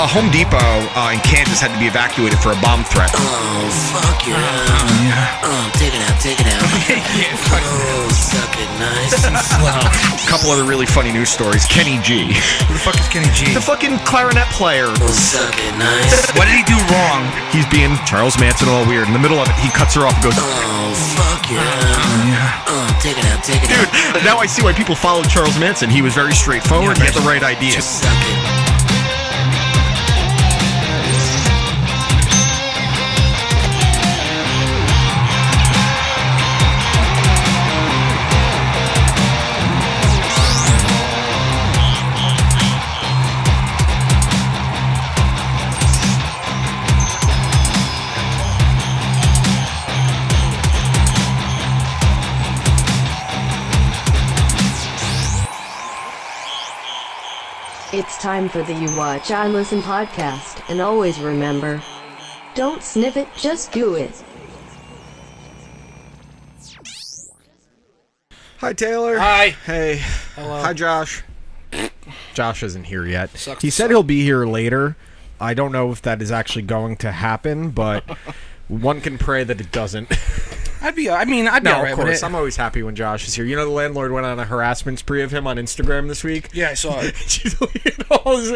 a Home Depot uh, in Kansas had to be evacuated for a bomb threat. Oh, fuck your ass. yeah. Oh, take it out, take it out. Oh, suck it nice and slow. A couple other really funny news stories. Kenny G, Who the fuck is Kenny G? the fucking clarinet player. Oh, suck it nice. What did he do wrong? He's being Charles Manson all weird. In the middle of it, he cuts her off and goes, Oh, fuck your ass. Oh, take it out, take it out. "Dude, now I see why people followed Charles Manson. He was very straightforward. he had the right ideas." Suck it. It's time for the You Watch I Listen podcast, and always remember don't sniff it, just do it. Hi, Taylor. Hi. Hey. Hello. Hi, Josh. Josh isn't here yet. Sucks he to said suck. he'll be here later. I don't know if that is actually going to happen, but one can pray that it doesn't. I'd be. uh, I mean, I'd be No, alright of with course. it. I'm always happy when Josh is here. You know, the landlord went on a harassment spree of him on Instagram this week. yeah, I saw it. She deleted all his,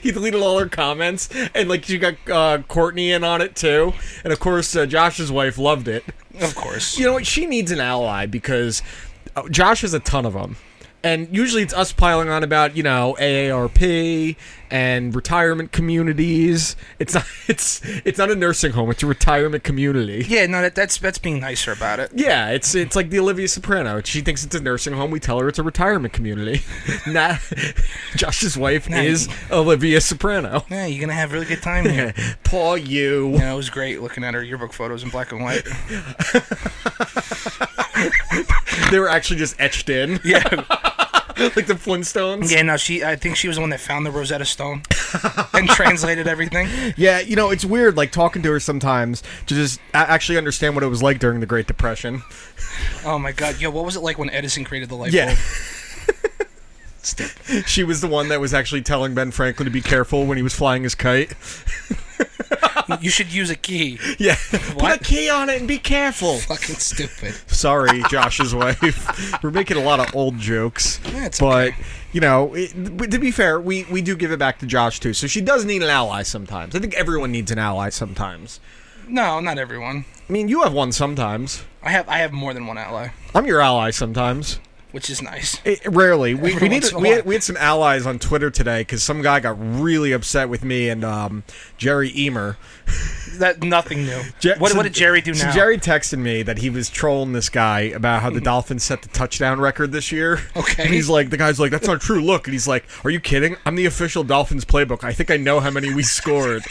he deleted all her comments, and like she got uh, Courtney in on it too. And of course, uh, Josh's wife loved it. Of course. You know what? She needs an ally because uh, Josh has a ton of them. And usually it's us piling on about, you know, AARP and retirement communities. It's not it's it's not a nursing home, it's a retirement community. Yeah, no, that, that's that's being nicer about it. Yeah, it's it's like the Olivia Soprano. She thinks it's a nursing home. We tell her it's a retirement community. nah, Josh's wife Nah, is you- Olivia Soprano. Yeah, you're gonna have a really good time here. Paul, you. You know, it was great looking at her yearbook photos in black and white. They were actually just etched in, Yeah, like the Flintstones. yeah. No, she. I think she was the one that found the Rosetta Stone and translated everything. Yeah, you know, it's weird, like, talking to her sometimes to just a- actually understand what it was like during the Great Depression. Oh my God, yo, what was it like when Edison created the light Yeah. bulb? she was the one that was actually telling Ben Franklin to be careful when he was flying his kite. You should use a key. Yeah. Put What? a key on it and be careful. Fucking stupid. Sorry, Josh's wife. We're making a lot of old jokes. Yeah, it's but, okay. you know, it, but to be fair, we, we do give it back to Josh, too. So she does need an ally sometimes. I think everyone needs an ally sometimes. No, not everyone. I mean, you have one sometimes. I have I have more than one ally, I'm your ally sometimes. which is nice. It, rarely. We, we, Every need, once in a we, had, while. we had some allies on Twitter today because some guy got really upset with me and um, Jerry Emer. That nothing new. Je- what, so- what did Jerry do so now? Hmm. Jerry texted me that he was trolling this guy about how the Dolphins set the touchdown record this year. Okay. And he's like, the guy's like, that's not true. Look. And he's like, are you kidding? I'm the official Dolphins playbook. I think I know how many we scored.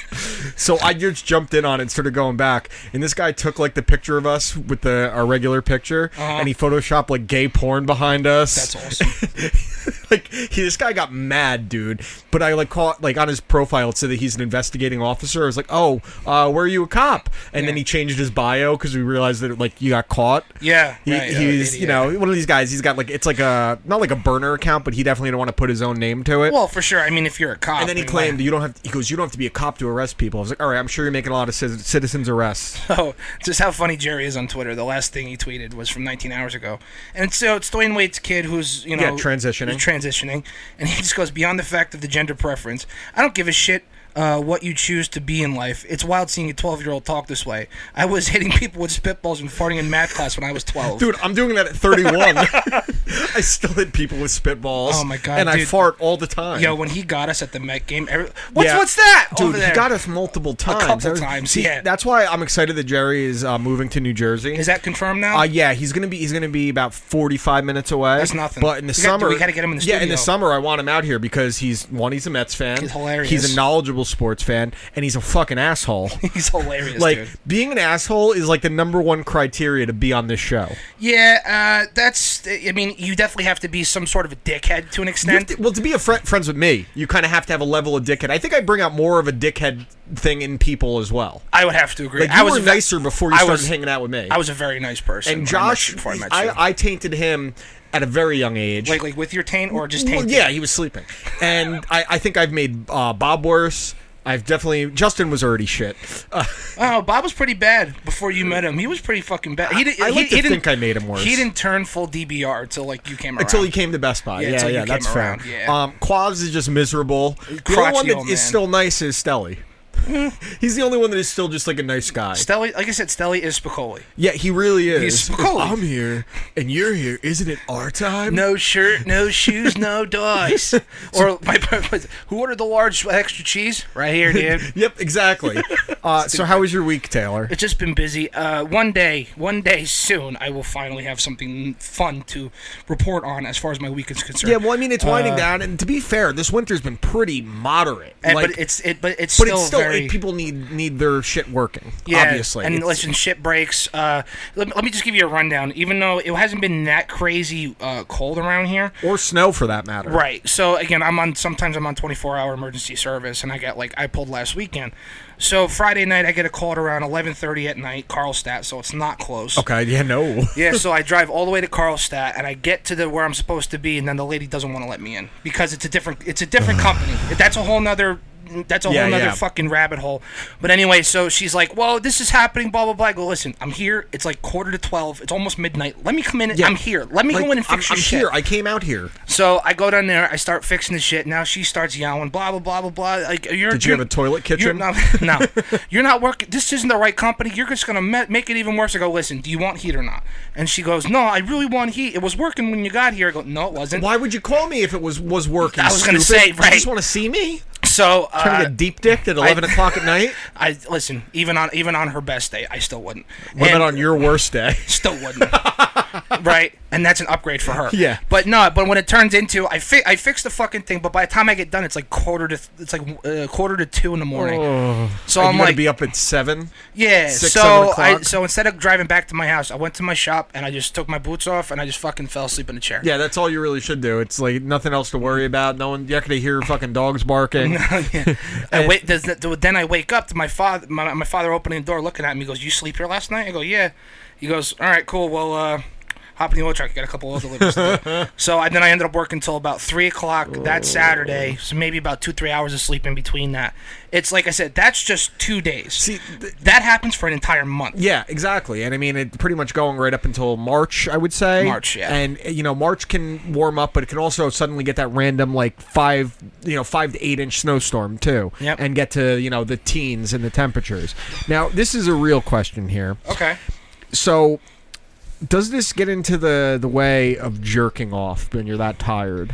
so I just jumped in on it and started going back. And this guy took like the picture of us with the our regular picture and he photoshopped like gay porn behind us Uh-huh. That's awesome. like he, this guy got mad, dude. But I like caught like on his profile it said that he's an investigating officer. I was like, oh, uh, were you a cop? And then Yeah. he changed his bio because we realized that like you got caught. Yeah, He, right, uh, he's idiot. you know one of these guys. He's got like it's like a not like a burner account, but he definitely didn't want to put his own name to it. Well, for sure. I mean, if you're a cop. and then he I mean, claimed you don't have. He goes, you don't have to be a cop to arrest people. I was like, all right, I'm sure you're making a lot of ci- citizens arrests. Oh, just how funny Jerry is on Twitter. The last thing he tweeted was from 19 hours ago, and so it's Dwayne Wade's kid who's you know Yeah, transitioning. who's transitioning, and he just goes beyond the fact of the gender preference. I don't give a shit uh, what you choose to be in life. It's wild seeing a 12 year old talk this way. I was hitting people with spitballs and farting in math class when I was 12. Dude, I'm doing that at 31. I still hit people with spitballs. Oh my God, And I dude. fart all the time. Yo, when he got us at the Met game, every, what's Yeah. what's that? Dude, over there? he got us multiple times. couple That was- times, see, yeah. That's why I'm excited that Jerry is uh, moving to New Jersey. Is that confirmed now? Uh, yeah, he's gonna be he's gonna be about forty five minutes away. That's nothing. But in the We gotta- summer, we gotta get him in the yeah. In the studio. summer, I want him out here because he's one, he's a Mets fan. He's hilarious. He's a knowledgeable sports fan, and he's a fucking asshole. He's hilarious, like dude. being an asshole is like the number one criteria to be on this show. Yeah, uh, that's. I mean, you definitely have to be some sort of a dickhead to an You have extent. to- well, to be a fri friends with me, you kind of have to have a level of dickhead. I think I bring out more of a dickhead thing in people as well. I would have to agree. Like you I was were a ve- nicer before you I started was- hanging out with me. I was a very nice person. and when I met Josh, you- before I met you. I, I tainted him at a very young age. like, like with your taint or just Well, taint? yeah, he was sleeping, and I, I think I've made uh, Bob worse. I've definitely Justin was already shit. Uh, Oh, Bob was pretty bad before you met him. He was pretty fucking bad. He didn't. I he, like to he didn't, think I made him worse. He didn't turn full DBR until like you came around. until he came to Best Buy. Yeah, Yeah, yeah, until you came that's fair. around, yeah. Um, Quavs is just miserable. the only crotchety one that is old man. Hmm. still nice is Stelly. He's the only one that is still just like a nice guy. Stelly, like I said, Stelly is Spicoli. yeah, he really is. He's cool. I'm here and you're here. Isn't it our time? No shirt, no shoes, no dice. or my, who ordered the large extra cheese? Right here, dude. Yep, exactly. Uh, so how was your week, Taylor? It's just been busy. Uh, one day, one day soon, I will finally have something fun to report on as far as my week is concerned. Yeah, well, I mean, it's winding down, and to be fair, this winter's been pretty moderate. Uh, And- Like, but it's it, but it's but still, it's still very it- people need need their shit working. yeah, obviously. And It's- listen, shit breaks. Uh, let, me- let me just give you a rundown. Even though it hasn't been that crazy uh, cold around here, or snow for that matter. Right. So again, I'm on sometimes I'm on 24-hour emergency service and I got like I pulled last weekend. So Friday night I get a call at around 11:30 at night, Carlstadt, so it's not close. Okay. Yeah. No. Yeah, so I drive all the way to Carlstadt and I get to the where I'm supposed to be and then the lady doesn't want to let me in because it's a different it's a different company. That's a whole nother that's a Yeah, whole nother yeah. fucking rabbit hole. But anyway, so she's like, Well, this is happening, blah blah blah. I go, listen, I'm here. It's like quarter to twelve. It's almost midnight. Let me come in and Yeah. I'm here. Let me Like, go in and I'm, fix I'm your shit. here. I came out here. So I go down there, I start fixing the shit. Now she starts yelling, blah blah blah blah blah. Like you're. Did you you're- have a toilet kitchen? You're not, no, you're not working. This isn't the right company. You're just gonna ma- make it even worse. I go, listen, do you want heat or not? And she goes, no, I really want heat. It was working when you got here. I go, no, it wasn't. Why would you call me if it was was working? I was gonna stupid? say, You just right. want to see me? So uh, Trying to get deep dicked at eleven o'clock at night. I listen. Even on even on her best day, I still wouldn't. What And- about on your worst day? still wouldn't. right? And that's an upgrade for her. Yeah. But no, but when it turns into I fi- I fix the fucking thing, but by the time I get done, it's like quarter to it's like uh, quarter to two in the morning. so Are I'm Oh. you gonna like, be up at seven? yeah. six, seven so I o'clock? so instead of driving back to my house, I went to my shop and I just took my boots off and I just fucking fell asleep in a chair. Yeah, that's all you really should do. It's like nothing else to worry about. No one, you're not gonna hear fucking dogs barking. Yeah. Uh, I wait. Does that, then I wake up to my father. My, my father opening the door, looking at me. Goes, "You sleep here last night?" I go, "Yeah." He goes, "All right, cool. Well, uh, hop in the oil truck. I got a couple oil deliveries." to do." so I, then I ended up working till about three o'clock that Saturday. So maybe about two three hours of sleep in between that. It's like I said, that's just two days. See, th- that happens for an entire month. Yeah, exactly. And I mean, it pretty much going right up until March, I would say. March, yeah. And uh, you know, March can warm up, but it can also suddenly get that random like five, you know, five to eight inch snowstorm too, Yep. and get to you know the teens and the temperatures. Now, this is a real question here. Okay. So, does this get into the the way of jerking off when you're that tired?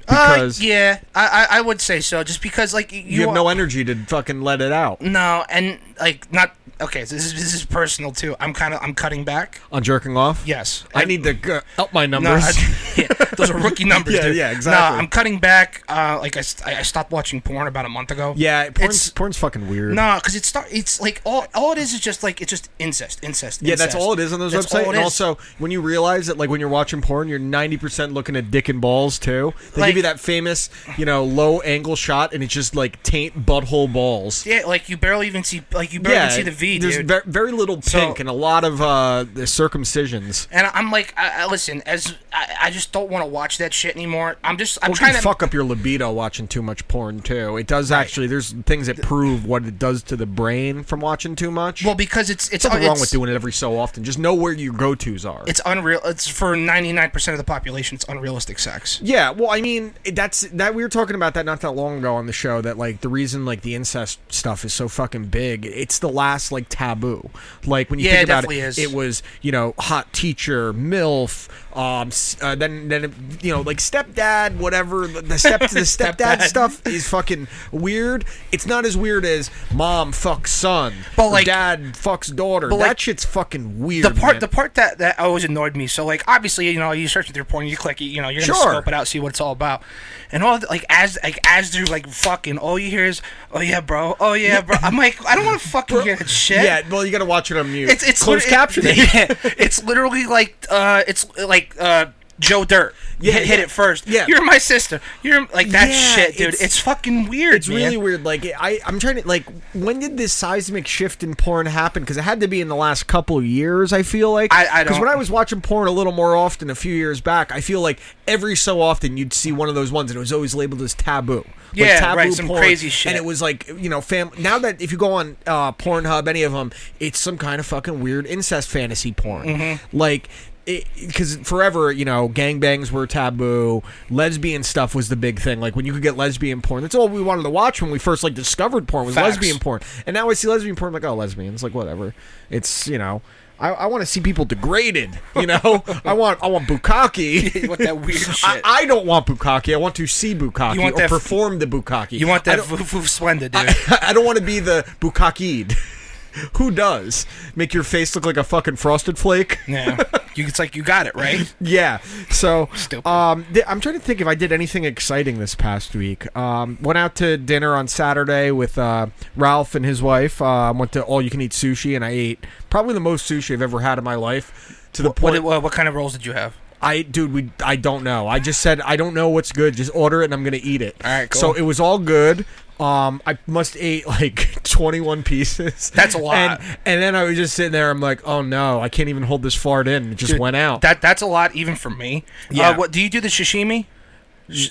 Because uh, yeah, I, I I would say so. Just because like you, you have are- no energy to fucking let it out no and like not okay. So this is this is personal too. I'm kind of I'm cutting back. on jerking off. Yes. I need to uh, up my No, numbers. I- yeah, those are rookie numbers. Yeah, dude. yeah, exactly. No, I'm cutting back. Uh, like I, st- I I stopped watching porn about a month ago. yeah, porn's, It's- porn's fucking weird. No, because it's start. It's like all all it is is just like it's just incest, incest. Yeah, that's incest. all it is on those That's websites. all it And is. also, when you realize that, like when you're watching porn, you're 90% looking at dick and balls too. They Like- give you that famous, you know, low angle shot, and it's just like taint butthole balls. yeah, like you barely even see like you barely Yeah, see the V, there's dude. ver- very little pink So- and a lot of uh, the circumcisions. and I'm like, I, I, listen, as I, I just just don't want to watch that shit anymore. I'm just I'm Well, it trying can to fuck up your libido watching too much porn too. It does actually. There's things that prove what it does to the brain from watching too much. well because it's it's nothing it's, wrong with doing it every so often. Just know where your go tos are. it's unreal. It's for 99% of the population. It's unrealistic sex. Yeah, well, I mean, that's that we were talking about that not that long ago on the show. That like the reason like the incest stuff is so fucking big, it's the last like taboo. Like when you Yeah, it think about definitely is. it was you know hot teacher, milf, um, s- uh, then then you know like stepdad, whatever. The, the step the stepdad, Stepdad. stuff is fucking weird. It's not as weird as mom fucks son, But, or like- dad fucks daughter. That like, shit's fucking weird. The part, man. the part that, that always annoyed me. So like, obviously, you know, you search with your porn, you click, it, you know, you're gonna Sure. scope it out, see what it's all about, and all the, like as like as they're like fucking, all you hear is, oh yeah, bro, oh yeah, bro. I'm like, I don't want to fucking hear that shit. yeah, well, you gotta watch it on mute. it's it's closed lit- captioning. Yeah, it's literally like uh, it's like uh. Joe Dirt, Yeah, hit, hit yeah. it first. Yeah. you're my sister. You're like that Yeah, shit, dude. It's, it's- fucking weird. It's man. really weird. Like I, I'm trying to like, when did this seismic shift in porn happen? Because it had to be in the last couple of years. I feel like I- I because when don't- I was watching porn a little more often a few years back, I feel like every so often you'd see one of those ones, and it was always labeled as taboo. Yeah, like taboo right, some porn, crazy shit. And it was like you know, fam. Now that if you go on uh, Pornhub, any of them, it's some kind of fucking weird incest fantasy porn. Mm-hmm. Like because forever, you know, gangbangs were taboo. Lesbian stuff was the big thing. Like when you could get lesbian porn, that's all we wanted to watch when we first like discovered porn was Facts. lesbian porn. And now I see lesbian porn, I'm like oh, lesbians, like whatever. It's you know. I, I want to see people degraded, you know. I want I want bukkake. What that weird shit. I, I don't want bukkake. I want to see bukkake You want or that f- perform the bukkake. you want I that don't- foo foo splendid, dude? I don't want to be the bukkakeed. Who does make your face look like a fucking frosted flake? yeah, you, it's like you got it right. Yeah. So, Stupid. um, th- I'm trying to think if I did anything exciting this past week. Um, went out to dinner on Saturday with uh, Ralph and his wife. Uh, went to all you can eat sushi, and I ate probably the most sushi I've ever had in my life. To the What, point, did- what, what kind of rolls did you have? I dude, we I don't know. I just said I don't know what's good. Just order it and I'm gonna eat it. All right, cool. So it was all good. Um, I must ate like 21 pieces. That's a lot. And, and then I was just sitting there. I'm like, oh no, I can't even hold this fart in. It just Dude, went out. That that's a lot even for me. Yeah. Uh, what do you do the sashimi? I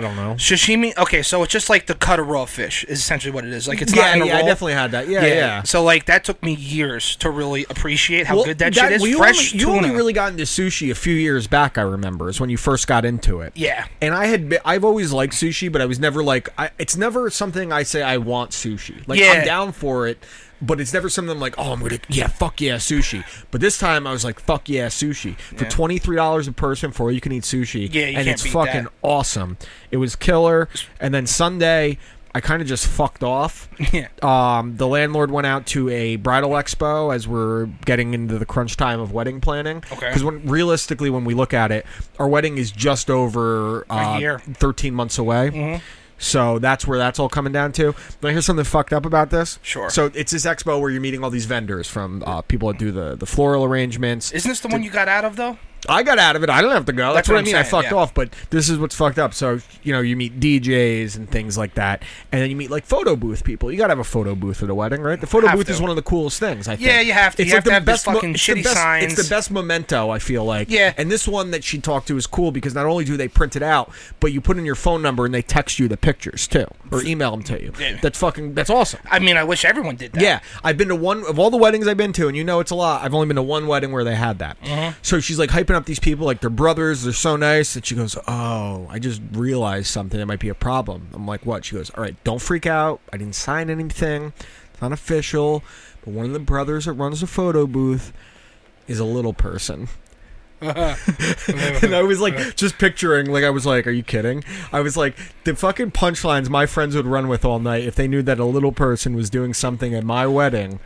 don't know. Sashimi. Okay, so it's just like the cut of raw fish is essentially what it is. Like it's not Yeah, in a yeah, I roll. definitely had that. Yeah, yeah. So like that took me years to really appreciate how Well, good that, shit is. well, you Fresh only, you only tuna. really got into sushi a few years back. I remember is when you first got into it. Yeah. and I had been, I've always liked sushi, but I was never like I, it's never something I say I want sushi. Like Yeah. I'm down for it, but it's never something I'm like oh I'm gonna yeah fuck yeah sushi. But this time I was like fuck yeah sushi for twenty three dollars a person for you can eat sushi. Yeah, you and can't it's beat fucking that. awesome. It was killer. And then Sunday. I kind of just fucked off. Yeah. Um, the landlord went out to a bridal expo as we're getting into the crunch time of wedding planning. Okay. Because when realistically, when we look at it, our wedding is just over uh, year. Mm-hmm. thirteen months away. So that's where that's all coming down to. But here's something fucked up about this. Sure. So it's this expo where you're meeting all these vendors from uh, people that do the, the floral arrangements. Isn't this the one you got out of though? I got out of it. I didn't have to go. That's, That's what, what I I'm mean. I saying, fucked yeah. off, but this is what's fucked up. So, you know, you meet DJs and things like that, and then you meet like photo booth people. You got to have a photo booth at a wedding, right? The photo Have booth to. is one of the coolest things, I think. Yeah, you have to. You have to have this mo- fucking it's the shitty best- signs. It's the best memento, I feel like. Yeah. And this one that she talked to is cool because not only do they print it out, but you put in your phone number and they text you the pictures too or email them to you. Yeah. That's fucking that's awesome. I mean, I wish everyone did that. Yeah, I've been to one of all the weddings I've been to, and you know it's a lot. I've only been to one wedding where they had that. So she's like hyping up these people, like they're brothers, they're so nice. And she goes, "Oh, I just realized something. It might be a problem." I'm like, "What?" She goes, "All right, don't freak out. I didn't sign anything. It's not official." But one of the brothers that runs the photo booth is a little person. and I was like, just picturing, like, I was like, are you kidding? I was like, the fucking punchlines my friends would run with all night if they knew that a little person was doing something at my wedding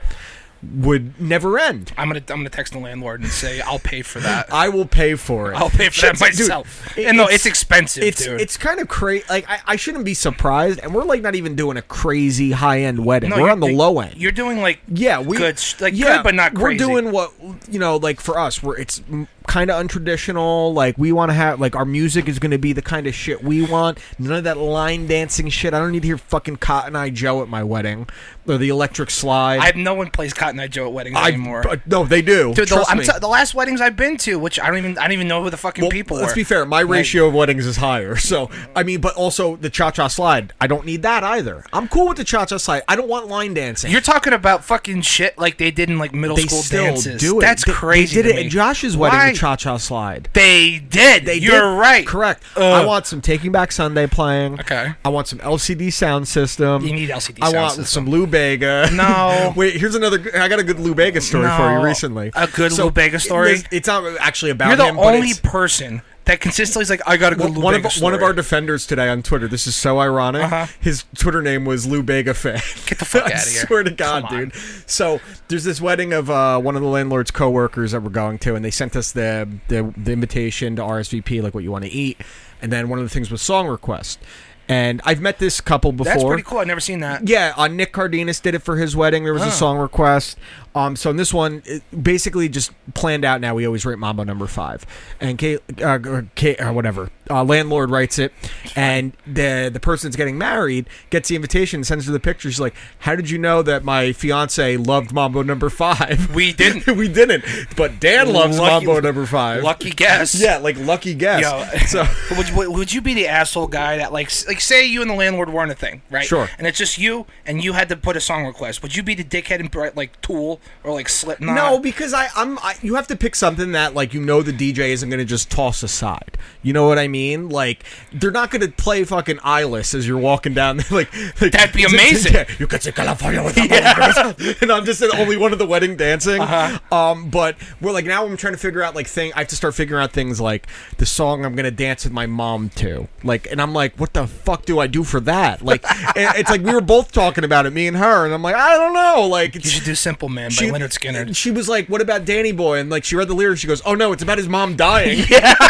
would never end. I'm gonna I'm gonna text the landlord and say I'll pay for that. I will pay for it. I'll pay for Shit's- that dude, myself. and no, it's expensive, It's dude. it's kind of crazy. Like I, I shouldn't be surprised, and we're like not even doing a crazy high end wedding. No, we're you're- on the low end. You're doing like Yeah, we good, sh- like yeah, good, but not crazy. We're doing what you know, like for us, we're it's m- kind of untraditional. Like we want to have like our music is going to be the kind of shit we want. None of that line dancing shit. I don't need to hear fucking Cotton Eye Joe at my wedding or the Electric Slide. I have no one plays Cotton Eye Joe at weddings I- anymore. but- no, they do. Dude, the, Trust I'm me. t- the last weddings I've been to, which I don't even I don't even know who the fucking Well, people Let's were. be fair. My Like- ratio of weddings is higher. So I mean, but also the cha cha slide. I don't need that either. I'm cool with the cha cha slide. I don't want line dancing. You're talking about fucking shit like they did in like middle they school still dances. do it. That's They- crazy. They did to it me. at Josh's wedding. Why? The cha cha slide. They did. They You're did. right. Correct. I Ugh. want some Taking Back Sunday playing. Okay. I want some LCD sound system. You need LCD I sound want system. some Lou Bega. No. Wait, here's another. g- I got a good Lou Bega story for you No. recently. A good Lou Bega story? It's, it's not actually about You're the him. but only it's- person that consistently is like, I gotta go. one, Lou one Bega of one of story." our defenders today on Twitter. This is so ironic. Uh-huh. His Twitter name was Lou Bega fan. Get the fuck I outta here. swear to God, Come on. dude. So there's this wedding of uh, one of the landlord's coworkers that we're going to, and they sent us the the, the invitation to RSVP, like what you want to eat, and then one of the things was song request. And I've met this couple before. That's pretty cool. I've never seen that. Yeah, uh, Nick Cardenas did it for his wedding. There was a song request. Um, so in this one, it basically just planned out. Now we always rate Mambo number five, and Kate, uh, or Kate or whatever, uh, landlord writes it, and the the person that's getting married gets the invitation, sends her the picture. She's like, "How did you know that my fiance loved Mambo number five? We didn't. we didn't, but Dan loves Lucky- Mambo number five. Lucky guess. yeah, like lucky guess. Yo, So. would, would, would you be the asshole guy that like s- like say you and the landlord weren't a thing, right? Sure. And it's just you, and you had to put a song request. Would you be the dickhead and write like Tool or like Slipknot? No, because I, I'm. I, you have to pick something that like you know the DJ isn't going to just toss aside. You know what I mean? Like they're not going to play fucking eyeless as you're walking down. like, like That'd be amazing. Yeah, you could see California with the Mongoose. and I'm just the only one at the wedding dancing. Uh-huh. Um, but we're like now I'm trying to figure out like thing. I have to start figuring out things like the song I'm going to dance with my mom to. Like, and I'm like, what the fuck do I do for that? Like, and it's like we were both talking about it, me and her, and I'm like, I don't know. Like, You it's, should do Simple Man by Leonard Skinner. she was like, "What about Danny Boy?" And like, she read the lyrics. She goes, "Oh no, it's about his mom dying."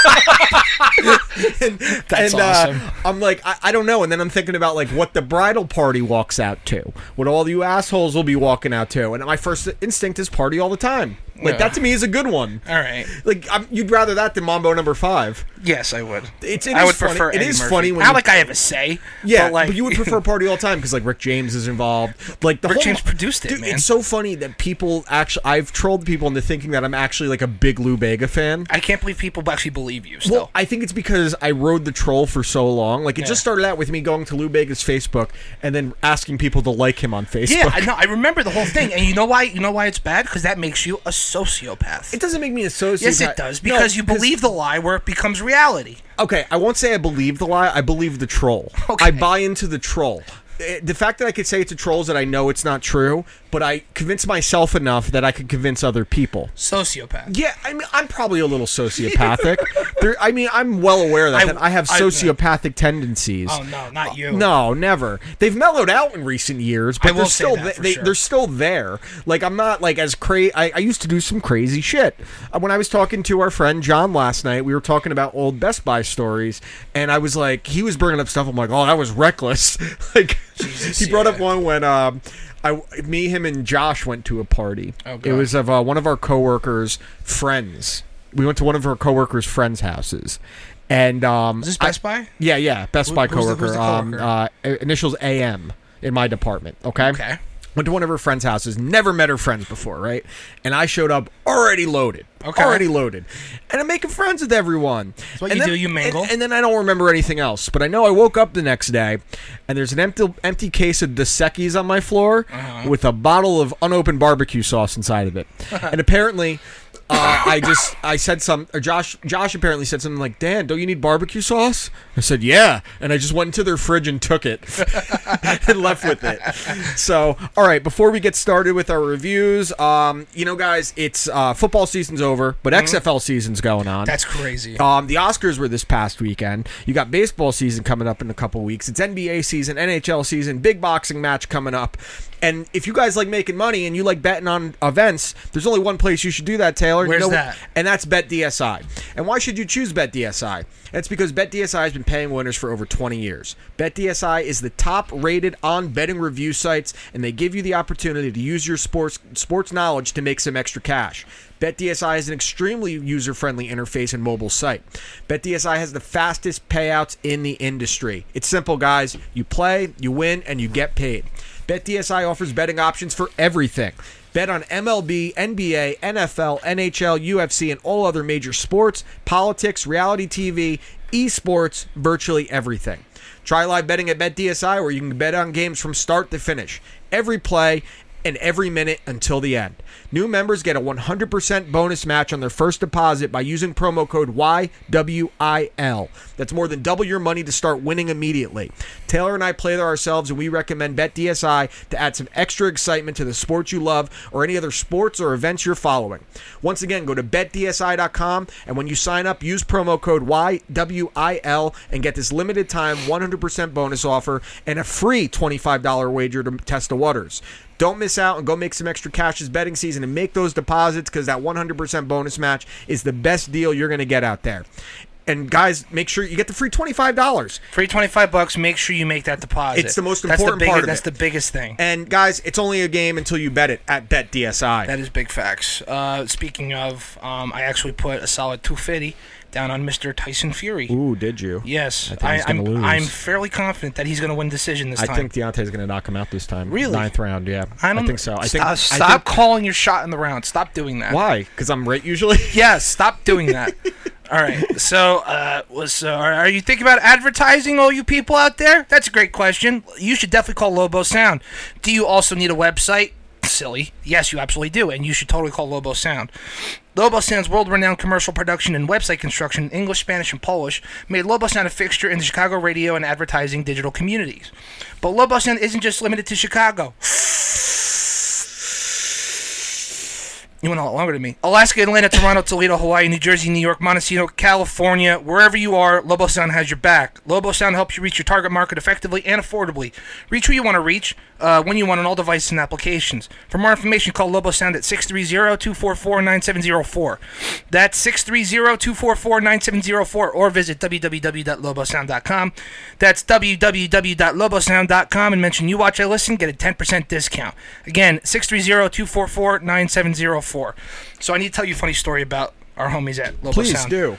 and, That's and, uh, awesome. I'm like, I, I don't know. And then I'm thinking about like what the bridal party walks out to, what all you assholes will be walking out to. And my first instinct is party all the time. Like Yeah. that to me is a good one. All right. Like I'm, you'd rather that than Mambo Number Five. Yes, I would. It's- it I is would funny- prefer. it Eddie is Murphy. funny when Not you- like I have a say. Yeah, but, like you would prefer party all the time because like Rick James is involved. Like the Rick whole- James produced it, Dude, man. It's so funny that people actually. I've trolled people into thinking that I'm actually like a big Lou Bega fan. I can't believe people actually believe you. Still, Well, I think it's because I rode the troll for so long. Like it just started out with me going to Lou Bega's Facebook and then asking people to like him on Facebook. yeah, I know. I remember the whole thing, and you know why? You know why it's bad? Because that makes you a sociopath. it doesn't make me associate. yes, it does. Because you believe the lie, where it becomes reality. Okay, I won't say I believe the lie. I believe the troll. Okay. I buy into the troll. Eh, The fact that I could say it's a troll is that I know it's not true, but I convince myself enough that I could convince other people. Sociopath. Yeah, I mean, I'm probably a little sociopathic. there, I mean, I'm well aware of that, I- that I have I- sociopathic tendencies. Oh no, not you. No, never. They've mellowed out in recent years, but I they're will say still that th- for they, sure. they're still there. Like I'm not like as crazy. I, I used to do some crazy shit. Uh, When I was talking to our friend John last night, we were talking about old Best Buy stories, and I was like, he was bringing up stuff. I'm like, oh, that was reckless. like he brought up yeah. one when. Um, I, me, him, and Josh went to a party. Oh, it God. was of uh, one of our coworkers' friends. We went to one of our coworkers' friends' houses, and um, Is this I- Best Buy? yeah, yeah. Best Who- Buy who's the- coworker. who's the um, coworker? uh, initials AM in my department. Okay. Okay. Went to one of her friends' houses. Never met her friends before, right? And I showed up already loaded. Okay. Already loaded, and I'm making friends with everyone. That's what you do, you mingle. And, and then I don't remember anything else. But I know I woke up the next day, and there's an empty empty case of Dos Equis on my floor Uh-huh. with a bottle of unopened barbecue sauce inside of it, and apparently. Uh, I just I said some or Josh Josh apparently said something like Dan don't you need barbecue sauce I said yeah and I just went into their fridge and took it and left with it so all right before we get started with our reviews um you know guys it's uh, football season's over but XFL season's going on Mm-hmm. That's crazy. um, the Oscars were this past weekend. You got baseball season coming up in a couple weeks. It's NBA season, NHL season, big boxing match coming up. And if you guys like making money and you like betting on events, there's only one place you should do that, Taylor. You Where's know- that? and that's BetDSI. And why should you choose BetDSI? That's because BetDSI has been paying winners for over 20 years. BetDSI is the top-rated on betting review sites, and they give you the opportunity to use your sports sports knowledge to make some extra cash. BetDSI is an extremely user friendly interface and mobile site. BetDSI has the fastest payouts in the industry. It's simple, guys. You play, you win, and you get paid. BetDSI offers betting options for everything. Bet on MLB, NBA, NFL, NHL, UFC, and all other major sports, politics, reality TV, esports, virtually everything. Try live betting at BetDSI, where you can bet on games from start to finish, every play, and every minute until the end. New members get a 100% bonus match on their first deposit by using promo code YWIL. That's more than double your money to start winning immediately. Taylor and I play there ourselves, and we recommend BetDSI to add some extra excitement to the sports you love or any other sports or events you're following. Once again, go to betdsi.com, and when you sign up, use promo code YWIL and get this limited time 100% bonus offer and a free $25 wager to test the waters. Don't miss out and go make some extra cash this betting season and make those deposits because that 100% bonus match is the best deal you're going to get out there. And guys, make sure you get the free $25. Free twenty five bucks. Make sure you make that deposit. It's the most That's important big- part of That's it. the biggest thing. And guys, it's only a game until you bet it at BetDSI. That is big facts. Uh, speaking of, um, I actually put a solid 250 down on Mr. Tyson Fury. Ooh, did you? Yes, think I he's am gonna lose. I'm fairly confident that he's going to win decision this I time. think Deontay's going to knock him out this time. Really? Ninth round, yeah. I don't think so. I think. stop, I stop think- calling your shot in the round. Stop doing that. why? Because I'm right usually. Yes, stop doing that. all right. So, uh, was uh, are are you thinking about advertising, all you people out there? That's a great question. You should definitely call Lobo Sound. Do you also need a website? Silly. Yes, you absolutely do, and you should totally call Lobo Sound. Lobo Sound's world-renowned commercial production and website construction in English, Spanish, and Polish made Lobo Sound a fixture in the Chicago radio and advertising digital communities. But Lobo Sound isn't just limited to Chicago. You went a lot longer than me. Alaska, Atlanta, Toronto, Toledo, Hawaii, New Jersey, New York, Montecito, California, wherever you are, Lobo Sound has your back. Lobo Sound helps you reach your target market effectively and affordably. Reach who you want to reach, uh, when you want on all devices and applications. For more information, call Lobo Sound at 630-244-9704. That's 630-244-9704 or visit www.lobosound.com. That's www.lobosound.com and mention you watch I listen, get a 10% discount. Again, 630-244-9704. So I need to tell you a funny story about our homies at Lobo Please Sound. do.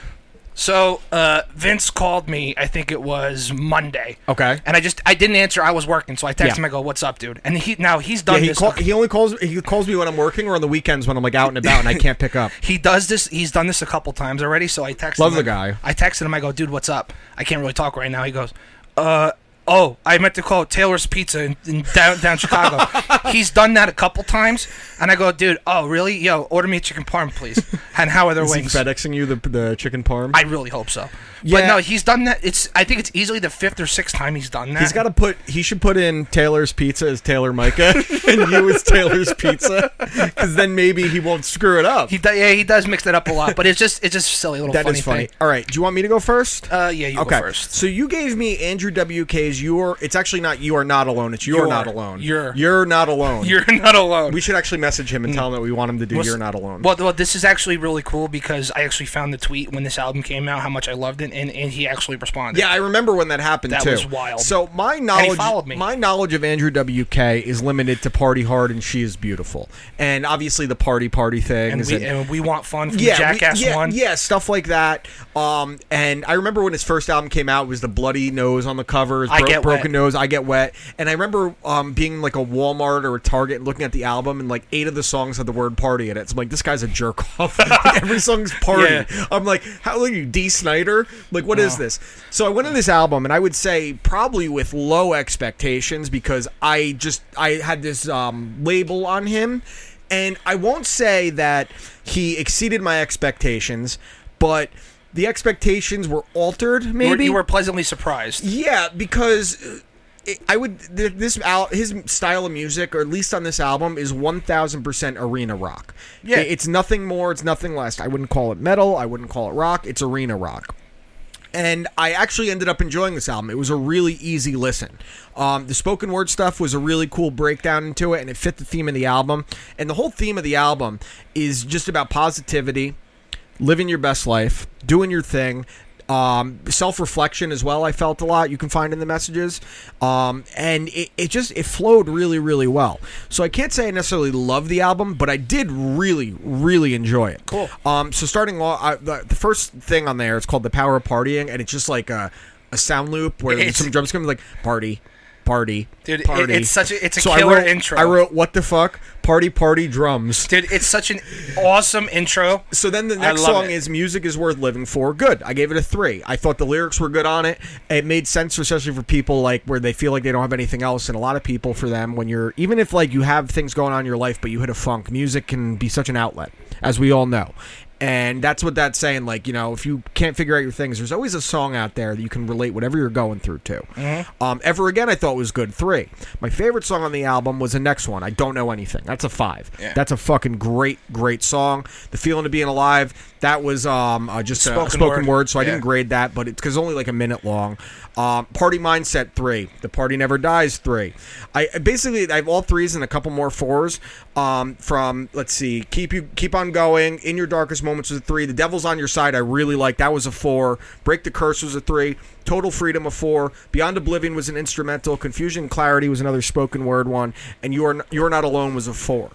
So uh, Vince called me. I think it was Monday. Okay. And I just I didn't answer. I was working, so I texted Yeah. him. I go, "What's up, dude?" And he now he's done Yeah, he, this. call, he only calls. He calls me when I'm working or on the weekends when I'm like out and about and I can't pick up. He does this. He's done this a couple times already. So I texted. Love him, the I- guy. I texted him. I go, dude, what's up? I can't really talk right now. He goes, uh, oh, I meant to call Taylor's Pizza in, in down, down Chicago. he's done that a couple times, and I go, dude, oh really? Yo, order me a chicken parm, please. And how are their Is he wings? FedExing you the the chicken parm? I really hope so. But Yeah. no, he's done that. It's I think it's easily the fifth or sixth time he's done that. He's got to put. He should put in Taylor's Pizza as Taylor Micah and you as Taylor's Pizza, because then maybe he won't screw it up. He do, yeah, he does mix that up a lot, but it's just it's just a silly little That funny, is funny. thing. All right. Do you want me to go first? Uh, yeah, you okay. go first. So you gave me Andrew WK's "You're." It's actually not "You Are Not Alone." It's "You're, You're. Not Alone." You're. You're not alone. You're Mm. not alone. We should actually message him and tell him that we want him to do Well, "You're Not Alone." Well, well, this is actually really cool because I actually found the tweet when this album came out, how much I loved it, and, and he actually responded. yeah, I remember when that happened That too. was wild. So my followed knowledge, me. my knowledge of Andrew WK is limited to "Party Hard" and "She Is Beautiful," and obviously the "Party Party" thing. and is we in- and we want fun from yeah, we- Jackass yeah, One. yeah, stuff like that. Um, and I remember when his first album came out, it was the bloody nose on the cover, it was I Get broken Wet. nose, I get wet. And I remember um, being in, like a Walmart or a Target and looking at the album, and like eight of the songs had the word party in it. So I'm like, this guy's a jerk off. Like, every song's party. Yeah. I'm like, how are you, D. Snyder? Like, what Oh. is this? So I went on this album, and I would say probably with low expectations because I just I had this um, label on him, and I won't say that he exceeded my expectations, but the expectations were altered. You were- Maybe you were pleasantly surprised. yeah, because uh, it, I would th- this al- his style of music, or at least on this album, is one thousand percent arena rock. Yeah. I- it's nothing more, it's nothing less. I wouldn't call it metal. I wouldn't call it rock. It's arena rock. And I actually ended up enjoying this album. It was a really easy listen. Um, the spoken word stuff was a really cool breakdown into it, and it fit the theme of the album. And the whole theme of the album is just about positivity, living your best life, doing your thing, um, self-reflection as well i felt a lot you can find in the messages um, and it, it just it flowed really really well so i can't say i necessarily love the album but i did really really enjoy it Cool. um, so starting off I, the, the first thing on there it's called the power of partying and it's just like a, a sound loop where It's- some drums come in, like party party Dude, it- party it's such a- it's a I killer wrote- intro. i wrote what the fuck party party drums Dude, it's such an awesome intro. so then the I next love song it. is "Music Is Worth Living For." Good. I gave it a three. I thought the lyrics were good on it. It made sense, especially for people like where they feel like they don't have anything else, and a lot of people for them when you're even if like you have things going on in your life, but you hit a funk, music can be such an outlet, as we all know. And that's what that's saying. Like, you know, if you can't figure out your things, there's always a song out there that you can relate whatever you're going through to. Mm-hmm. Um, Ever Again, I thought was good. Three. My favorite song on the album was the next one, I Don't Know Anything. That's a five. Yeah. That's a fucking great, great song. The Feeling of Being Alive, that was um, uh, just a- a Spoken spoken word, word. so I Yeah. didn't grade that, but it's because only like a minute long. Um, party Mindset 3, The Party Never Dies 3. I I Basically, I have all threes and a couple more fours um, from, let's see, Keep you keep On Going, In Your Darkest Moments was a three, The Devil's On Your Side, I really like. That was a four. Break the Curse was a three. Total Freedom a four. Beyond Oblivion was an instrumental. Confusion and Clarity was another spoken word one. And You're, You're Not Alone was a four.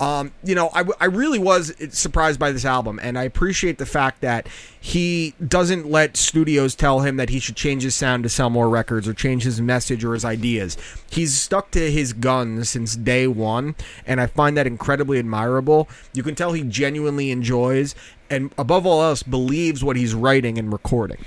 Um, you know, I, w- I really was surprised by this album, and I appreciate the fact that he doesn't let studios tell him that he should change his sound to sell more records or change his message or his ideas. He's stuck to his guns since day one, and I find that incredibly admirable. You can tell he genuinely enjoys and, above all else, believes what he's writing and recording.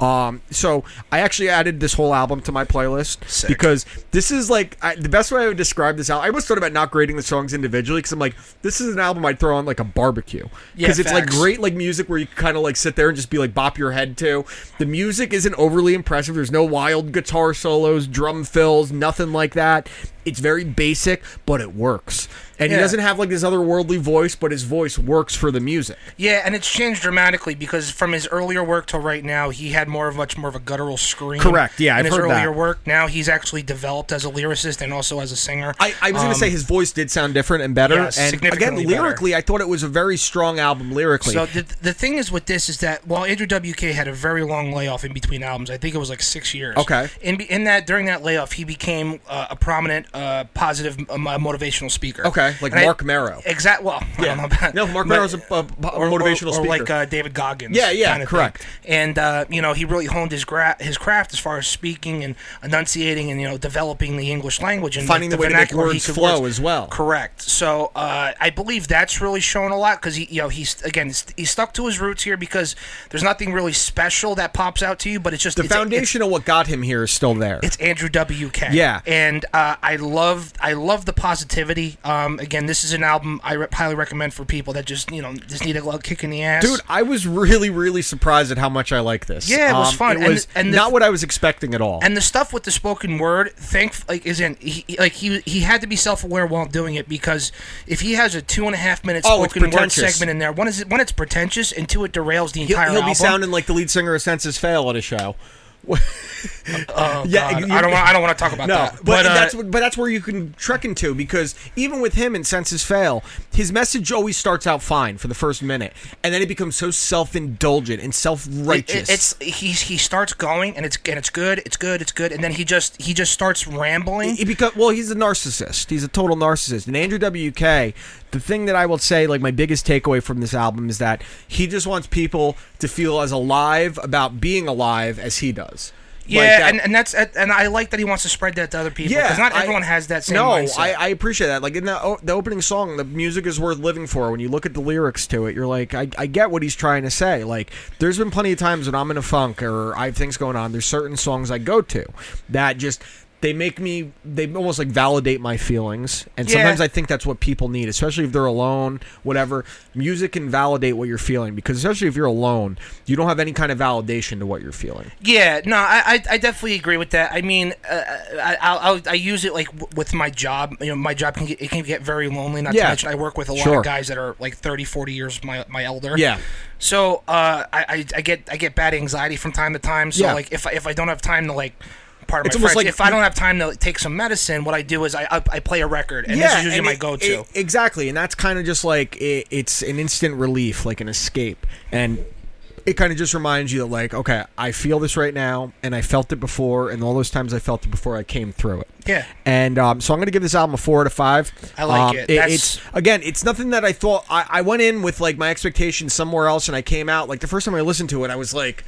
Um, so I actually added this whole album to my playlist because this is like I, the best way I would describe this album. I almost thought about not grading the songs individually because I'm like, this is an album I'd throw on like a barbecue Yeah, because it's like facts. great like music where you kind of like sit there and just be like bop your head to. The music isn't overly impressive. There's no wild guitar solos, drum fills, nothing like that. It's very basic, but it works. And he Yeah. doesn't have like this otherworldly voice, but his voice works for the music. Yeah, and it's changed dramatically because from his earlier work till right now, he had more of much more of a guttural scream. Correct, yeah, in I've his heard earlier that. work, now he's actually developed as a lyricist and also as a singer. I, I was going Um, to say his voice did sound different and better. Yes, and again, significantly better. lyrically, I thought it was a very strong album lyrically. So the, the thing is with this is that while Andrew WK had a very long layoff in between albums, I think it was like six years. Okay. In be- in that during that layoff, he became uh, a prominent, uh, positive, um, uh, motivational speaker. Okay, like And I- Mark Mero. Exact. Well, I don't know about No, Mark but- Mero's a- a- a motivational or, speaker. like uh, David Goggins. Yeah, yeah, kinda correct. thing. And uh, you know, he really honed his gra- his craft as far as speaking and enunciating, and you know, developing the English language and Finding the way to make vernacular he words could flow words. as well. Correct. So uh, I believe that's really shown a lot because he, you know, he's again he's- he stuck to his roots here because there's nothing really special that pops out to you, but it's just the it's- it's- foundation of what got him here is still there. it's Andrew WK. Yeah. and uh, I love I love the positivity. Um, again, this is an album I re- highly recommend for people that just you know just need a little kick in the ass. Dude, I was really, really surprised at how much I like this. Um, Yeah, it was fun. It And- was and the- not what I was expecting at all. and the stuff with the spoken word, thank like isn't he, he- like he he had to be self aware while doing it because if he has a two and a half minute Oh, it's spoken word pretentious. segment in there, one is it, one it's pretentious and two it derails the he'll entire he'll album. be sounding like the lead singer of Census Fail at a show. oh, Yeah, God. you- I don't want I don't want to talk about No, that. but, uh, that's what, but that's where you can trek into because even with him and Senses Fail, his message always starts out fine for the first minute, and then it becomes so self indulgent and self It- righteous. it's he's he starts going and it's and it's good, it's good, it's good, and then he just he just starts rambling. he become well he's a narcissist he's a total narcissist and andrew wk the thing that i will say like my biggest takeaway from this album is that he just wants people to feel as alive about being alive as he does Like yeah, that- and, and that's and I like that he wants to spread that to other people yeah, because not I- everyone has that same No, mindset. I, I appreciate that. Like in the o- the opening song, the music is worth living for. When you look at the lyrics to it, you're like, I, I get what he's trying to say. Like, there's been plenty of times when I'm in a funk or I have things going on. There's certain songs I go to that just they make me they almost like validate my feelings and Yeah. sometimes i think that's what people need especially if they're alone whatever music can validate what you're feeling because especially if you're alone you don't have any kind of validation to what you're feeling Yeah, no, I, I, I definitely agree with that. I mean, uh, I, I'll, I'll, I use it like w- with my job. You know, my job can get, it can get very lonely. Not Yeah. to mention, I work with a lot Sure. of guys that are like 30, 40 years my my elder. Yeah. So uh, I, I, I get I get bad anxiety from time to time. So Yeah. like if I, if I don't have time to like. Part of It's my almost friends. like- if I don't have time to like, take some medicine, what I do is I I, I play a record, and this is usually and my it- go-to. it- exactly, and that's kind of just like it, it's an instant relief, like an escape, and it kind of just reminds you that like okay i feel this right now and i felt it before and all those times i felt it before i came through it Yeah. and um, so i'm gonna give this album a four out of five I like Um, it. That's- it's again it's nothing that i thought I, I went in with like my expectations somewhere else and i came out like the first time i listened to it i was like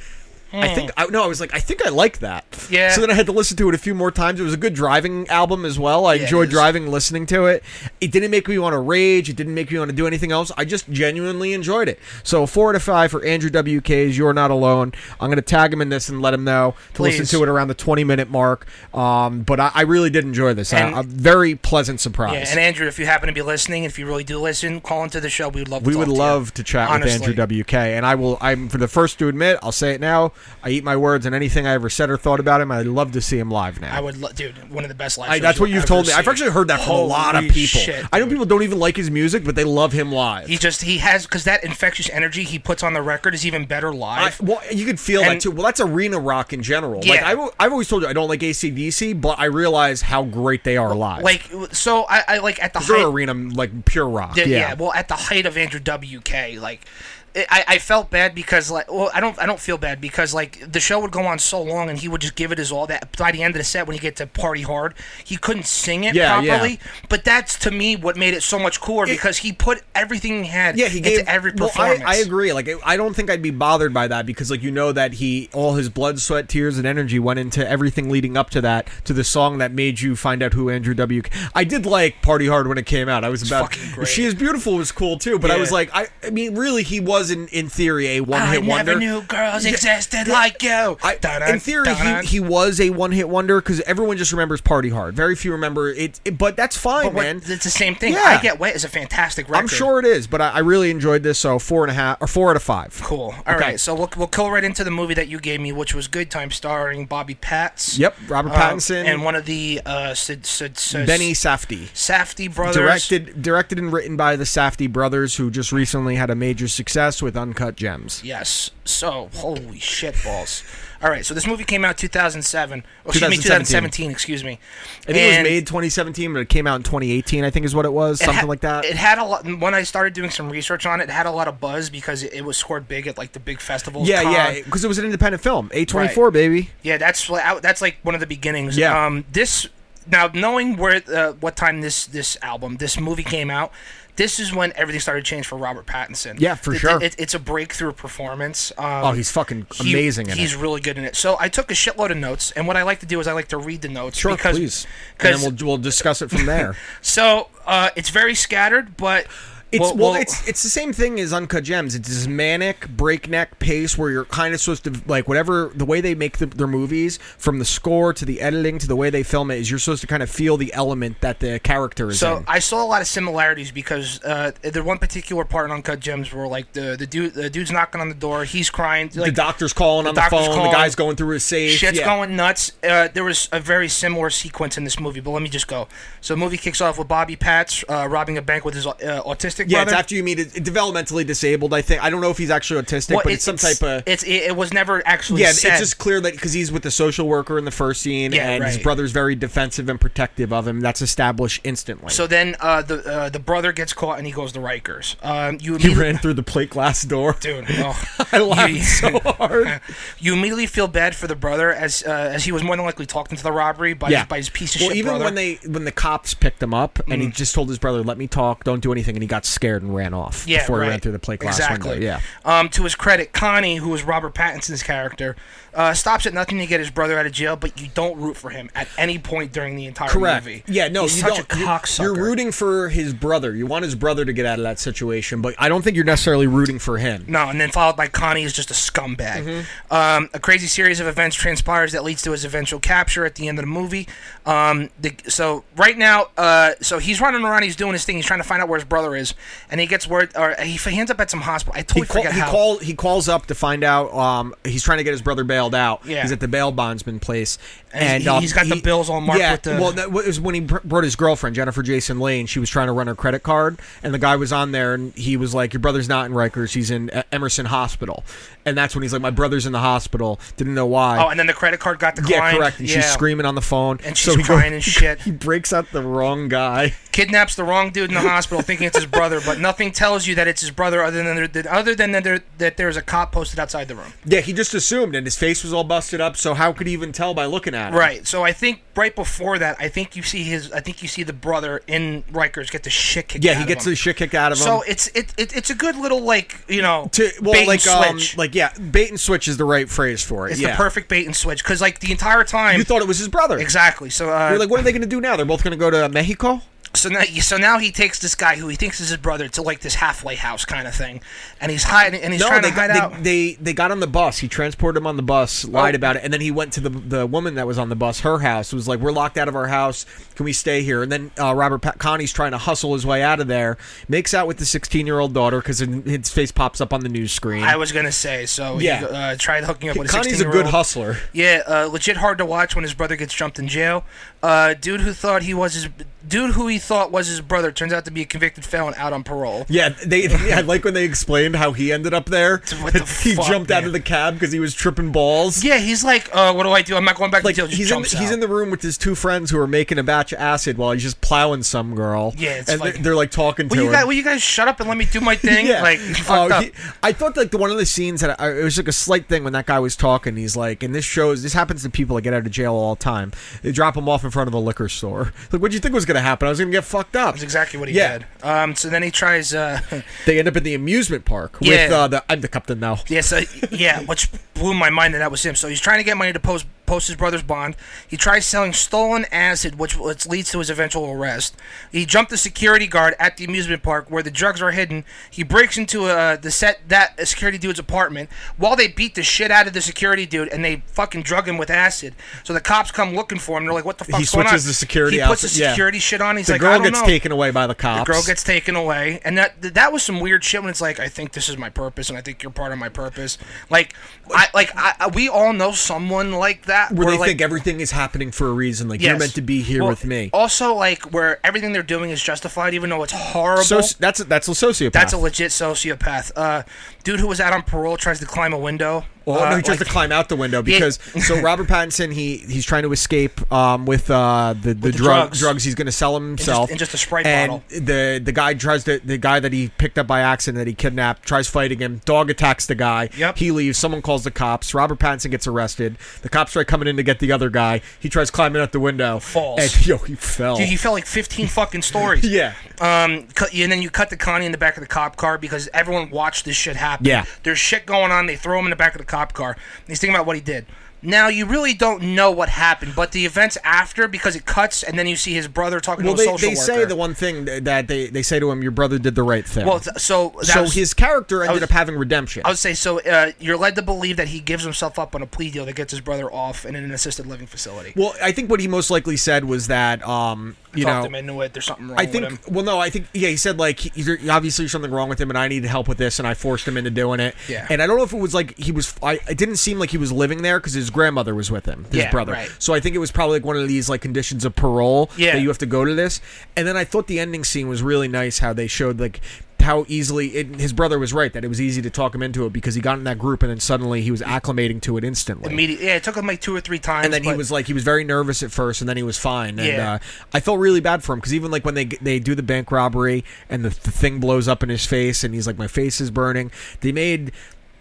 I think I no. I was like, I think I like that. Hmm. Yeah. So then I had to listen to it a few more times. It was a good driving album as well. I it enjoyed is. driving, listening to it. It didn't make me want to rage. It didn't make me want to do anything else. I just genuinely enjoyed it. So four out of five for Andrew WK's "You're Not Alone." I'm gonna tag him in this and let him know to Please. listen to it around the 20 minute mark. Um, but I, I really did enjoy this. And- I, a very pleasant Yeah, surprise. and Andrew, if you happen to be listening, if you really do listen, call into the show. We would love. To we talk would to you. love to chat Honestly. with Andrew WK, and I will. I'm for the first to admit. I'll say it now. I eat my words on anything I ever said or thought about him. and I'd love to see him live now. I would, lo- dude. One of the best live. I- shows that's what you'll you've ever told me. see. I've actually heard that from a lot of Holy people. shit, I know dude. people don't even like his music, but they love him live. He just he has because that infectious energy he puts on the record is even I, better live. well, you could feel And- that too. Well, that's arena rock in general. Like Yeah. I've, I've always told you, I don't like ACDC, but I realize how great they are live. like so, I, I like at the they're height. arena like pure rock. Yeah, yeah. yeah, well, at the height of Andrew WK, like I- I, I felt bad because like well I don't I don't feel bad because like the show would go on so long and he would just give it his all that by the end of the set when he get to party hard he couldn't sing it Yeah, yeah. properly but that's to me what made it so much cooler because he put everything he had Yeah, he gave into every well, performance I, I agree. Like, I don't think I'd be bothered by that because, like, you know that he all his blood, sweat, tears, and energy went into everything leading up to that to the song that made you find out who Andrew W. I did like Party Hard when it came out. I was about fucking great. She is Beautiful was cool too, but I was Yeah. like, I, I mean, really, he was in in theory a one I hit never wonder. knew girls Yeah, existed yeah. like you I, Dun-dun, in theory, dun-dun. he, he was a one hit wonder because everyone just remembers Party Hard. Very few remember it, it- but that's fine, but what, man. it's the same thing Yeah. I get wet is a fantastic record I'm sure it is, but I, I really enjoyed this. So four and a half or four out of five. Cool. All right, Okay. so we'll, we'll go right into the movie that you gave me, which was Good Time, starring Bobby Patts. Yep, Robert Uh, Pattinson. and one of the uh, Sid, Sid, Sid, Benny Safdie. Safdie brothers. Directed, directed and written by the Safdie brothers, who just recently had a major success with Uncut Gems. Yes. So holy shit balls. All right, so this movie came out 2007. Oh, excuse me, 2017. 2017. Excuse me. I think it And was made 2017, but it came out in 2018. I think is what it was, it something ha- like that. It had a lot. When I started doing some research on it, it had a lot of buzz because it, it was scored big at like the big festivals. yeah, yeah, Cannes. because it was an independent film. A24, baby. Yeah, that's li- I- that's like one of the beginnings. Yeah. Um, this now knowing where uh, what time this this album this movie came out, this is when everything started to change for Robert Pattinson. Yeah, for It- sure. it- it's a breakthrough performance. Um, Oh, he's fucking he- amazing in he's it. really good in it. So I took a shitload of notes, and what I like to do is I like to read the notes. Sure, because, please. And Because then we'll we'll discuss it from there. so uh, it's very scattered, but It's we'll- well, we'll- it's it's the same thing as Uncut Gems. It's this manic breakneck pace where you're kind of supposed to like whatever the way they make the, their movies, from the score to the editing to the way they film it, is you're supposed to kind of feel the element that the character is So in. I saw a lot of similarities because uh, the one particular part in Uncut Gems where like the the dude the dude's knocking on the door, he's crying. the Like, doctor's calling on the doctor's phone. calling. The guy's going through his safe. Shit's yeah. going nuts. Uh, there was a very similar sequence in this movie, but let me just go. So the movie kicks off with Bobby Patch uh, robbing a bank with his uh, autistic Yeah, brother. it's after you meet it, developmentally disabled. I think I don't know if he's actually autistic, Well, but it- it's some type of It's, it, it was never actually yeah. It's said. just clear that because he's with the social worker in the first scene, Yeah, and right. his brother's very defensive and protective of him. That's established instantly. so then uh, the uh, the brother gets caught and he goes to Rikers. Um, you he immediately, ran through the plate glass door. dude. Oh, I laughed you- so hard. You immediately feel bad for the brother as uh, as he was more than likely talked into the robbery by his, by his piece of well, shit even brother. Mm. when they when the cops picked him up and he just told his brother, "Let me talk, don't do anything," and he got scared and ran off yeah, before right. he ran through the plate glass exactly. window. Yeah. Um, to his credit, Connie, who was Robert Pattinson's character, uh, stops at nothing to get his brother out of jail, but you don't root for him at any point during the entire Correct. movie. Yeah, no, He's you such don't. a You're- cocksucker. You're rooting for his brother. You want his brother to get out of that situation, but I don't think you're necessarily rooting for him. No, and then followed by Connie is just a scumbag. Um, a crazy series of events transpires that leads to his eventual capture at the end of the movie. Um, the, so right now, uh, so he's running around, he's doing his thing, he's trying to find out where his brother is, and he gets word, or he, f- he ends up at some hospital. I He, totally call, forget he, how. call, he calls up to find out. Um, he's trying to get his brother bailed out. Yeah. He's at the bail bondsman place, And and he- um, he's got the he- bills all marked Yeah, with the- well, that was when he br- brought his girlfriend Jennifer Jason Lane. She was trying to run her credit card, and the guy was on there, and he was like, "Your brother's not in Rikers. He's in uh, Emerson Hospital," and that's when he's like, "My brother's in the hospital. Didn't know why." oh, and then the credit card got declined. yeah, correct. And Yeah. she's screaming on the phone, And So he she's go- crying and shit. He breaks out the wrong guy. kidnaps the wrong dude in the hospital, thinking it's his brother, but nothing tells you that it's his brother other than there, that- other than that, there, that there's a cop posted outside the room. Yeah, he just assumed, and his face was all busted up. So how could he even tell by looking at it? Right. So I think right before that, I think you see his. I think you see the brother in Rikers get the shit kicked. Yeah, out he of gets him. the shit kicked out of him. So it's it, it it's a good little like you know to well, bait like and um, switch. like yeah, bait and switch is the right phrase for it. it's yeah. the perfect bait and switch because like the entire time You thought it was his brother. exactly. So uh, You're like, what are they going to do now? They're both going to go to Mexico. So now, so now he takes this guy who he thinks is his brother to like this halfway house kind of thing, and he's hiding and he's trying they, to hide got- out. Oh. they, they they got on the bus. He transported him on the bus, lied about it, and then he went to the the woman that was on the bus. Her house was like, "We're locked out of our house. Can we stay here?" And then uh, Robert pa- Connie's trying to hustle his way out of there. Makes out with the 16 year old daughter because his face pops up on the news screen. I was gonna say so. Yeah. he, uh, tried hooking up with a Connie's a 16-year-old. good hustler. Yeah, uh, legit hard to watch when his brother gets jumped in jail. Uh, dude who thought he was his dude who he thought was his brother turns out to be a convicted felon out on parole. Yeah, they. I like when they explained how he ended up there. What the he fuck, jumped out man? of the cab because he was tripping balls. Yeah, he's like, uh, what do I do? I'm not going back like to jail. Just he's in jumps the, he's out. in the room with his two friends who are making a batch of acid while he's just plowing some girl. Yeah, it's and like- they're, they're like talking to Will you him. guys, will you guys shut up and let me do my thing? yeah, Like, you fucked Oh, up. he- I thought like the one of the scenes that I, it was like a slight thing when that guy was talking. He's like, and this shows this happens to people that get out of jail all the time. They drop him off in front of a liquor store. Like, what do you think was going to happen? I was going to get fucked up. That's exactly what he yeah. did. Um, so then he tries. Uh, They end up in the amusement park with Yeah. uh, the I'm the captain now. Yeah, so yeah, which blew my mind that that was him. So he's trying to get money to post post his brother's bond. He tries selling stolen acid, which, which leads to his eventual arrest. He jumped the security guard at the amusement park where the drugs are hidden. He breaks into uh, the set that uh, security dude's apartment while they beat the shit out of the security dude and they fucking drug him with acid. So the cops come looking for him. They're like, "What the fuck's going on?" switches the security He puts the outfit, yeah. security shit on. He's The like, "I girl don't gets know." taken away by the cops. Girl gets taken away, and that th- that was some weird shit. When it's like, I think this is my purpose, and I think you're part of my purpose. Like, I like I, I- we all know someone like that. where they like, think everything is happening for a reason. Like you're yes. meant to be here Well, with me. Also, like where everything they're doing is justified, even though it's horrible. So that's a, that's a sociopath. that's a legit sociopath. Uh, dude who was out on parole tries to climb a window. Well, uh, Oh, no, he tries like- to climb out the window because so Robert Pattinson he he's trying to escape um, with uh, the the, drug, drugs. drugs. he's going to sell himself in just a Sprite and bottle. The the guy tries to the guy that he picked up by accident that he kidnapped tries fighting him. Dog attacks the guy. Yep. He leaves. Someone calls the cops. Robert Pattinson gets arrested. The cops try coming in to get the other guy. He tries climbing out the window. Falls. And, yo, he fell. Dude, he fell like 15 fucking stories. Yeah. Um, cut, and then you cut the Connie in the back of the cop car because everyone watched this shit happen. Yeah. There's shit going on. They throw him in the back of the cop car. He's thinking about what he did. Now, you really don't know what happened, but the events after, because it cuts, and then you see his brother talking well, to a they, social they worker. say the one thing that they, they say to him, your brother did the right thing. Well, th- so that so was- his character ended was- up having redemption. I would say so. Uh, you're led to believe that he gives himself up on a plea deal that gets his brother off in an assisted living facility. Well, I think what he most likely said was that, um, you Talked know, him into it. There's something wrong I with him. think. Well, no, I think. Yeah, he said like he, he- obviously something wrong with him, and I needed help with this, and I forced him into doing it. Yeah. And I don't know if it was like he was. I it didn't seem like he was living there because his grandmother was with him, his Yeah, brother. right. So I think it was probably like one of these like conditions of parole Yeah. that you have to go to this. And then I thought the ending scene was really nice, how they showed like. How easily it, his brother was right that it was easy to talk him into it because he got in that group and then suddenly he was acclimating to it instantly Immediately, yeah, it took him like two or three times. and then he but- was like he was very nervous at first and then he was fine and Yeah. uh, i felt really bad for him because even like when they they do the bank robbery and the, the thing blows up in his face and he's like my face is burning they made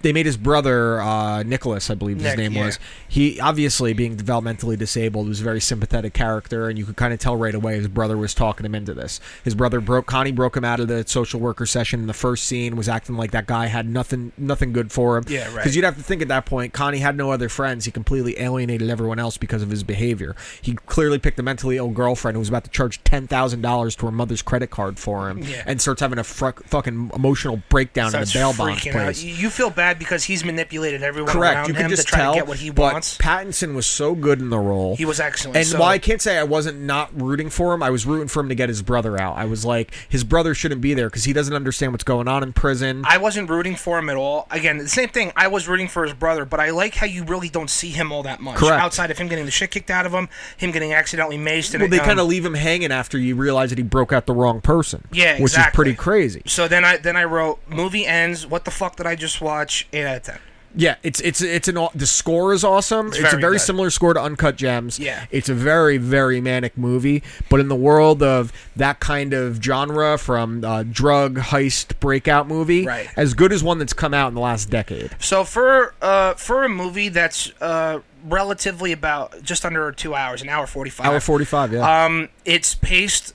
they made his brother uh, Nicholas, I believe his Nick, name yeah. was. He obviously, being developmentally disabled, was a very sympathetic character, and you could kind of tell right away his brother was talking him into this. His brother broke Connie broke him out of the social worker session in the first scene, was acting like that guy had nothing nothing good for him. Yeah, right. Because you'd have to think at that point, Connie had no other friends. He completely alienated everyone else because of his behavior. He clearly picked a mentally ill girlfriend who was about to charge ten thousand dollars to her mother's credit card for him, Yeah. and starts having a fr- fucking emotional breakdown in the starts bail bonds freaking out. place. You- You feel bad because he's manipulated everyone Correct. around You him can just to try tell. to get what he but wants. Pattinson was so good in the role. He was excellent, And so- while I can't say I wasn't not rooting for him, I was rooting for him to get his brother out. I was like, his brother shouldn't be there because he doesn't understand what's going on in prison. I wasn't rooting for him at all. Again, the same thing. I was rooting for his brother, but I like how you really don't see him all that much. Correct. Outside of him getting the shit kicked out of him, him getting accidentally maced. um, In well, a they gun. kind of leave him hanging after you realize that he broke out the wrong person. Yeah, which is exactly. pretty crazy. So then I then I wrote movie ends. What the fuck did I just watch? Eight out of ten. Yeah, it's it's it's an aw- the score is awesome. It's, a very very good. similar score to Uncut Gems. Yeah. it's a very very manic movie. But in the world of that kind of genre, from uh, drug heist breakout movie, Right. as good as one that's come out in the last decade. So for uh, for a movie that's uh, relatively about just under two hours, an hour forty five. Hour forty five. Yeah, Um, it's paced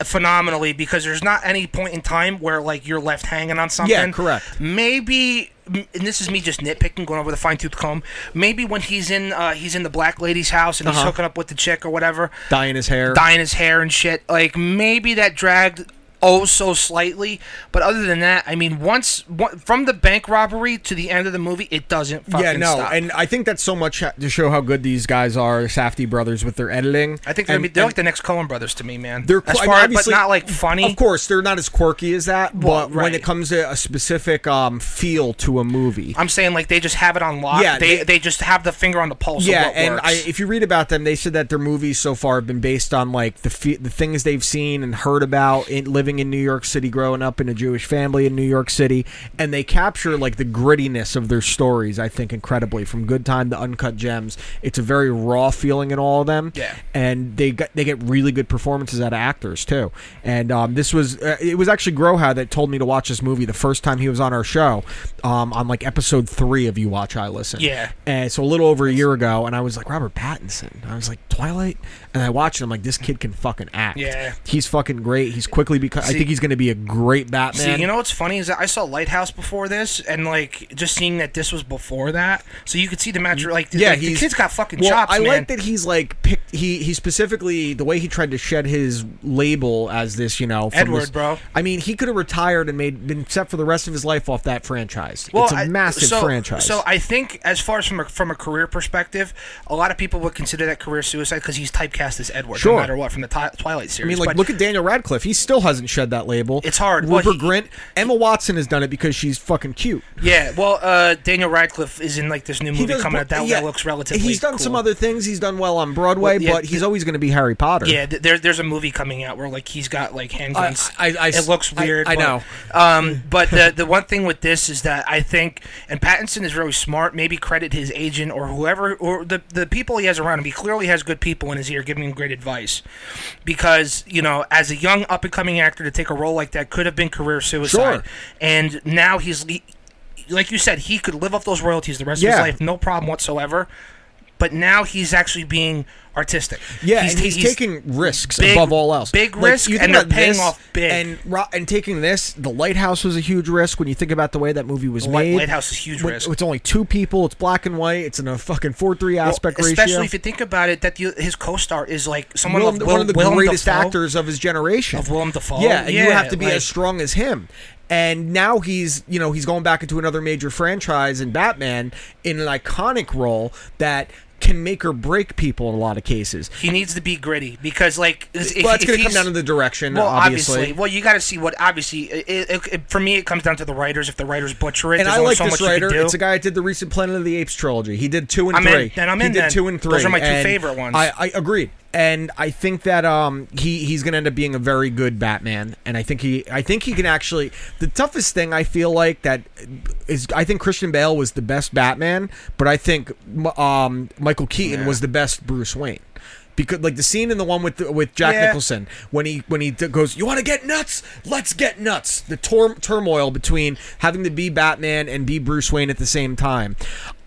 phenomenally because there's not any point in time where like you're left hanging on something. correct. Maybe, m- and this is me just nitpicking, going over the fine tooth comb. Maybe when he's in uh, he's in the black lady's house and he's Uh-huh. hooking up with the chick or whatever, dyeing his hair. dyeing his hair and shit. Like maybe that dragged oh so slightly, but other than that, I mean, once one, from the bank robbery to the end of the movie, it doesn't fucking yeah, no, stop. and I think that's so much ha- to show how good these guys are, Safdie brothers, with their editing. I think they're, And- gonna be, they're and- like the next Coen Brothers to me, man. They're as I mean, far, but obviously- not like funny. Of course, they're not as quirky as that, Well, but when right. it comes to a specific um, feel to a movie, I'm saying like they just have it on lock. Yeah, they, they- they just have the finger on the pulse. yeah, of what and works. I, if you read about them, they said that their movies so far have been based on like the fe- the things they've seen and heard about in living in New York City, growing up in a Jewish family in New York City, and they capture like the grittiness of their stories. I think incredibly from Good Time to Uncut Gems, it's a very raw feeling in all of them. Yeah. and they got, they get really good performances out of actors too. And um, this was uh, it was actually Groha that told me to watch this movie the first time he was on our show, um, on like episode three of You Watch I Listen. Yeah. And so a little over a year ago, and I was like Robert Pattinson. I was like Twilight, and I watched it. I'm like, this kid can fucking act. Yeah. he's fucking great. He's quickly become. I think he's going to be a great Batman. See, you know what's funny is that I saw Lighthouse before this, and like just seeing that this was before that, so you could see the match. Like, yeah, yeah, like, the he's, kid's got fucking well, chops, I man. like that he's like picked. He he specifically the way he tried to shed his label as this, you know, from Edward, this- bro. I mean, he could have retired and made been set for the rest of his life off that franchise. it's a I- massive so, franchise. So I think, as far as from a, from a career perspective, a lot of people would consider that career suicide because he's typecast as Edward, Sure. no matter what, from the Ti- Twilight I series. mean, like, But- look at Daniel Radcliffe. He still hasn't shed that label. It's hard. Well, Rupert he- Grint, Emma Watson has done it because she's fucking cute. yeah. Well, uh, Daniel Radcliffe is in like this new movie does coming bo- out that, yeah, that looks relatively. He's done cool. some other things. He's done well on Broadway, Well, yeah, but th- he's always going to be Harry Potter. Yeah, th- there, there's a movie coming out where like he's got like handguns. I- I- I it s- looks I- weird. I but, know. Um, but the the one thing with this is that I think, and Pattinson is really smart. Maybe credit his agent or whoever or the the people he has around him. He clearly has good people in his ear giving him great advice, because you know, as a young up and coming actor to take a role like that could have been career suicide. Sure. And now he's. le- like you said, he could live off those royalties the rest of Yeah. his life, no problem whatsoever. But now he's actually being artistic. Yeah, and he's, taking. taking risks big- above all else. big risk, you think and they're about paying off big. And ro- and taking this, the Lighthouse was a huge risk when you think about the way that movie was Light- made. Lighthouse is huge When- risk. It's only two people. It's black and white. It's in a fucking four three Well, aspect ratio. Especially if you think about it, that the, his co-star is like someone Willem- of Will, one of the Willem greatest Dafoe. actors of his generation. Of Willem Dafoe? Yeah, and you Yeah, have to be like- as strong as him. And now he's, you know, he's going back into another major franchise in Batman in an iconic role that can make or break people in a lot of cases. He needs to be gritty because, like, if, well, it's going to if come he's- down to the direction, Well, obviously. Well, you got to see what. Obviously, it, it, it, for me, it comes down to the writers. If the writers butcher it, And there's I only like so this much you writer. can do. It's a guy that did the recent Planet of the Apes trilogy. He did two and I'm in. three. Then I'm he in did then. two and three. Those are my two and favorite ones. I, I agreed. And I think that um, he he's going to end up being a very good Batman. And I think he I think he can actually. The toughest thing I feel like that is I think Christian Bale was the best Batman, but I think um, Michael Keaton was the best Bruce Wayne. Because like the scene in the one with with Jack Yeah. Nicholson when he when he d- goes, you want to get nuts? Let's get nuts. The tor- turmoil between having to be Batman and be Bruce Wayne at the same time.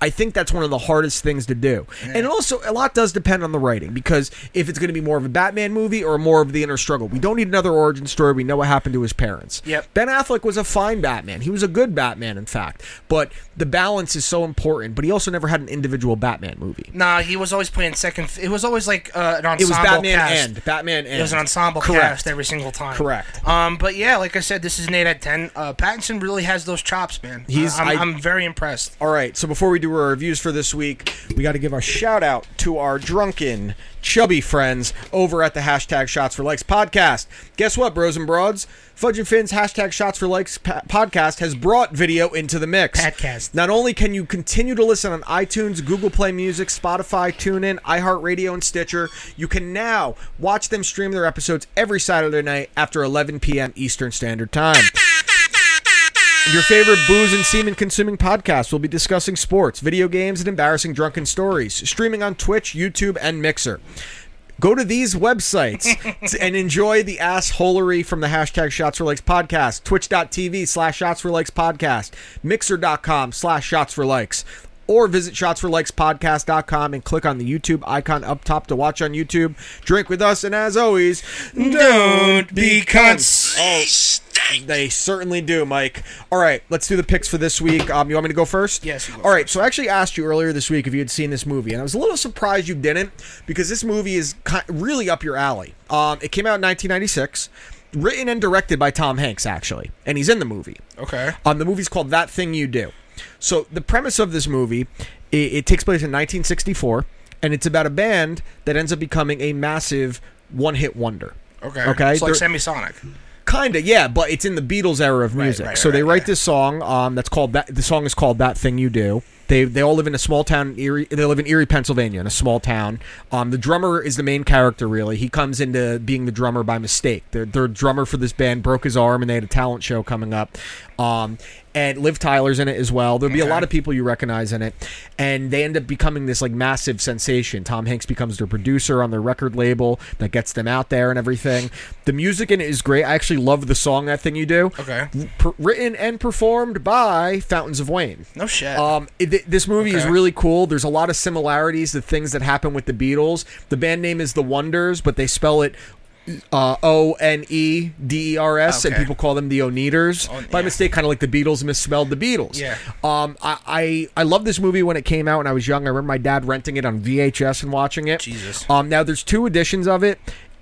I think that's one of the hardest things to do. And also, a lot does depend on the writing because if it's going to be more of a Batman movie or more of the inner struggle, we don't need another origin story. We know what happened to his parents. Yep. Ben Affleck was a fine Batman. He was a good Batman, in fact. But the balance is so important. But he also never had an individual Batman movie. nah, he was always playing second. It was always like uh, an ensemble It was Batman cast. and Batman and It was an ensemble Correct. cast every single time. Correct. Um, but yeah, like I said, this is an eight out of ten. Uh, Pattinson really has those chops, man. He's- I, am I- I'm very impressed. All right, so before we do our reviews for this week, we got to give a shout out to our drunken, chubby friends over at the hashtag Shots for Likes podcast. Guess what, bros and broads? Fudge and Finn's hashtag Shots for Likes pa- podcast has brought video into the mix. Podcast. Not only can you continue to listen on iTunes, Google Play Music, Spotify, TuneIn, iHeartRadio, and Stitcher, you can now watch them stream their episodes every Saturday night after 11 p.m. Eastern Standard Time. Your favorite booze and semen consuming podcast. We'll be discussing sports, video games, and embarrassing drunken stories. Streaming on Twitch, YouTube, and Mixer. Go to these websites t- and enjoy the assholery from the hashtag Shots for Likes podcast. Twitch.tv slash Shots for Likes podcast. Mixer.com slash Shots for Likes. Or visit shotsforlikespodcast.com and click on the YouTube icon up top to watch on YouTube. Drink with us, and as always, Don't be cunts. Oh, they certainly do, Mike. All right, let's do the picks for this week. Um, you want me to go first? Yes, you go All right. So I actually asked you earlier this week if you had seen this movie, and I was a little surprised you didn't because this movie is ki- really up your alley. Um, it came out in 1996, written and directed by Tom Hanks, actually, and he's in the movie. Okay. Um, the movie's called That Thing You Do. So the premise of this movie, it, it takes place in 1964, and it's about a band that ends up becoming a massive one-hit wonder. Okay. Okay. It's like They're- Semisonic. Kinda, yeah, but it's in the Beatles era of music. right, so they right, write right. this song. Um, that's called that. The song is called "That Thing You Do." They they all live in a small town. In Erie, they live in Erie, Pennsylvania, in a small town. Um, the drummer is the main character. Really, he comes into being the drummer by mistake. Their their drummer for this band broke his arm, and they had a talent show coming up. Um, and Liv Tyler's in it as well. There'll be a lot of people you recognize in it, and they end up becoming this like massive sensation. Tom Hanks becomes their producer on their record label that gets them out there and everything. The music in it is great. I actually love the song that thing you do. Okay. Per- written and performed by Fountains of Wayne. No shit. Um, it, th- this movie is Okay. really cool. There's a lot of similarities, the things that happen with the Beatles. The band name is The Wonders, but they spell it uh, O N E D E R S, and Okay. people call them the Oneaters On- by yeah. mistake, kind of like the Beatles misspelled the Beatles. Yeah. Um, I, I I love this movie when it came out when I was young. I remember my dad renting it on VHS and watching it. Jesus. Um, now there's two editions of it.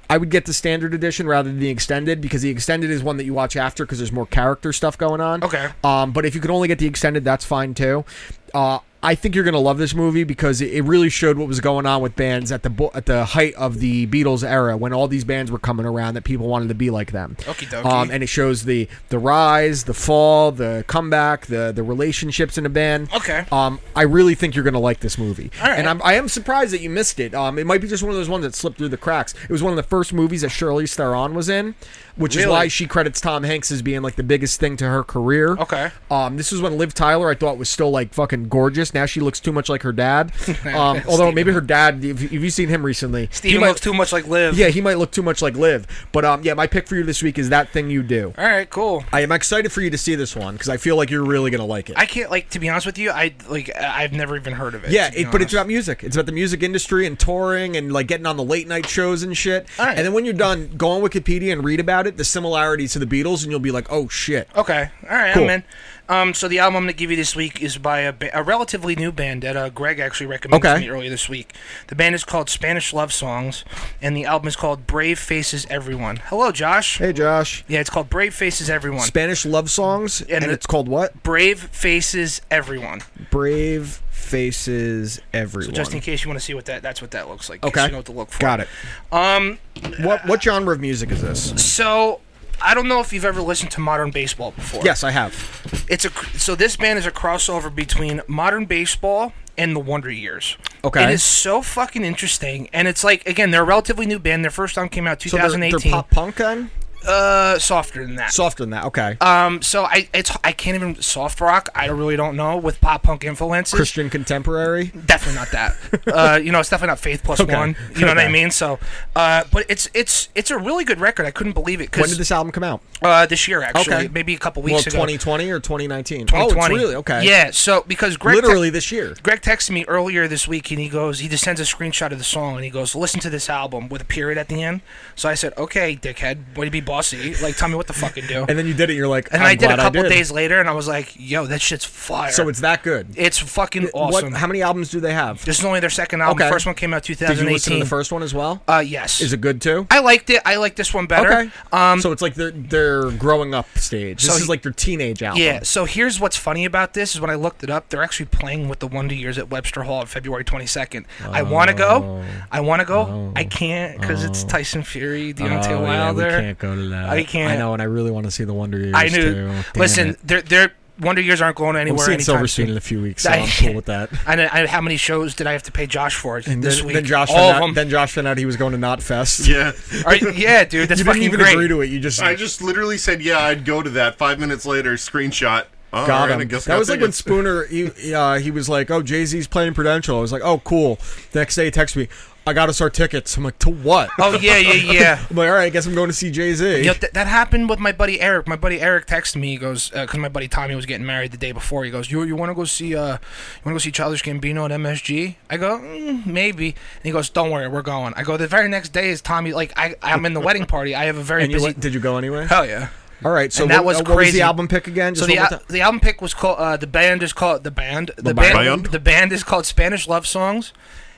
I would get the standard edition rather than the extended because the extended is one that you watch after because there's more character stuff going on. Okay. Um, but if you can only get the extended, that's fine too. Uh, I think you're gonna love this movie because it it really showed what was going on with bands at the bo- at the height of the Beatles era when all these bands were coming around that people wanted to be like them. Okie dokie. Um, and it shows the the rise, the fall, the comeback, the the relationships in a band. Okay. Um, I really think you're gonna like this movie. All right. And I'm I am surprised that you missed it. Um, it might be just one of those ones that slipped through the cracks. It was one of the first movies that Shirley Theron was in, which is Really? why she credits Tom Hanks as being like the biggest thing to her career. Okay. Um, this was when Liv Tyler I thought was still like fucking gorgeous. Now she looks too much like her dad. Um, although maybe her dad. If, if you've seen him recently, Steven might- looks too much like Liv. yeah, he might look too much like Liv. But um, yeah, my pick for you this week is that thing you do. All right. Cool. I am excited for you to see this one because I feel like you're really gonna like it. I can't like to be honest with you. I like I- I've never even heard of it. yeah, to be it, but it's honest. about music. It's about the music industry and touring and like getting on the late night shows and shit. All right. And then when you're done, go on Wikipedia and read about it, the similarities to the Beatles, and you'll be like, oh shit. okay. All right. Cool. I'm in. Um, so the album I'm gonna give you this week is by a, ba- a relatively new band that uh, Greg actually recommended Okay. to me earlier this week. The band is called Spanish Love Songs, and the album is called Brave Faces Everyone. Hello, Josh. Hey Josh, Yeah, it's called Brave Faces Everyone. Spanish love songs, and, the- it's called what? Brave Faces Everyone. Brave faces everyone. Just in case you want to see what that that's what that looks like. okay, So you know what to look for. Got it. Um, What what genre of music is this? so I don't know if you've ever listened to modern baseball before. Yes, I have. It's a cr- so this band is a crossover between modern baseball and the Wonder Years. Okay. It is so fucking interesting, and it's like again they're a relatively new band. Their first album came out So they're, 2018. they're pop punk then, uh, softer than that. softer than that. Okay. um, so I it's I can't even soft rock. I really don't know with pop punk influences. Christian contemporary. definitely not that. uh, you know, it's definitely not Faith Plus Okay. One. You know what I Okay. mean? So, uh, but it's it's it's a really good record. I couldn't believe it When because did this album come out? uh, this year actually, Okay. maybe a couple Well, weeks ago, 2020 or 2019? Oh, 2020. it's really okay. Yeah. So because Greg te- literally this year. Greg texted me earlier this week and he goes, he just sends a screenshot of the song and he goes, listen to this album with a period at the end. So I said, okay, dickhead, way to be bossy. Like, tell me what the fuck to do. And then you did it. You're like, And I'm I did a glad couple I did. days later and I was like, yo, that shit's fire. So it's that good. it's fucking awesome. What? How many albums do they have? this is only their second album. Okay. First one came out Did 2018. you listen to the first one as well? Uh, yes. Is it good too? I liked it. I like this one better. Okay. Um, so it's like their their growing up stage. This So is he- like their teenage album. yeah. So here's what's funny about this is when I looked it up, they're actually playing with the Wonder Years at Webster Hall on February 22nd. I want to Oh. go. I want to go. I can't because it's Tyson Fury, Deontay Oh, yeah, we Wilder. can't go to that. I can't. I know, and I really want to see the Wonder Years. I knew. Too. Damn listen, it. their their Wonder Years aren't going I'm anywhere. seeing anytime Silverstein soon. in a few weeks, so I- I'm cool with that. I know, I, how many shows did I have to pay Josh for this then, week? then Josh All found out, of them. then Josh found out he was going to Knot Fest. Yeah. Are you- yeah, dude, that's you fucking didn't even great. agree to it. You just I just literally said, yeah, I'd go to that. Five minutes later, screenshot. All Got right, him. I guess that I gotta was like take when it. Spooner he uh, he was like, "Oh, Jay Z's playing Prudential." I was like, "Oh, cool." The next day, he texted me, "I got us our tickets." I'm like, "To what?" Oh yeah, yeah, yeah. I'm like, "All right, I guess I'm going to see Jay Z." You know, th- that happened with my buddy Eric. My buddy Eric texted me. He goes, because my buddy Tommy was getting married the day before. He goes, you you want to go see uh, you want to go see Childish Gambino at MSG? I go, mm, maybe. And he goes, don't worry, we're going. I go. The very next day is Tommy. Like I, I'm in the wedding party. I have a very and you busy. went, did you go anyway? Hell yeah. All right, so and that what, was uh, what was crazy. the album pick again? So Just the one more al- time. the album pick was called uh, the band is called the band the, Band. band, Band? the band is called Spanish Love Songs,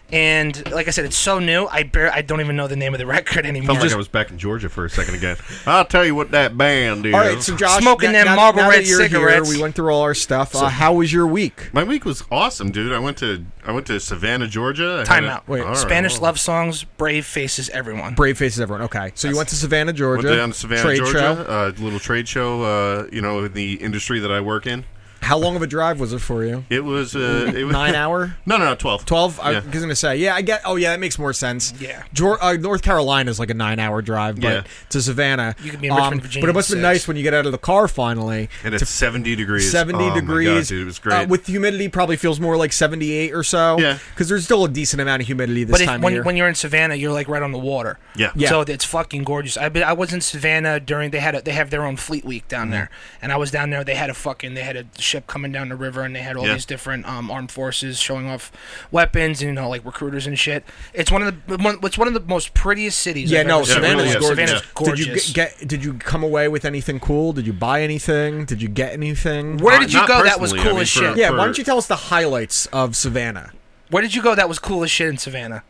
and like I said, it's so new. I bar- I don't even know the name of the record anymore. Felt like I was back in Georgia for a second again. I'll tell you what that band is. all right, so Josh, Smoking now, them now- Marlboro now that Red you're here, cigarettes. we went through all our stuff. uh, how was your week? my week was awesome, dude. I went to I went to Savannah, Georgia. I had Time a- out. Wait. All right, Spanish well. Love Songs, Brave Faces, everyone. Brave faces everyone. Okay, so you went to Savannah, Georgia. Went down to Savannah, trade Georgia. show. Uh, little trade show. Uh, you know, in the industry that I work in. How long of a drive was it for you? It was uh, it was Nine hour. No, no, no, twelve. 12 i Yeah. was gonna say yeah i get oh yeah that makes more sense Yeah. Geor- uh, north carolina is like a nine hour drive but Yeah. to savannah um, You could be in Richmond, Virginia but it in must have been six. nice when you get out of the car finally And it's seventy degrees. 70 Oh, my God, degrees dude, it was uh, great. with humidity probably feels more like 78 or so Yeah. because there's still a decent amount of humidity this But if, time when, of year when you're in Savannah, you're like right on the water. Yeah. Yeah. So it's fucking gorgeous. I been, I was in Savannah during they had a, they have their own Fleet Week Mm-hmm. down there, and I was down there. They had a fucking they had a ship coming down the river, and they had all Yeah. these different um, armed forces showing off weapons and you know like recruiters and shit. It's one of the one, it's one of the most prettiest cities. yeah I've no ever seen. savannah's, really is. gorgeous. Savannah's Yeah. gorgeous. did you g- get did you come away with anything cool did you buy anything did you get anything Where did you Not go? That was personally, cool I mean, as for- shit. yeah why don't you tell us the highlights of savannah Where did you go? That was cool as shit in Savannah.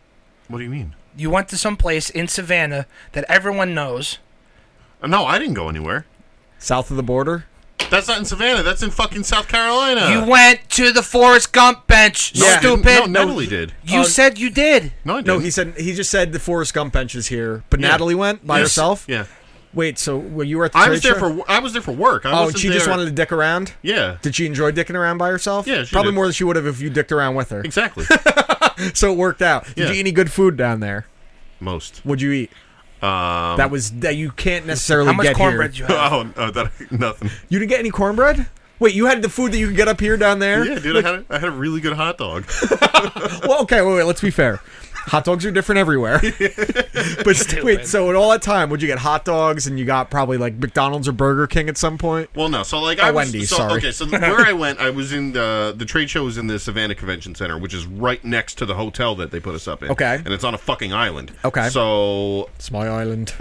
what do you mean? You went to some place in Savannah that everyone knows. Uh, No, I didn't go anywhere. south of the border That's not in Savannah. That's in fucking South Carolina. You went to the Forrest Gump bench, Uh. No, I didn't. stupid. No, Natalie did. You Oh. said you did. No, I didn't. No, he said he just said the Forrest Gump bench is here, but Yeah. Natalie went by Yes. herself. Yeah. Wait, so were you were at the I trade was there show? for I was there for work. I Oh, and wasn't she just there- wanted to dick around. Yeah. Did she enjoy dicking around by herself? Yeah, she probably did. more than she would have if you dicked around with her. Exactly. So it worked out. Did Yeah. you eat any good food down there? Most. What'd you eat? Um, That was that you can't necessarily How much get cornbread here. you have? oh, no, that nothing. You didn't get any cornbread. Wait, you had the food that you could get up here down there. Yeah, dude, I had a, I had a really good hot dog. Well, okay, wait, wait. Let's be fair. Hot dogs are different everywhere. but wait, Stupid. so at all that time, would you get hot dogs and you got probably like McDonald's or Burger King at some point? Well, no. So like I Oh, was Wendy's, so, sorry. okay. So where I went, I was in the the trade show was in the Savannah Convention Center, which is right next to the hotel that they put us up in. Okay. and it's on a fucking island. Okay. So It's my island.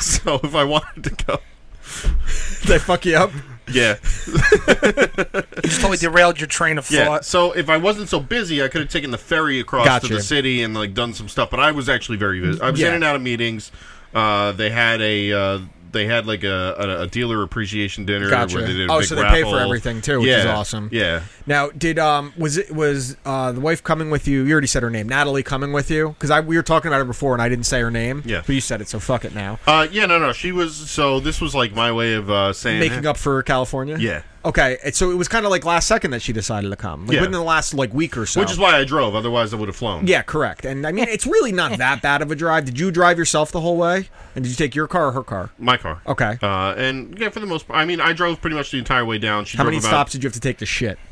so if I wanted to go, they fuck you up. yeah, You just totally derailed your train of yeah. thought. So if I wasn't so busy, I could have taken the ferry across Gotcha. to the city and like done some stuff. But I was actually very busy. I was Yeah. in and out of meetings. Uh, they had a. Uh, they had like a, a, a dealer appreciation dinner Gotcha. where they did a Oh, big so they pay for raffle. everything, too, which yeah. is awesome. Yeah, Now, did um was it was uh the wife coming with you? You already said her name, Natalie coming with you, because I we were talking about her before and I didn't say her name. Yeah. but you said it, so fuck it now. uh, yeah, no, no. She was so. This was like my way of uh, saying Making up for California. Yeah. Okay, and so it was kind of like last second that she decided to come, like Yeah. within the last like week or so. Which is why I drove. Otherwise, I would have flown. Yeah, correct. And I mean, it's really not that bad of a drive. Did you drive yourself the whole way, and did you take your car or her car? my car. Okay. Uh, and yeah, for the most part, I mean, I drove pretty much the entire way down. She How drove many about, stops did you have to take to shit?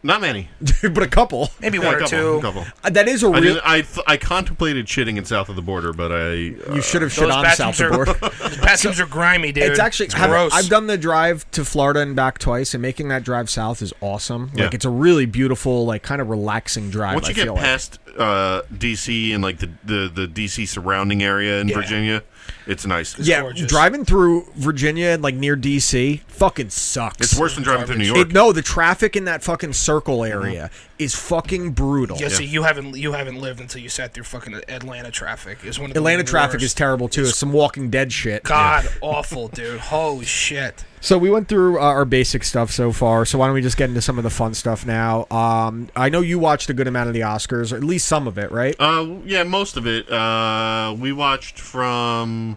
Not many. but a couple. Maybe Yeah, one a or couple, two. a couple. Uh, That is a I, real. didn't, I, th- I contemplated shitting in south of the border, but I uh, You should have shit Those on bathrooms South of are- Border. Those bathrooms are grimy, dude. It's actually I've, gross. I've done the drive to Florida and back twice, and making that drive south is awesome. Yeah. Like it's a really beautiful, like kind of relaxing drive. once you I get feel like. past uh, DC and like the, the, the DC surrounding area in Yeah. Virginia, it's nice. yeah, gorgeous. driving through Virginia and like near DC fucking sucks. it's worse than driving through New York. It, no, the traffic in that fucking circle area is fucking brutal. yeah, so you haven't you haven't lived until you sat through fucking Atlanta traffic. Is one of the Atlanta traffic worst. is terrible too. It's some Walking Dead shit. God awful, dude. Holy shit. So we went through uh, our basic stuff so far. So why don't we just get into some of the fun stuff now? Um, I know you watched a good amount of the Oscars, or at least some of it, right? Uh, yeah, most of it. Uh, we watched from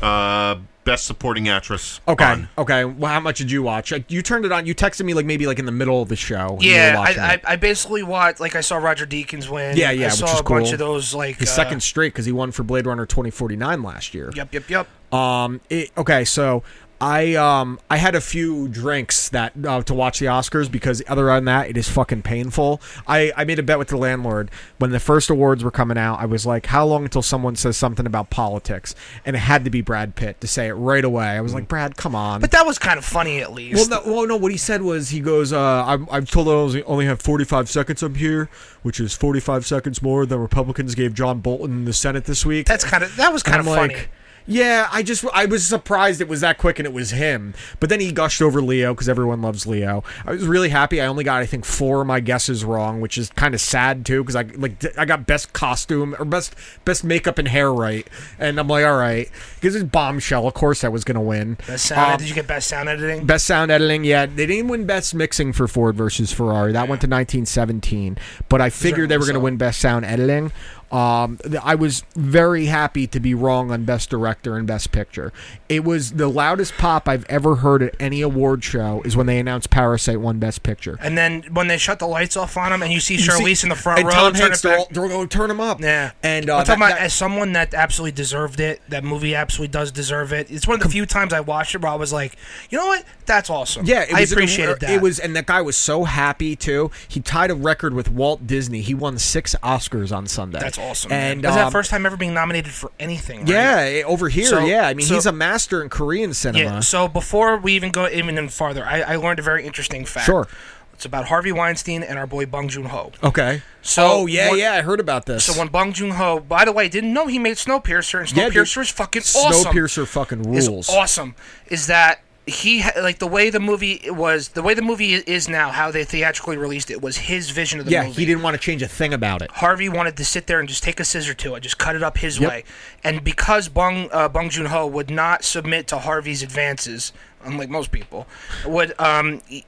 uh, Best Supporting Actress. Uh, Uh, Okay. on. Okay. Well, how much did you watch? Like, you turned it on. You texted me like maybe like in the middle of the show. and you were Yeah, watching I, I, it. I basically watched like I saw Roger Deakins win. Yeah, yeah, I which saw is a bunch cool. of those like his uh, second straight because he won for Blade Runner twenty forty nine last year. Yep, yep, yep. Um. It, okay. So I um I had a few drinks that uh, to watch the Oscars because other than that it is fucking painful. I I made a bet with the landlord when the first awards were coming out. I was like, how long until someone says something about politics? And it had to be Brad Pitt to say it right away. I was like, Brad, come on. But that was kind of funny, at least. Well, no, well, no. What he said was, he goes, uh, I'm, "I'm told I only- only have 45 seconds up here, which is 45 seconds more than Republicans gave John Bolton in the Senate this week." That's kind of that was kind And of I'm funny. like, Yeah, I just I was surprised it was that quick and it was him. But then he gushed over Leo because everyone loves Leo. I was really happy. I only got I think four of my guesses wrong, which is kind of sad too because I like d- I got best costume or best best makeup and hair right, and I'm like all right because it's bombshell. Of course I was gonna win. Best sound, Um, did you get best sound editing? Best sound editing, yeah. They didn't win best mixing for Ford versus Ferrari. That went to 1917. But I figured they were going to win best sound editing. Um, th- I was very happy to be wrong on best director and best picture. It was the loudest pop I've ever heard at any award show is when they announced Parasite won best picture. and then when they shut the lights off on him, and you see You see- Charlize in the front and row, Tom turn Hanks, it they're back. all- they're going, turn him up. yeah, and uh, I'm talking that- about that- as someone that absolutely deserved it. That movie absolutely does deserve it. It's one of the few times I watched it where I was like, you know what, that's awesome. Yeah, it I was, appreciated er, it, that. It was, and that guy was so happy too. He tied a record with Walt Disney. He won six Oscars on Sunday. that's awesome. And was um, that first time ever being nominated for anything? right? Yeah, eh, over here. So- yeah, I mean, so- he's a master in Korean cinema. Yeah. So before we even go even in farther, I, I learned a very interesting fact. Sure. It's about Harvey Weinstein and our boy Bong Joon Ho. okay. So oh yeah, one- yeah, I heard about this. So when Bong Joon Ho, by the way, didn't know he made Snowpiercer, and Yeah, dude. Snowpiercer is fucking awesome. Snowpiercer fucking is rules. awesome. Is that he ha- like the way the movie was the way the movie i- is now, how they theatrically released it was his vision of the Yeah, movie. he didn't want to change a thing about it. Harvey wanted to sit there and just take a scissor to it, just cut it up his Yep. way. And because Bong uh, Bong Joon Ho would not submit to Harvey's advances, unlike most people, would um, he-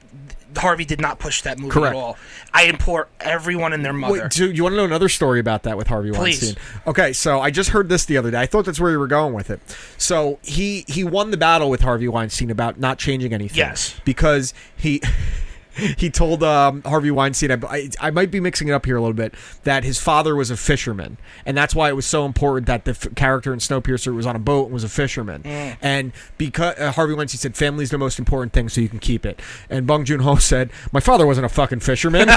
Harvey did not push that movie Correct. at all. I implore everyone and their mother. Wait, do you want to know another story about that with Harvey Please. Weinstein? Okay, so I just heard this the other day. I thought that's where you were going with it. So he he won the battle with Harvey Weinstein about not changing anything. Yes. because he. He told um, Harvey Weinstein, I, I, I might be mixing it up here a little bit, that his father was a fisherman, and that's why it was so important that the f- character in Snowpiercer was on a boat and was a fisherman. Mm. And because uh, Harvey Weinstein said, "Family's the most important thing, so you can keep it." And Bong Joon Ho said, "My father wasn't a fucking fisherman."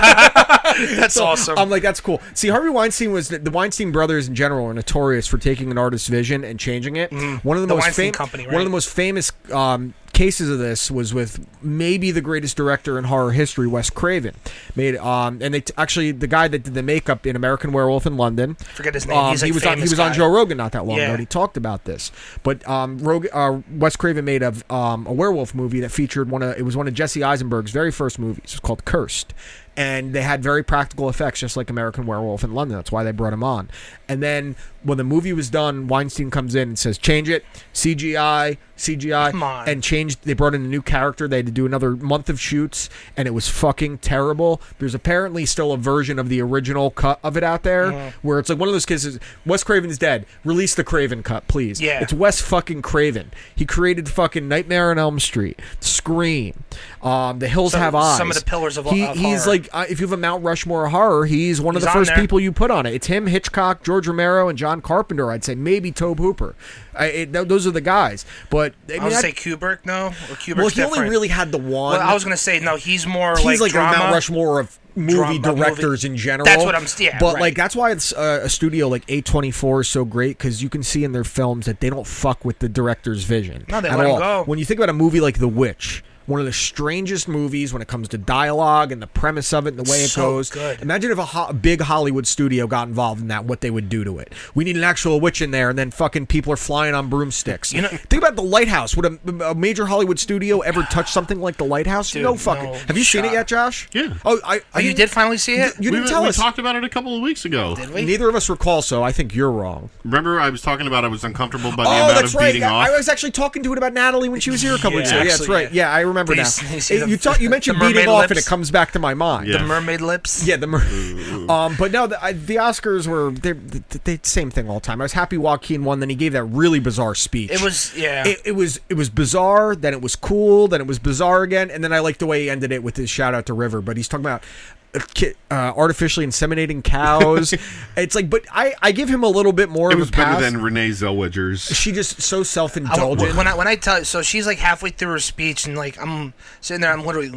That's awesome. I'm like, that's cool. See, Harvey Weinstein was the Weinstein brothers in general are notorious for taking an artist's vision and changing it. One of the, Mm-hmm. The most Weinstein famous Company, one of right? the most famous um, cases of this was with maybe the greatest director in horror history, Wes Craven. Made um, and they t- actually the guy that did the makeup in American Werewolf in London. Forget his name. um, He's, like, he was on he famous was on guy. Joe Rogan not that long Yeah. ago. and He talked about this, but um, Rogan, uh, Wes Craven made a um, a werewolf movie that featured one of it was one of Jesse Eisenberg's very first movies. It was called Cursed, and they had very practical effects, just like American Werewolf in London. That's why they brought him on. And then when the movie was done, Weinstein comes in and says, "Change it, CGI, CGI," Come on. and changed. They brought in a new character. They had to do another month of shoots, and it was fucking terrible. There's apparently still a version of the original cut of it out there Mm. where it's like one of those cases. Wes Craven's dead. Release the Craven cut, please. Yeah. it's Wes fucking Craven. He created fucking Nightmare on Elm Street, Scream, um, The Hills Some- Have Eyes. some of the pillars of- he, of He's horror. like uh, if you have a Mount Rushmore of horror, he's one of He's the on first there. people you put on it. It's him, Hitchcock, George Romero, and John Carpenter. I'd say maybe Tobe Hooper. I, it, th- those are the guys. But I mean, I would that- say Kubrick, no. Or Kubrick's well, he only different. really had the one. Well, I was gonna say no. He's more he's like, like, the drama. Mount Rushmore of movie Drama, movie- directors in general. That's what I'm- yeah, but right. like that's why it's uh, a studio like A24 is so great because you can see in their films that they don't fuck with the director's vision. No, they at let 'em all. go. When you think about a movie like The Witch. One of the strangest movies when it comes to dialogue and the premise of it and the way it So goes. good. Imagine if a, ho- a big Hollywood studio got involved in that, what they would do to it. We need an actual witch in there, and then fucking people are flying on broomsticks. You know- think about the Lighthouse. Would a, a major Hollywood studio ever touch something like the Lighthouse? no Dude, fucking. no Have you seen it shot. yet, Josh? Yeah. Oh, I. Oh, you did finally see it? You we, didn't tell we us. talked about it a couple of weeks ago. Did we? Neither of us recall, so I think you're wrong. Remember, I was talking about I was uncomfortable by the oh, amount that's of right. beating I, off. I was actually talking to it about Natalie when she was here a couple weeks ago. Yeah, Yeah, that's actually, right. yeah. Yeah, I remember They now. s- they see It- the- you, talk, you mentioned the mermaid beating off, and it lips. comes back to my mind. Yeah. The mermaid lips. Yeah, the mer- um, but no, the, I, the Oscars were they, they, they same thing all the time. I was happy Joaquin won, then he gave that really bizarre speech. It was- yeah. It, it was it was bizarre. Then it was cool. Then it was bizarre again, and then I liked the way he ended it with his shout out to River. But he's talking about. uh, ki- uh, artificially inseminating cows. it's like, but I, I give him a little bit more It of was a pass. better than Renee Zellweger's. she just so self I, indulgent. when I when I tell so she's like halfway through her speech and like I'm sitting there I'm literally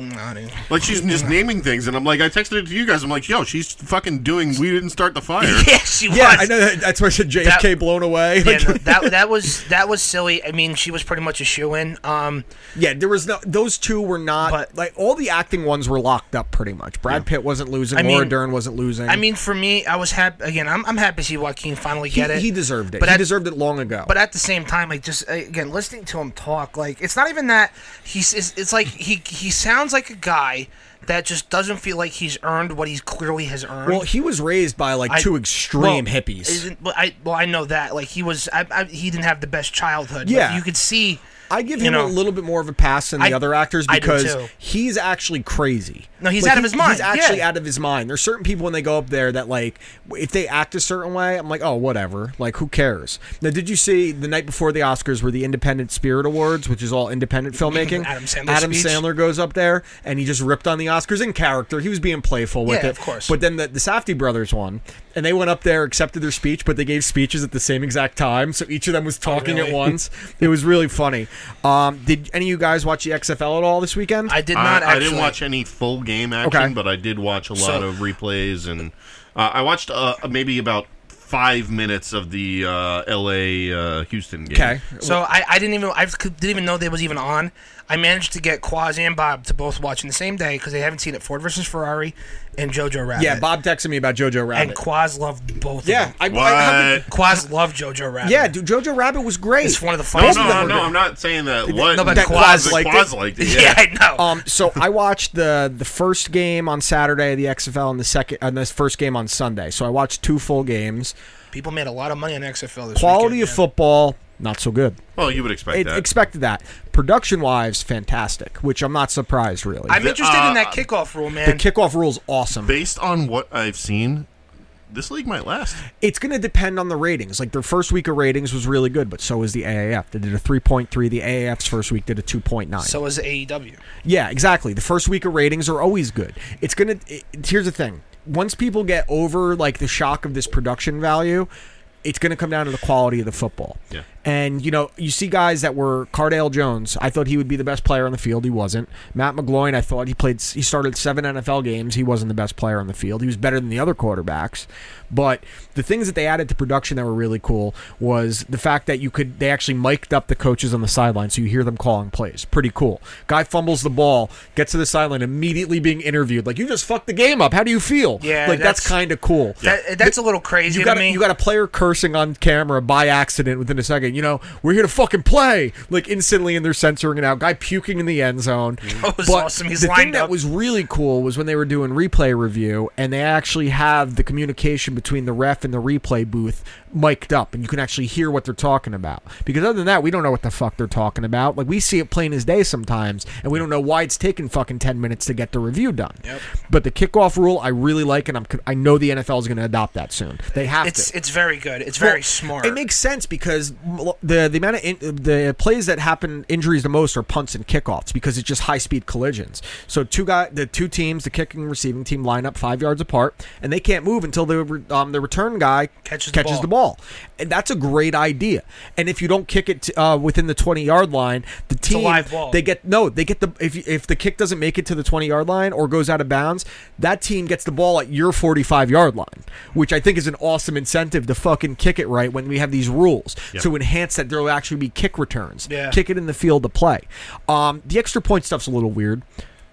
Like she's just naming things, and I'm like, I texted it to you guys. I'm like, yo, she's fucking doing. We didn't start the fire. yeah she was yeah, I know. That, that's why I said JFK That- blown away. Yeah, Like, no, that that was that was silly I mean she was pretty much a shoe in um yeah, there was no. Those two were not But- like all the acting ones were locked up pretty much. Brad Pitt wasn't losing. I Laura mean- Dern wasn't losing. I mean for me I was happy again I'm, I'm happy to see Joaquin finally he, get it he deserved it. but he at- deserved it long ago. but at the same time, like just uh, again listening to him talk, like it's not even that he's. It's, it's like he he sounds like a guy that just doesn't feel like he's earned what he clearly has earned. well, he was raised by like I- two extreme well, hippies. Isn't, well, I well I know that like he was I, I, he didn't have the best childhood. but Yeah. you could see. I give you him know. a little bit more of a pass than the I- other actors I do because too. he's actually crazy. No, he's Like, out of he- his mind, He's actually yeah. out of his mind. There's certain people when they go up there that like if they act a certain way, I'm like, oh, whatever. Like, who cares? Now, did you see the night before the Oscars were the Independent Spirit Awards, which is all independent filmmaking? Adam Sandler's Adam speech. Sandler goes up there and he just ripped on the Oscars in character. He was being playful with Yeah, it, of course. But then the, the Safdie brothers won, and they went up there, accepted their speech, but they gave speeches at the same exact time, so each of them was talking Oh, really? at once. it was really funny. Um, did any of you guys watch the XFL at all this weekend? I did I, not. I actually. didn't watch any full game action, Okay. but I did watch a lot So- of replays, and uh, I watched uh, maybe about five minutes of the uh, L.A. Uh, Houston game. okay. So I, I didn't even I could- didn't even know they was even on. I managed to get Quaz and Bob to both watch in the same day because they haven't seen it. Ford versus Ferrari and Jojo Rabbit. Yeah, Bob texted me about Jojo Rabbit. and Quaz loved both. yeah, of I, them. I- how could- What? Quaz loved Jojo Rabbit. yeah, dude, Jojo Rabbit was great. it's one of the No, funniest. no, no, were I'm not saying that. What? no, but that Quaz that liked it. Quaz liked it. yeah. Yeah. I know. Um, so I watched the the first game on Saturday, the XFL, and the second, and the first game on Sunday. So I watched two full games. People made a lot of money on XFL this Quality weekend, of man. football, not so good. Well, you would expect It, that. expected that. Production wise, fantastic, which I'm not surprised really. I'm interested in that uh, kickoff rule, man. the kickoff rule's awesome. Based on what I've seen, this league might last. it's going to depend on the ratings. Like their first week of ratings was really good, but so is the AAF. They did a 3.3. The AAF's first week did a 2.9. so is E AEW. yeah, exactly. The first week of ratings are always good. It's going it, to. Here's the thing: once people get over like the shock of this production value, it's going to come down to the quality of the football. Yeah. And you know, you see guys that were Cardale Jones. I thought he would be the best player on the field. He wasn't. Matt McGloin. I thought he played. He started seven NFL games. He wasn't the best player on the field. He was better than the other quarterbacks. But the things that they added to production that were really cool was the fact that you could. They actually mic'd up the coaches on the sideline, so you hear them calling plays. Pretty cool. Guy fumbles the ball, gets to the sideline, immediately being interviewed. Like you just fucked the game up. How do you feel? Yeah, Like that's, that's- kind of cool. That, that's a little crazy You got to a, me. you got a player cursing on camera by accident within a second. You know, we're here to fucking play. Like instantly, and they're censoring it out. Guy puking in the end zone. That was awesome. He's the thing lined that up. was really cool was when they were doing replay review, and they actually have the communication between the ref and the replay booth mic'd up, and you can actually hear what they're talking about. Because other than that, we don't know what the fuck they're talking about. Like we see it plain as day sometimes, and we don't know why it's taking fucking ten minutes to get the review done. Yep. But the kickoff rule, I really like, and I'm c- I know the NFL is going to adopt that soon. They have to. it's it's very good. It's very Well, smart. It makes sense because m- the the amount of in, the plays that happen injuries the most are punts and kickoffs because it's just high speed collisions. So two guy the two teams, the kicking and receiving team, line up five yards apart, and they can't move until the re- um, the return guy Catches the catches ball. the ball. And that's a great idea. And if you don't kick it t- uh, within the twenty yard line, the team live ball. they get no they get the if if the kick doesn't make it to the twenty yard line or goes out of bounds, that team gets the ball at your forty five yard line, which I think is an awesome incentive to fucking kick it right when we have these rules to enhance that there will actually be kick returns, Yeah. kick it in the field to play. Um, the extra point stuff's a little weird.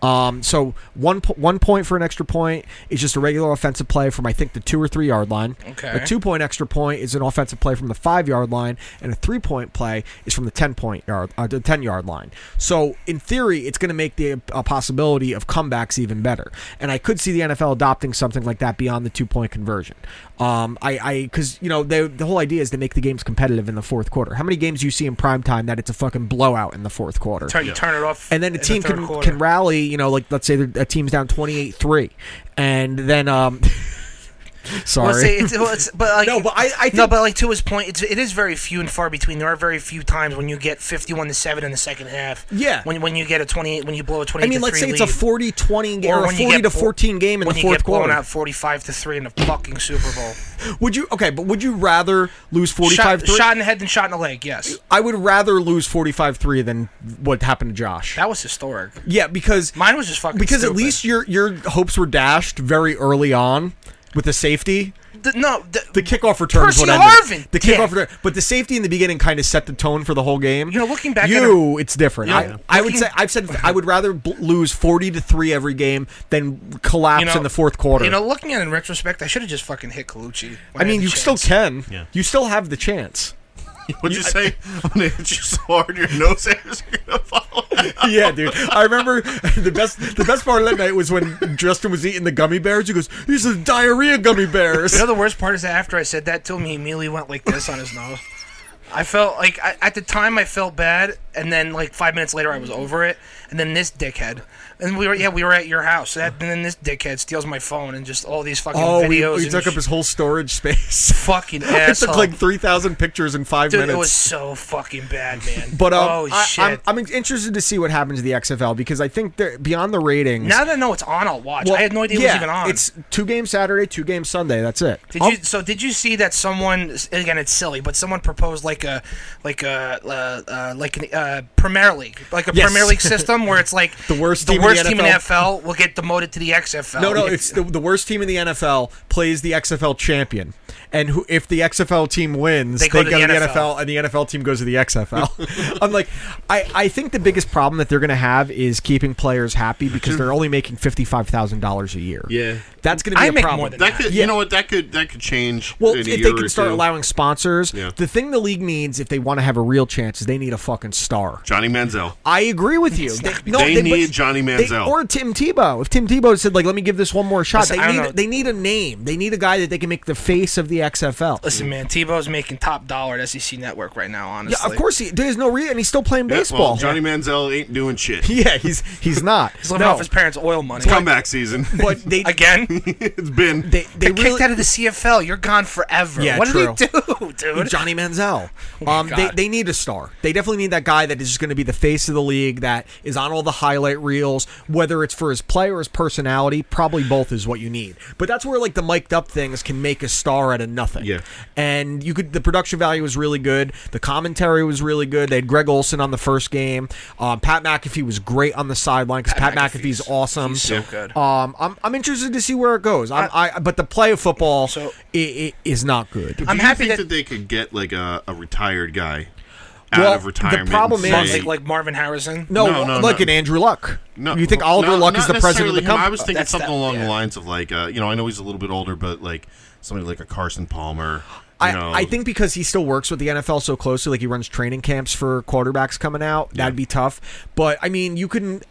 Um, so one po- one point for an extra point is just a regular offensive play from I think the two or three yard line. Okay. A two point extra point is an offensive play from the five yard line, and a three point play is from the ten point yard, uh, the ten yard line. So in theory, it's going to make the uh, possibility of comebacks even better. And I could see the NFL adopting something like that beyond the two point conversion. Um, I, I, because you know they, the whole idea is to make the games competitive in the fourth quarter. How many games do you see in prime time that it's a fucking blowout in the fourth quarter? turn, turn it off. and then the in team third can quarter. can rally. You know, like let's say the- a team's down twenty eight three, and then um, Sorry. Well, see, it's, well, it's, but like, No, but I- I no, think- but like to his point, it's, it is very few and far between. There are very few times when you get fifty-one to seven in the second half. Yeah. when when you get a twenty-eight, when you blow a I twenty-eight. mean, to let's say three it's a lead. 40 20 game Or or, a when you 40 get to blo- 14 game in when the you fourth get blown quarter. out forty-five to three in the fucking Super Bowl. Would you okay, but would you rather lose Shot, 45 3? shot in the head than shot in the leg. Yes, I would rather lose 45 3 than what happened to Josh. that was historic. yeah, because Mine was just fucking. because at stupid. least your your hopes were dashed very early on with the safety. The- no, the, The kickoff return is Percy what ended. Harvin! The kickoff Yeah. return, but the safety in the beginning kind of set the tone for the whole game. You know, looking back at you it's different. Yeah. I, I would Looking- say I've said I would rather bl- lose forty to three every game than collapse you know, in the fourth quarter. You know, looking at it in retrospect, I should have just fucking hit Colucci. when I mean, had you the still chance. can. Yeah. You still have the chance. What'd you say? I'm gonna hit you so hard your nose hairs are gonna fall. out. yeah, dude. I remember the best. The best part of that night was when Justin was eating the gummy bears. He goes, "These are diarrhea gummy bears." You know, the worst part is that after I said that to him, he immediately went like this on his nose. I felt like I, at the time I felt bad, and then like five minutes later I was over it. And then this dickhead, and we were yeah we were at your house. That, and then this dickhead steals my phone and just all these fucking oh, he, videos. he and took up sh- his whole storage space. fucking it asshole. took like three thousand pictures in five Dude, minutes. it was so fucking bad, man. But um, oh I, shit! am I'm interested to see what happens to the XFL because I think they're beyond the ratings. now that I know it's on, I'll watch. Well, I had no idea yeah, it was even on. It's two game Saturday, two game Sunday. That's it. Did Um, you so? Did you see that someone? Again, it's silly, but someone proposed like a like a uh, uh, like an uh, Premier League, like a Yes. Premier League system where it's like The worst the team in worst the team in the NFL. NFL will get demoted to the XFL. No, no, it's the, the worst team in the NFL plays the XFL champion, and who, if the XFL team wins, They they go go, to the to the NFL. NFL. and the NFL team goes to the XFL. I'm like, I, I think the biggest problem that they're going to have is keeping players happy because they're only making fifty five thousand dollars a year. Yeah. that's going to be I a make more problem. than That could, Yeah. you know what? That could that could change. Well, in a if year they or can start two. allowing sponsors, Yeah. the thing the league needs if they want to have a real chance is they need a fucking star. Johnny Manziel. I agree with you. They, no, They but need Johnny they- Manziel. or Tim Tebow. If Tim Tebow said like, "Let me give this one more shot," Listen, I they don't need know. they need a name. They need a guy that they can make the face of the XFL. Listen, man, Tebow's making top dollar at SEC Network right now. yeah, Honestly, of course he. There's no reason. He's still playing Yeah, baseball. well, Johnny Manziel ain't doing shit. yeah, he's he's not. He's living No, off his parents' oil money Comeback season. but they again. it's been. they they They kicked really out of the CFL. You're gone forever. Yeah, what true. did he do, dude? Oh Johnny Manziel. Um, they, God. they need a star. They definitely need that guy that is just going to be the face of the league, that is on all the highlight reels, whether it's for his play or his personality. Probably both is what you need. But that's where like the mic'd up things can make a star out of nothing. Yeah. And you could the production value was really good. The commentary was really good. They had Greg Olson on the first game. Um, Pat McAfee was great on the sideline because Pat, McAfee's, awesome. he's so good. Um, I'm, I'm interested to see where it goes. I'm, I, but the play of football So- i i- is not good. Do I'm you happy think that- that they could get like a, a retired guy out Well, of the retirement. and problem is- say- like, like Marvin Harrison. No, No, no, like no. an Andrew Luck. No, you think no, Oliver Luck is not the president of the necessarily him. company? I was thinking That's something that- along yeah. the lines of like, uh, you know, I know he's a little bit older, but like somebody like a Carson Palmer. You know, I, I think because he still works with the NFL so closely, like he runs training camps for quarterbacks coming out, that'd be tough. But I mean, you couldn't.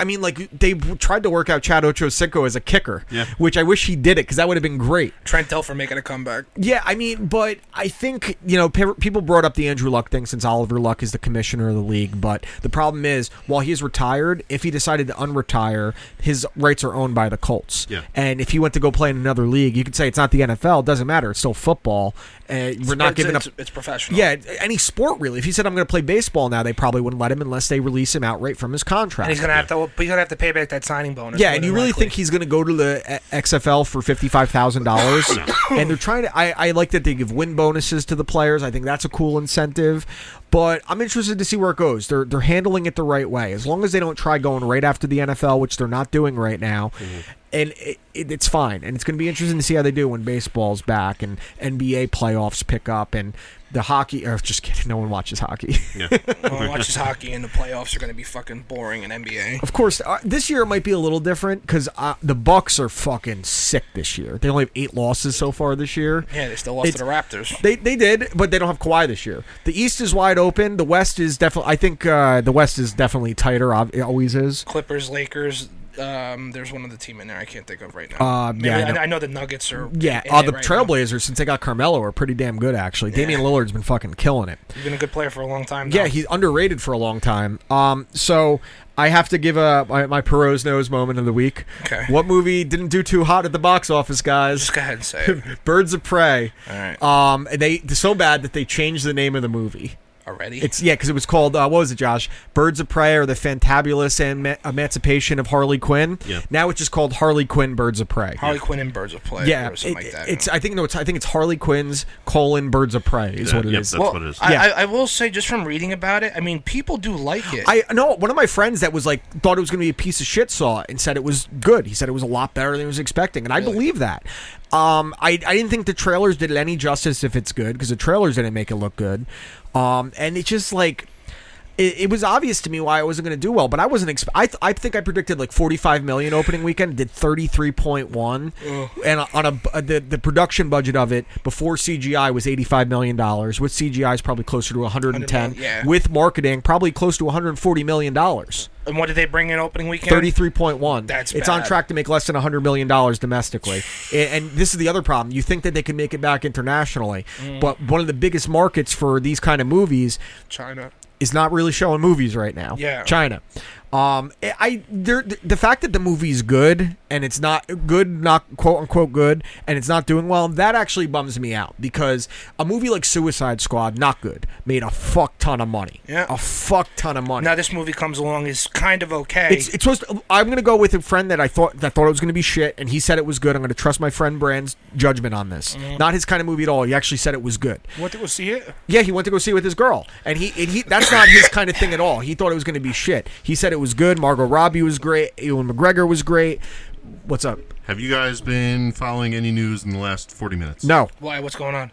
I mean, like they tried to work out Chad Ochocinco as a kicker, Yeah. which I wish he did it because that would have been great. Trent Dilfer making a comeback. Yeah, I mean, but I think you know pe- people brought up the Andrew Luck thing since Oliver Luck is the commissioner of the league. But the problem is, while he is retired, if he decided to unretire, his rights are owned by the Colts. Yeah. And if he went to go play in another league, you could say it's not the NFL. It doesn't matter. It's still football. Uh, we're not It's- giving up. it's, It's professional. Yeah, any sport really. If he said I'm going to play baseball now, they probably wouldn't let him unless they release him outright from his contract. And he's gonna have to. But he's gonna have to pay back that signing bonus. Yeah, more and than you really likely. think he's going to go to the uh, XFL for fifty five thousand dollars? And they're trying to. I, I like that they give win bonuses to the players. I think that's a cool incentive. But I'm interested to see where it goes. They're they're handling it the right way. As long as they don't try going right after the NFL, which they're not doing right now. Mm-hmm. And it, it, it's fine, and it's going to be interesting to see how they do when baseball's back and NBA playoffs pick up, and the hockey. Or just kidding, no one watches hockey. Well, watches hockey and the playoffs are going to be fucking boring in NBA. Of course, uh, this year it might be a little different because uh, the Bucks are fucking sick this year. They only have eight losses so far this year. Yeah, they still lost It's- to the Raptors. They they did, but they don't have Kawhi this year. The East is wide open. The West is definitely. I think uh, the West is definitely tighter. ob- It always is. Clippers, Lakers, um, there's one other team in there I can't think of right now. Um, Maybe- yeah, I I, know. I know the Nuggets are. Yeah, in uh, it the right now. Trailblazers, since they got Carmelo, are pretty damn good, actually. Damian Lillard's been fucking killing it. He's been a good player for a long time. Yeah, now. he's underrated for a long time. Um, so I have to give a, my, my Perot's nose moment of the week. Okay. What movie didn't do too hot at the box office, guys? Just go ahead and say it. Birds of Prey. All right. Um, and they so bad that they changed the name of the movie. Already. It's yeah, because it was called uh, what was it, Josh? Birds of Prey or the Fantabulous Eman- Emancipation of Harley Quinn. Yeah. Now it's just called Harley Quinn Birds of Prey. Harley Quinn and Birds of Play. yeah, or something it- like that. it's. I think no, it's. I think it's Harley Quinn's colon Birds of Prey is Yeah, what it is. yep, that's- well, what it is. I, Yeah. I, I will say, just from reading about it, I mean, people do like it. I know one of my friends that was like thought it was going to be a piece of shit saw it and said it was good. He said it was a lot better than he was expecting, and I believe that. Um, I I didn't think the trailers did it any justice if it's good because the trailers didn't make it look good. Um, and it's just like. It, it was obvious to me why I wasn't going to do well, but I wasn't. Exp- I, th- I think I predicted like 45 million opening weekend, did 33.1, and on a bu- the, the production budget of it before CGI was 85 million dollars. With CGI is probably closer to 110. yeah. With marketing, probably close to 140 million dollars. and what did they bring in opening weekend? 33.1. That's it's on bad. track to make less than 100 million dollars domestically. A- and this is the other problem. You think that they can make it back internationally, Mm. but one of the biggest markets for these kind of movies China. is not really showing movies right now. Yeah. China. Um, I- I there the fact that the movie's good and it's not good, not quote unquote good, and it's not doing well, that actually bums me out because a movie like Suicide Squad, not good, made a fuck ton of money. Yeah. a fuck ton of money. Now this movie comes along is kind of okay. It's, it's supposed. To, I'm gonna go with a friend that I thought that thought it was gonna be shit, and he said it was good. I'm gonna trust my friend Brand's judgment on this. Mm-hmm. Not his kind of movie at all. He actually said it was good. what did we see it? Yeah, he went to go see it with his girl, and he and he that's not his kind of thing at all. He thought it was gonna be shit. He said it was good. Margot Robbie was great. Ewan McGregor was great. What's up? Have you guys been following any news in the last 40 minutes? No. Why? What's going on?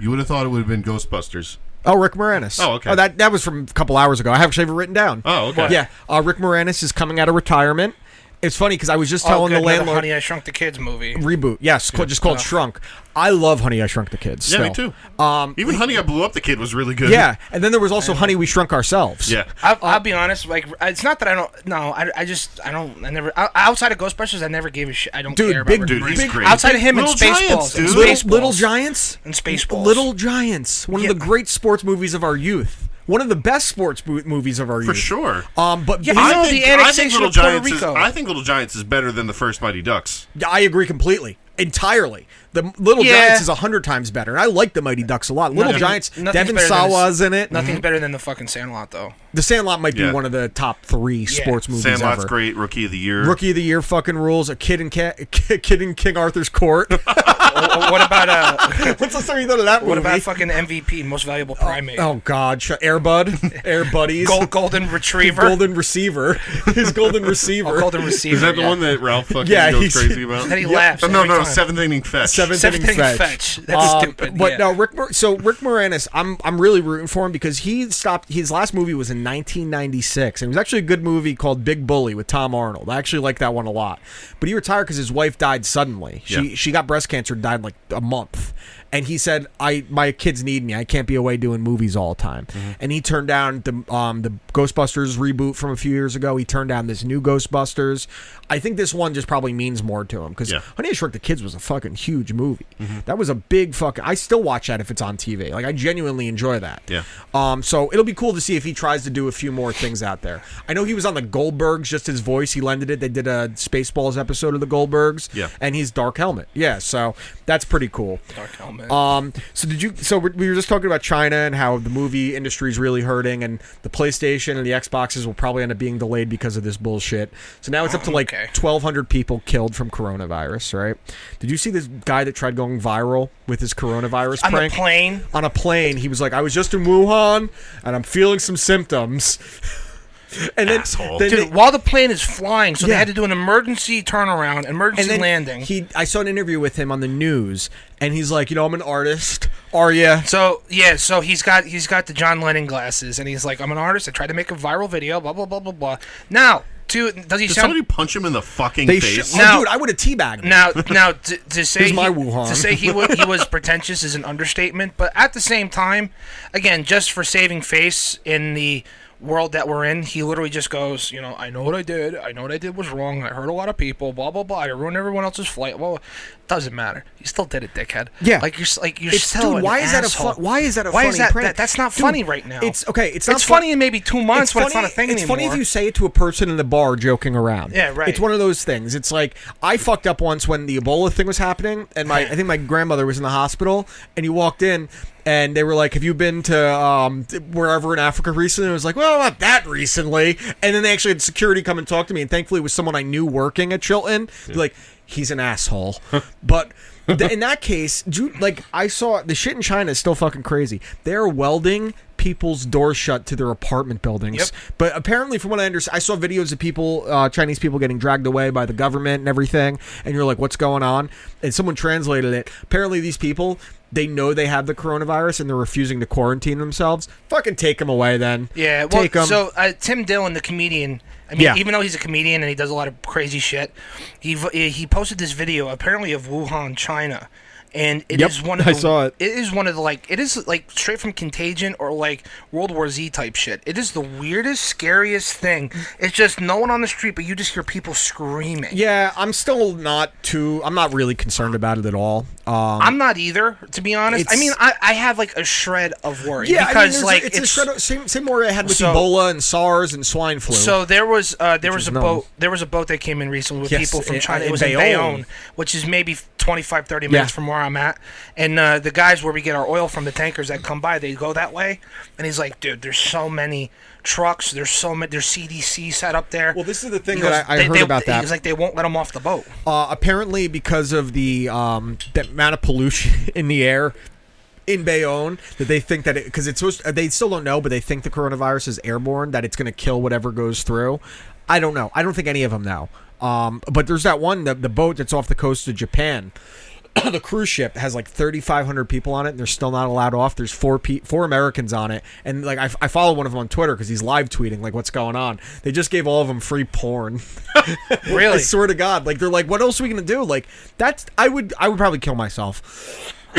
You would have thought it would have been Ghostbusters. Oh, Rick Moranis. Oh, okay. Oh, that that was from a couple hours ago. I have actually have it written down. Oh, okay. Yeah, uh, Rick Moranis is coming out of retirement. It's funny because I was just telling good, the Oh, another landlord. Honey, I Oh. Shrunk the Kids movie. reboot. Yes, ca- just called Shrunk. I love Honey I Shrunk the Kids. Yeah, me still. too. Um, Even Honey, I Blew Up the Kid was really good. Yeah, and then there was also Honey We Shrunk Ourselves. Yeah. I'll, I'll be honest. Like, it's not that I don't. No, I, I just I don't. I never o- outside of Ghostbusters, I never gave a shit. I don't Dude, care about big- Rick Dude, he's Moranis. great. Outside of him and Little Spaceballs, Giants, and dude. Little, Spaceballs, Little Giants and Spaceballs. Little Giants, one Yeah. of the great sports movies of our youth. One of the best sports mo- movies of our For youth. sure. Um, but Yeah, his- I know the annexation Little of Puerto Giants is- Rico. I think Little Giants is better than the first Mighty Ducks. Yeah, I agree completely, entirely. The M- Little Yeah. Giants is a hundred times better, and I like the Mighty Ducks a lot. Little Nothing- Giants, nothing's Devin better than Sawa's in it. Nothing's better than the fucking Sandlot, though. The Sandlot might be Yeah. one of the top three sports movies Sandlot's ever. great. Rookie of the Year. Rookie of the Year fucking rules. A kid in ca- kid in King Arthur's court. Oh, what about uh? What's the story you thought of that what movie? about fucking MVP, most valuable primate, Oh God, sh- Air Bud, Air Buddies, Gold, golden his retriever, golden receiver, his golden receiver, Oh, golden receiver? Is that the yeah. one that Ralph fucking Yeah, goes he's- crazy about? That he laughs Oh, no, every no, time. seventh inning fetch. seventh, Seventh inning inning fetch. fetch. That's Um, stupid, But yeah. no, Rick. Mor- so Rick Moranis, I'm I'm really rooting for him because he stopped. His last movie was in 1996, and it was actually a good movie called Big Bully with Tom Arnold. I actually like that one a lot. But he retired because his wife died suddenly. She Yeah. she got breast cancer, and died like a month, and he said, "I my kids need me. I can't be away doing movies all the time." Mm-hmm. And he turned down the um the Ghostbusters reboot from a few years ago. He turned down this new Ghostbusters. I think this one just probably means more to him because Yeah. Mm-hmm. Honey I Shrunk the Kids was a fucking huge movie. That was a big fucking. I still watch that if it's on TV. Like I genuinely enjoy that. Yeah. Um. So it'll be cool to see if he tries to do a few more things out there. I know he was on the Goldbergs, just his voice. He lended it. They did a Spaceballs episode of the Goldbergs. Yeah. And he's Dark Helmet. Yeah. So that's pretty cool. Dark helmet. Um, so did you? So we we were just talking about China and how the movie industry is really hurting, and the PlayStation and the Xboxes will probably end up being delayed because of this bullshit. So now it's up to like Okay. 1,200 people killed from coronavirus. Right? Did you see this guy that tried going viral with his coronavirus On the prank? plane? On a plane, he was like, "I was just in Wuhan, and I'm feeling some symptoms." and then, Asshole. then Dude, they- while the plane is flying, so they Yeah. had to do an emergency turnaround, emergency landing. He, I saw an interview with him on the news, and he's like, "You know, I'm an artist. Are you?" So yeah, so he's got he's got the John Lennon glasses, and he's like, "I'm an artist. I tried to make a viral video. Blah blah blah blah blah." Now, to does he Did sound somebody punch him in the fucking They face? sh- oh, Now- dude, I would have teabagged. him. now now to, to say Here's my he, Wuhan. to say he was he was pretentious is an understatement, but at the same time, again, just for saving face in the world that we're in, he literally just goes, you know, I know what I did. I know what I did was wrong. I hurt a lot of people. Blah blah blah. I ruined everyone else's flight. Well, doesn't matter. You still did it, dickhead. Yeah. Like you're s- like you're It's, still. dude, an why is that a asshole. fu- why is that a Why funny is that, prank? that- that's not Dude, funny right now. it's- okay, it's not It's fun- funny in maybe two months when it's not a thing it's anymore. funny if you say it to a person in a bar joking around. Yeah, right. It's one of those things. It's like I fucked up once when the Ebola thing was happening, and my I think my grandmother was in the hospital, and you walked in, and they were like, "Have you been to um, wherever in Africa recently?" And I was like, "Well, not that recently." And then they actually had security come and talk to me, and thankfully it was someone I knew working at Chilton. They're Like he's an asshole, but. th- in that case, dude, like I saw the shit in China is still fucking crazy. They're welding people's doors shut to their apartment buildings. Yep. But apparently, from what I understand, I saw videos of people, uh, Chinese people, getting dragged away by the government and everything. And you're like, "What's going on?" And someone translated it. Apparently, these people they know they have the coronavirus and they're refusing to quarantine themselves. Fucking take them away, then. Yeah, well, take them. so uh, Tim Dillon, the comedian. I mean, Yeah. even though he's a comedian and he does a lot of crazy shit, he v- he posted this video apparently of Wuhan, China, and it is Yep, one of the, I saw it. It is one of the like it is like straight from Contagion or like World War Z type shit. It is the weirdest, scariest thing. It's just no one on the street, but you just hear people screaming. yeah, I'm still not too. I'm not really concerned about it at all. Um, I'm not either, to be honest. I It's- mean, I, I have like a shred of worry yeah, I mean, because there's a- like it's, a shred of- same same worry I had with So- Ebola and SARS and swine flu. So there was uh, there was was a numb. boat there was a boat that came in recently with Yes, people from in- uh, China. It in was in Bayonne. Bayonne, which is maybe 25, 30 minutes Yeah. from where I'm at. And uh, the guys where we get our oil from, the tankers that come by, they go that way. And he's like, dude, there's so many trucks. There's so many. There's CDC set up there. Well, this is the thing He goes, that I- I heard about that. He's like, they won't let them off the boat. uh, apparently because of the um, the amount of pollution in the air in Bayonne that they think that because it's supposed they still don't know but they think the coronavirus is airborne that it's going to kill whatever goes through. I don't know. I don't think any of them know. Um, but there's that one the, the boat that's off the coast of Japan. the cruise ship has like 3,500 people on it, and they're still not allowed off. There's four pe- four Americans on it, and like I, I follow one of them on Twitter because he's live tweeting like what's going on. They just gave all of them free porn. I Really? swear to God, like they're like, what else are we gonna do? Like that's I would I would probably kill myself.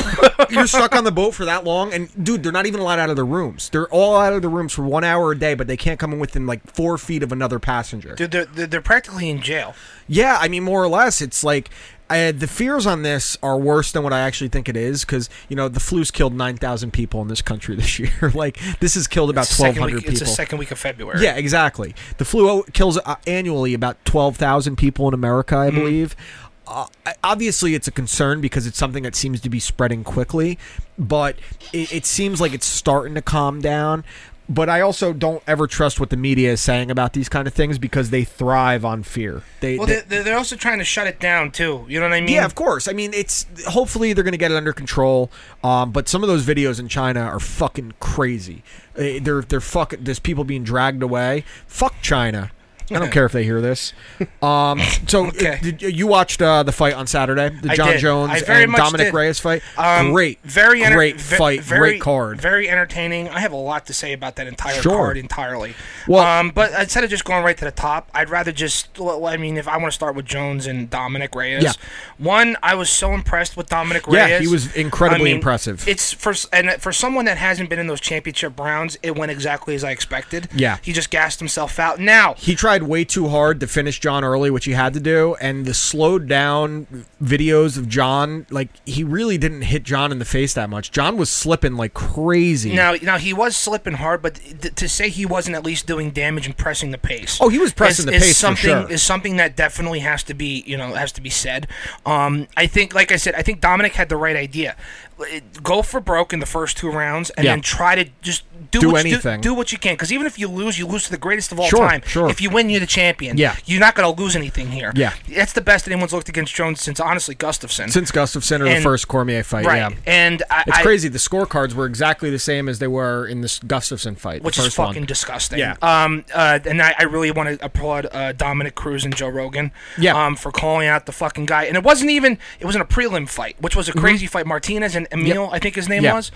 You're stuck on the boat for that long, and dude, they're not even allowed out of their rooms. They're all out of their rooms for one hour a day, but they can't come in within like four feet of another passenger. Dude, they're, they're, they're practically in jail. Yeah, I mean, more or less, it's like uh, the fears on this are worse than what I actually think it is because you know the flu's killed nine thousand people in this country this year. like this has killed about It's the twelve second hundred week- people. It's the second week of February. Yeah, exactly. The flu o- kills uh, annually about 12,000 people in America, Mm. I believe. Uh, I- obviously, it's a concern because it's something that seems to be spreading quickly, but it, it seems like it's starting to calm down. But I also don't ever trust what the media is saying about these kind of things because they thrive on fear. They, Well, they- they- they're, they're also trying to shut it down, too. You know what I mean? yeah, of course. I mean, it's hopefully they're going to get it under control. Um, but some of those videos in China are fucking crazy. Eh, They're they're fucking. There's people being dragged away. Fuck China. I don't care if they hear this. Um, so Okay. eh, did, you watched uh, the fight on Saturday, the I John did. I Jones very and much Dominic did. Reyes fight. Um, great, very enter- great ve- fight, very, great card. very entertaining. I have a lot to say about that entire Sure. card entirely. Well- um, but instead of just going right to the top, I'd rather just. Well, I mean, if I want to start with Jones and Dominic Reyes, Yeah. one, I was so impressed with Dominic Yeah, Reyes. he was incredibly I mean, impressive. It's for s- and for someone that hasn't been in those championship rounds, it went exactly as I expected. Yeah. he just gassed himself out. Now he tried way too hard to finish John early, which he had to do, and the slowed down videos of John, like he really didn't hit John in the face that much. John was slipping like crazy. Now, now he was slipping hard, but th- to say he wasn't at least doing damage and pressing the pace. Oh, he was pressing is, the is pace for Something sure. is something that definitely has to be, you know, has to be said. Um, I think, like I said, I think Dominic had the right idea. It- Go for broke in the first two rounds, and Yeah. then try to just do, Do what you- anything. do, what you can. Because even if you lose, you lose to the greatest of all Sure, time. sure. If you win, you're the champion. Yeah. You're not going to lose anything here. Yeah. That's the best anyone's looked against Jones since honestly Gustafson. Since Gustafson or the And- first Cormier fight, right. yeah. And I, It's I- crazy. The scorecards were exactly the same as they were in this Gustafson fight, the which first is fucking one. disgusting. Yeah. Um. Uh. And I, I really want to applaud uh, Dominic Cruz and Joe Rogan. Yeah. Um. For calling out the fucking guy, and it wasn't even it wasn't a prelim fight, which was a crazy fight. Martinez and Emil, I think his name Mm-hmm. Yeah. was,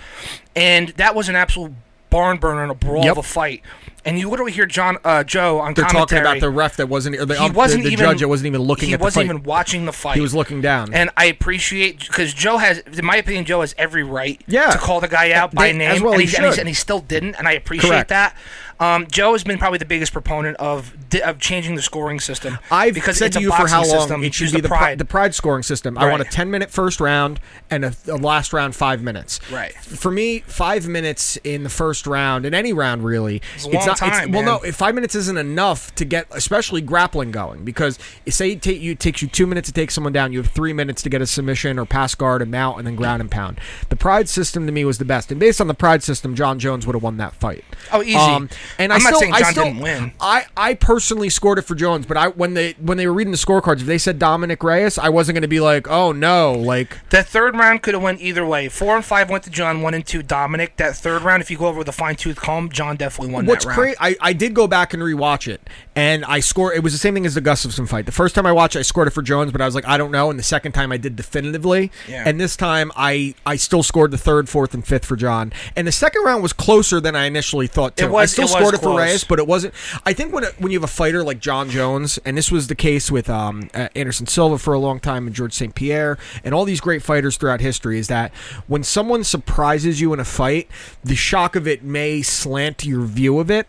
and that was an absolute barn burner and a brawl Yep. of a fight. And you literally hear John uh, Joe on They're commentary. talking about the ref that wasn't, or the, he ump- the- wasn't the even judge that wasn't even looking He at the wasn't fight. even watching the fight. He was looking down. And I appreciate because Joe has, in my opinion, Joe has every right Yeah. to call the guy out They- by as name, well and, he he's, and, he's, should. and he still didn't, and I appreciate Correct. that. Um, Joe has been probably the biggest proponent of di- of changing the scoring system. I've because said it's to a you for boxing how long system. it should Use be the the pri- pride. the pride scoring system. I want a Right. ten minute first round and a, a last round five minutes. Right. For me, five minutes in the first round in any round really. It's, a long time, well, no, man. if five minutes isn't enough to get especially grappling going because say it, ta- you, it takes you two minutes to take someone down, you have three minutes to get a submission or pass guard and mount and then ground and pound. The pride system to me was the best, and based on the pride system, John Jones would have won that fight. Oh, easy. and Um, I I'm not still, saying I John still, didn't win. I, I personally scored it for Jones, but I when they when they were reading the scorecards, if they said Dominic Reyes, I wasn't going to be like, oh no, like That third round could have went either way. Four and five went to John. One and two, Dominic. That third round, if you go over with a fine tooth comb, John definitely won what's that round. crazy. I, I did go back and rewatch it, and I score. It was the same thing as the Gustafson fight. The first time I watched, it, I scored it for Jones, but I was like, I don't know. And the second time, I did definitively. Yeah. And this time, I I still scored the third, fourth, and fifth for John. And the second round was closer than I initially thought. Too. It was- I still it was scored it for close. Reyes, but it wasn't. I think when it, when you have a fighter like John Jones, and this was the case with um, uh, Anderson Silva for a long time, and George St. Pierre, and all these great fighters throughout history, is that when someone surprises you in a fight, the shock of it may slant your view of it.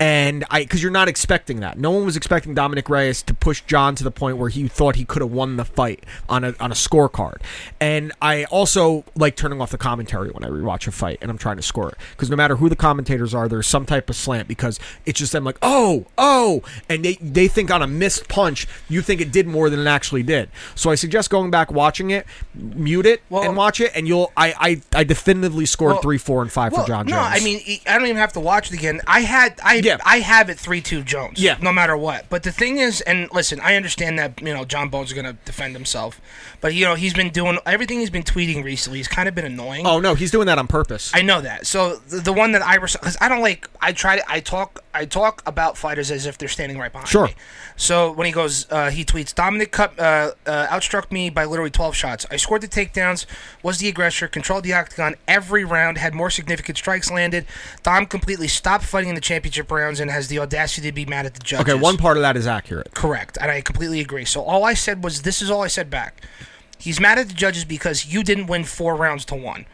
And I, because you're not expecting that. No one was expecting Dominic Reyes to push John to the point where he thought he could have won the fight on a on a scorecard. And I also like turning off the commentary when I rewatch a fight and I'm trying to score it because no matter who the commentators are, there's some type of slant because it's just them like oh oh, and they they think on a missed punch you think it did more than it actually did. So I suggest going back watching it, mute it Well- and watch it, and you'll I I, I definitively scored Well, three, four, and five Well, for John Jones. No, I mean e- I don't even have to watch it again. I had I Yeah. I have it three two Jones. Yeah. No matter what. But the thing is, and listen, I understand that you know John Bones is going to defend himself, but you know he's been doing everything he's been tweeting recently. He's kind of been annoying. oh no, he's doing that on purpose. I know that. So the, the one that I because I don't like I try to I talk I talk about fighters as if they're standing right behind Sure. me. So when he goes, uh, he tweets Dominic Cup uh, uh, outstruck me by literally twelve shots. I scored the takedowns, was the aggressor, controlled the octagon every round, had more significant strikes landed. Dom completely stopped fighting in the championship rounds and has the audacity to be mad at the judges. Okay, one part of that is accurate. Correct, and I completely agree. So all I said was this is all I said back. He's mad at the judges because you didn't win four rounds to one.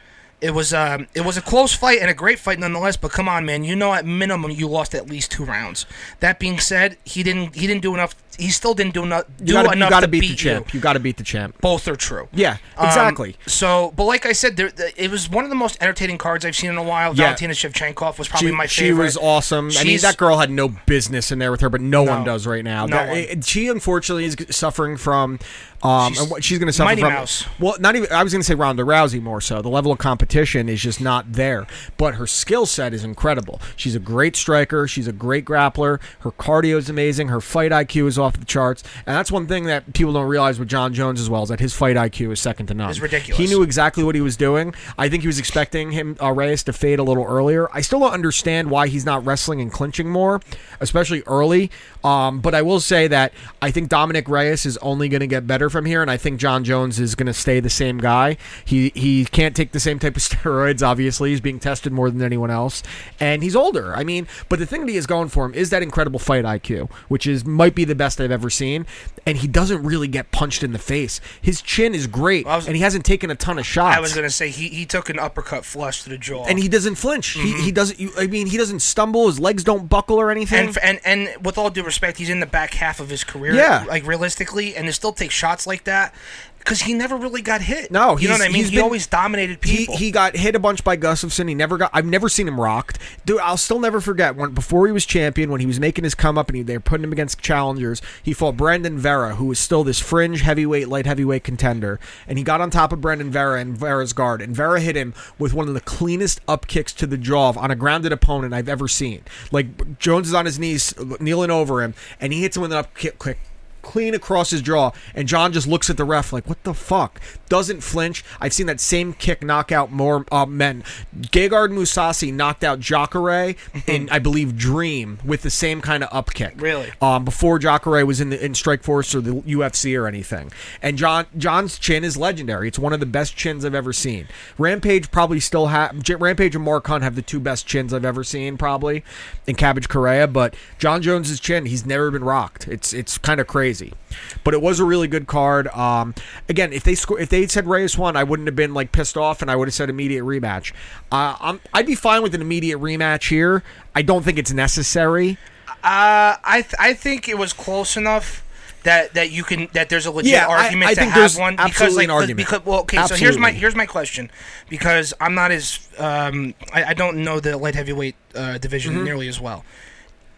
It was um, it was a close fight and a great fight nonetheless. But come on, man, you know at minimum you lost at least two rounds. That being said, he didn't he didn't do enough. He still didn't do enough. Do You gotta, you enough gotta to beat, beat, the champ. You. you. gotta beat the champ. Both are true. Yeah, Um, exactly. so, but like I said, there, th- it was one of the most entertaining cards I've seen in a while. Yeah. Valentina Shevchenkov was probably she, my she favorite. was awesome. I mean, She's- that girl had no business in there with her, but no, one does right now. No That- one. it- she unfortunately is suffering from. Um, she's, she's going to suffer Mighty from. Mouse. Well, not even. I was going to say Ronda Rousey more so. The level of competition is just not there, but her skill set is incredible. She's a great striker. She's a great grappler. Her cardio is amazing. Her fight IQ is off the charts, and that's one thing that people don't realize with John Jones as well is that his fight IQ is second to none. It's ridiculous. He knew exactly what he was doing. I think he was expecting him uh, Reyes to fade a little earlier. I still don't understand why he's not wrestling and clinching more, especially early. Um, but I will say that I think Dominic Reyes is only going to get better from here, and I think John Jones is going to stay the same guy. He he can't take the same type of steroids. Obviously, he's being tested more than anyone else, and he's older. I mean, but the thing that he is going for him is that incredible fight IQ, which is might be the best I've ever seen. And he doesn't really get punched in the face. His chin is great, I was- and he hasn't taken a ton of shots. I was gonna say he, he took an uppercut flush to the jaw, and he doesn't flinch. He, Mm-hmm. he doesn't. You, I mean, he doesn't stumble. His legs don't buckle or anything. and, f- and and with all due respect, he's in the back half of his career. Yeah. like realistically, and to still take shots like that because he never really got hit. no, you know he's- what I mean. he's He been- always dominated he- people. He, got hit a bunch by Gustafson. He never got. I've never seen him rocked. Dude, I'll still never forget when before he was champion when he was making his come up and he, they were putting him against challengers. He fought Brandon Vera, who was still this fringe heavyweight, light heavyweight contender, and he got on top of Brandon Vera and Vera's guard, and Vera hit him with one of the cleanest up kicks to the jaw on a grounded opponent I've ever seen. Like Jones is on his knees, kneeling over him, and he hits him with an up kick. kick clean across his jaw and John just looks at the ref like what the fuck doesn't flinch I've seen that same kick knock out more uh, men Gegard Mousasi knocked out Jacare in I believe Dream with the same kind of up kick Really? um, before Jacare was in the in Strike Force or the UFC or anything and John John's chin is legendary it's one of the best chins I've ever seen Rampage probably still have Rampage and Mark Hunt have the two best chins I've ever seen probably in Cabbage Correa but John Jones's chin he's never been rocked it's it's kind of crazy crazy. But it was a really good card. Um, again, if they score, if they had said Reyes won, I wouldn't have been like pissed off, and I would have said immediate rematch. Uh, I'm, I'd be fine with an immediate rematch here. I don't think it's necessary. Uh, I th- I think it was close enough that that you can that there's a legit Yeah, I- argument I to think have there's one because absolutely like an the- argument. because well okay so here's my Absolutely. here's my question because I'm not as um I, I don't know the light heavyweight uh, division Mm-hmm. nearly as well.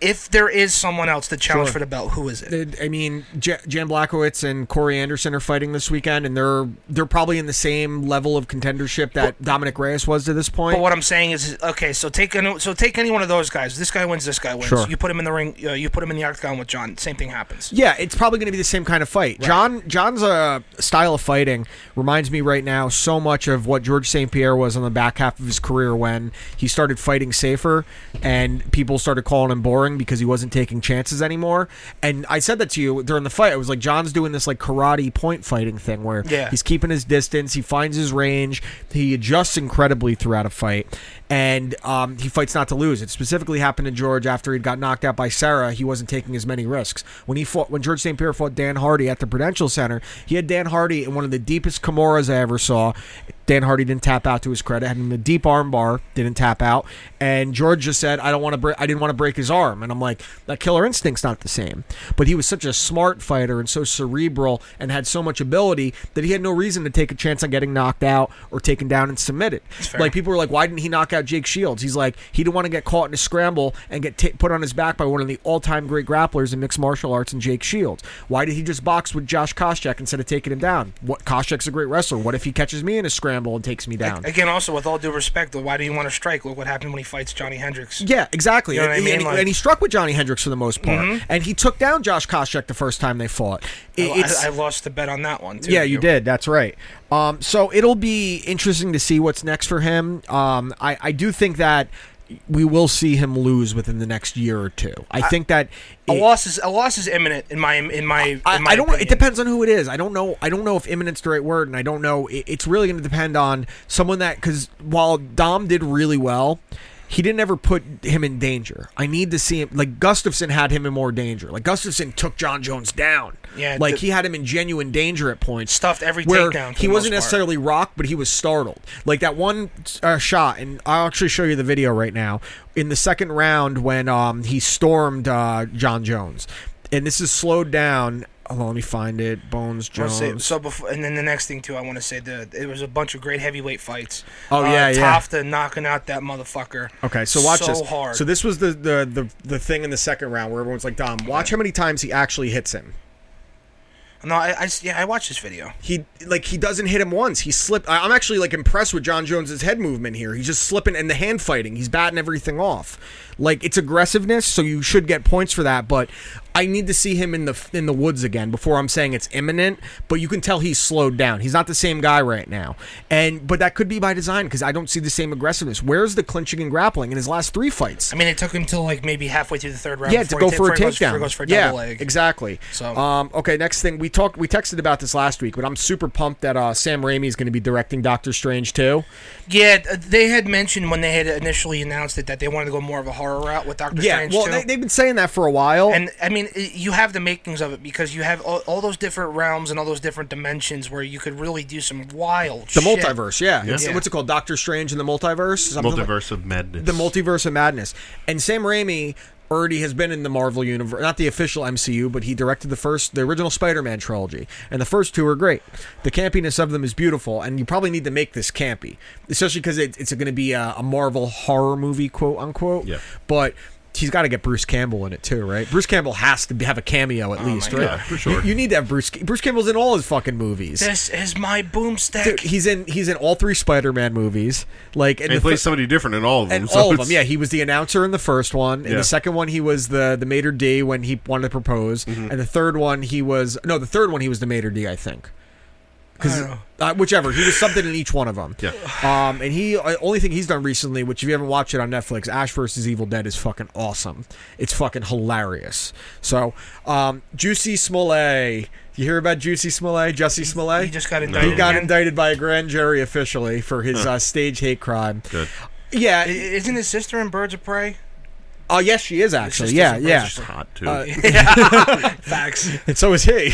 If there is someone else to challenge Sure. for the belt, who is it? I mean, J- Jan Blackowitz and Corey Anderson are fighting this weekend, and they're they're probably in the same level of contendership that Dominic Reyes was to this point. But what I'm saying is, okay, so take any, so take any one of those guys. This guy wins. This guy wins. Sure. You put him in the ring. Uh, you put him in the octagon with John. Same thing happens. Yeah, it's probably going to be the same kind of fight. John John's uh, style of fighting reminds me right now so much of what George St. Pierre was on the back half of his career when he started fighting safer and people started calling him boring because he wasn't taking chances anymore. And I said that to you during the fight. I was like, John's doing this like karate point fighting thing where Yeah. he's keeping his distance, he finds his range, he adjusts incredibly throughout a fight, and um, he fights not to lose. It specifically happened to George after he got knocked out by Sarah. He wasn't taking as many risks when he fought when George St. Pierre fought Dan Hardy at the Prudential Center. He had Dan Hardy in one of the deepest Kimuras I ever saw. Dan Hardy didn't tap out to his credit. Had him in a deep arm bar, didn't tap out, and George just said, "I don't want to. Bre- I didn't want to break his arm." And I'm like, that killer instinct's not the same. But he was such a smart fighter and so cerebral and had so much ability that he had no reason to take a chance on getting knocked out or taken down and submitted. Like people were like, "Why didn't he knock out Jake Shields?" He's like, he didn't want to get caught in a scramble and get ta put on his back by one of the all-time great grapplers in mixed martial arts and Jake Shields. Why did he just box with Josh Koscheck instead of taking him down? What Koscheck's a great wrestler. What if he catches me in a scramble and takes me down? Again, also with all due respect, though, why do you want to strike? Look what happened when he fights Johnny Hendricks. Yeah, exactly. You know and, what I mean? and he, Like- Mm-hmm. and he struck with Johnny Hendricks for the most part, and he took down Josh Koscheck the first time they fought. It- I- it's- I, lost the bet on that one too. yeah, you did. That's right. Um, so it'll be interesting to see what's next for him. Um, I, I do think that we will see him lose within the next year or two. I, think that A it- loss is a loss is imminent in my in my. In I, my I don't. Opinion. It depends on who it is. I don't know. I don't know if imminent's the right word, and I don't know. It, it's really going to depend on someone that because while Dom did really well, he didn't ever put him in danger. I need to see him like Gustafson had him in more danger. Like Gustafson took John Jones down. Yeah, like the- he had him in genuine danger at points. Stuffed every where takedown for He wasn't the most part. necessarily rocked, but he was startled. Like that one uh, shot, and I'll actually show you the video right now. In the second round, when um, he stormed uh, John Jones, and this is slowed down. Hold on, let me find it. Bones I wanna Jones. say- so before, and then the next thing too, I want to say the it was a bunch of great heavyweight fights. Oh, uh, yeah, yeah. Tafta knocking out that motherfucker. Okay, so watch so this. hard. So this was the, the the the thing in the second round where everyone's like, "Dom, watch how many times he actually hits him." no, I, I s- yeah, I watched this video. he like he doesn't hit him once. He slipped. I- I'm actually like impressed with John Jones's head movement here. He's just slipping and the hand fighting. He's batting everything off. Like it's aggressiveness, so you should get points for that. But I need to see him in the in the woods again before I'm saying it's imminent. But you can tell he's slowed down. He's not the same guy right now. And but that could be by design because I don't see the same aggressiveness. Where's the clinching and grappling in his last three fights? I mean, it took him till like maybe halfway through the third round. Yeah, to before go he ta- for a before he goes- takedown. before he Goes for a yeah, double leg. exactly. So- um, okay, next thing we talked, we texted about this last week, but I'm super pumped that uh, Sam Raimi is going to be directing Doctor Strange too. Yeah, th- they had mentioned when they had initially announced it that they wanted to go more of a horror route with Doctor Strange well, too. they, they've been saying that for a while. and I mean, i- you have the makings of it because you have all, all those different realms and all those different dimensions where you could really do some wild the shit. multiverse, yeah. It's- Yeah. What's it called? Doctor Strange and the multiverse. Something like- Multiverse of Madness. the multiverse of madness. And Sam Raimi already has been in the Marvel universe, not the official MCU, but he directed the first, the original Spider-Man trilogy, and the first two are great. The campiness of them is beautiful, and you probably need to make this campy, especially because it, it's going to be a, a Marvel horror movie, quote unquote. Yeah. But. He's got to get Bruce Campbell in it too, right? Bruce Campbell has to be- have a cameo at least, right? Oh God, for sure. You, you need to have Bruce. Bruce Campbell's in all his fucking movies. This is my boomstick. Dude, he's in. He's in all three Spider-Man movies. Like, and And he the fir- plays somebody different in all of them. and so all of it's- them. Yeah, he was the announcer in the first one. In Yeah. the second one, he was the the maitre d when he wanted to propose. And the third one, he was no, the third one he was the maitre d, I think. Because uh, whichever he was something in each one of them. Yeah. Um, and he uh, only thing he's done recently, which if you haven't watched it on Netflix, Ash versus Evil Dead is fucking awesome. It's fucking hilarious. So, um, Juicy Smollett. You hear about Juicy Smollett? Jesse Smollett. he just got indicted. He got again. indicted by a grand jury officially for his uh, stage hate crime. Good. Yeah, I- Isn't his sister in Birds of Prey? Oh yes, she is actually. sister's Yeah, a yeah. Uh, She's hot too. Facts. And so is he.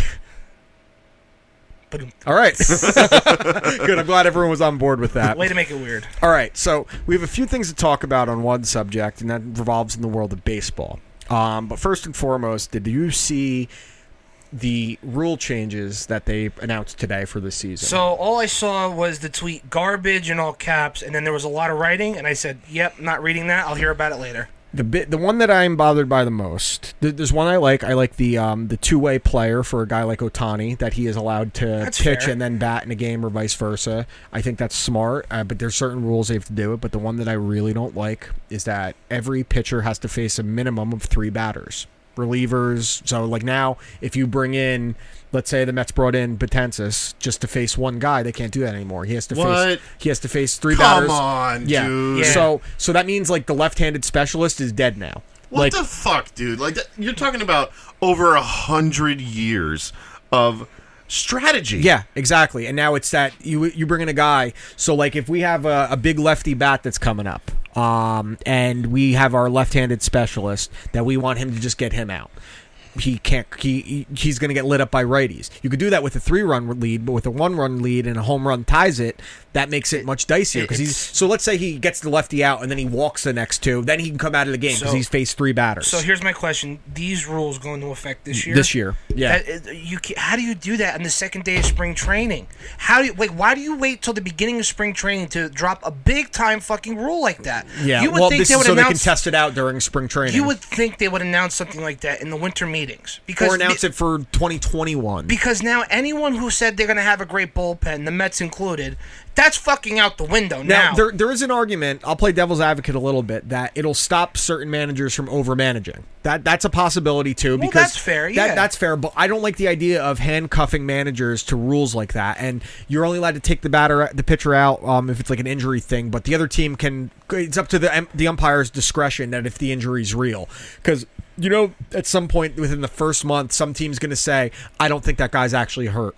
Ba-dum. All right. Good. I'm glad everyone was on board with that. Way to make it weird. All right, so we have a few things to talk about on one subject, and that revolves in the world of baseball. Um, but first and foremost, did you see the rule changes that they announced today for this season? So all I saw was the tweet garbage in all caps, and then there was a lot of writing, and I said, "Yep, not reading that. I'll hear about it later." the bit, the one that I am bothered by the most, th- there's one I like. I like the um, the two way player for a guy like Otani that he is allowed to That's pitch fair. and then bat in a game or vice versa. I think that's smart, uh, but there's certain rules they have to do it. But the one that I really don't like is that every pitcher has to face a minimum of three batters, relievers. So like now, if you bring in, let's say the Mets brought in Batensis just to face one guy, they can't do that anymore. He has to What? face he has to face three Come batters. on, yeah. dude. Yeah. So so that means like the left-handed specialist is dead now. What like the fuck, dude? Like that, you're talking about over a hundred years of strategy. yeah, exactly. And now it's that you you bring in a guy. So like if we have a, a big lefty bat that's coming up, um, and we have our left-handed specialist that we want him to just get him out. He can't. He he- he's going to get lit up by righties. You could do that with a three-run lead, but with a one-run lead and a home run ties it, that makes it much dicier. Because he's It's- so. Let's say he gets the lefty out, and then he walks the next two. Then he can come out of the game because So- he's faced three batters. So here's my question: These rules go into effect this year. This year, yeah. That- uh, you ca- how do you do that on the second day of spring training? How do you, like why do you wait till the beginning of spring training to drop a big time fucking rule like that? Yeah, you would well, think this they is would so they can announce. test it out during spring training. you would think they would announce something like that in the winter meetings because or announce the- it for 2021. because now anyone who said they're going to have a great bullpen, the Mets included, that's fucking out the window now. now, there, there is an argument. I'll play devil's advocate a little bit that it'll stop certain managers from over managing. That that's a possibility too. because that's fair, that- yeah. that's fair. But I don't like the idea of handcuffing managers to rules like that. And you're only allowed to take the batter, the pitcher out, um, if it's like an injury thing. But the other team can. It's up to the um, the umpire's discretion that if the injury's real, because. You know, at some point within the first month, some team's going to say, "I don't think that guy's actually hurt."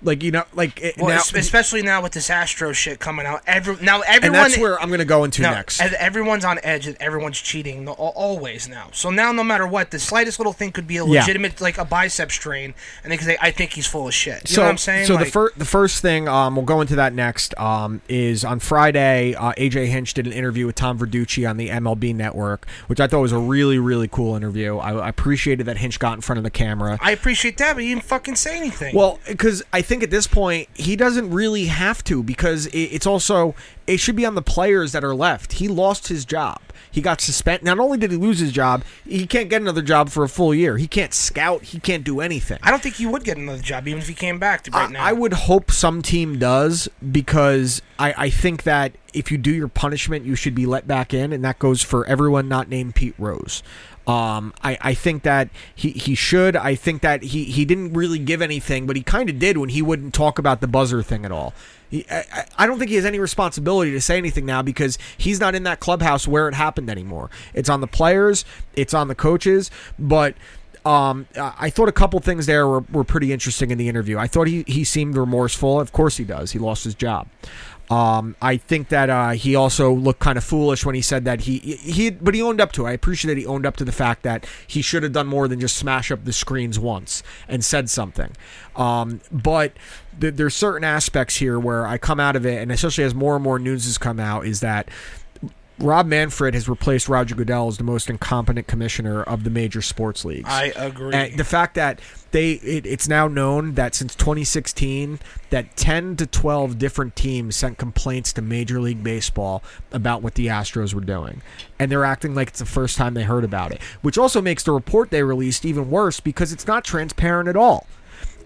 Like you know, like it, well, now, es- especially now with this Astro shit coming out. Every now and everyone that's where I'm going to go into now, next. ev- everyone's on edge. and Everyone's cheating no- al- always now. So now, no matter what, the slightest little thing could be a Yeah. legitimate like a bicep strain, and they can say, "I think he's full of shit." You so, know what I'm saying? So the Like, first the first thing um, we'll go into that next um, is on Friday. Uh, AJ Hinch did an interview with Tom Verducci on the MLB Network, which I thought was a really really cool interview. I, I appreciated that Hinch got in front of the camera. I appreciate that, but you didn't fucking say anything. Well, because I think at this point he doesn't really have to because it, it's also it should be on the players that are left. He lost his job. He got suspended. Not only did he lose his job, he can't get another job for a full year. He can't scout. He can't do anything. I don't think you would get another job even if you came back to right now. I, I would hope some team does because I, I think that if you do your punishment, you should be let back in, and that goes for everyone not named Pete Rose. Um, I, I think that he, he should. I think that he, he didn't really give anything, but he kind of did when he wouldn't talk about the buzzer thing at all. He, I, I- I don't think he has any responsibility to say anything now because he's not in that clubhouse where it happened anymore. It's on the players, it's on the coaches, but um, I I thought a couple things there were, were pretty interesting in the interview. I thought he, he seemed remorseful. Of course he does. He lost his job. Um, I think that uh, he also looked kind of foolish when he said that he he but he owned up to it. I appreciate that he owned up to the fact that he should have done more than just smash up the screens once and said something. Um, but th- there's certain aspects here where I come out of it, and especially as more and more news has come out, is that Rob Manfred has replaced Roger Goodell as the most incompetent commissioner of the major sports leagues. I agree. And the fact that they it, it's now known that since 2016 that 10 to 12 different teams sent complaints to Major League Baseball about what the Astros were doing, and they're acting like it's the first time they heard about it, which also makes the report they released even worse because it's not transparent at all.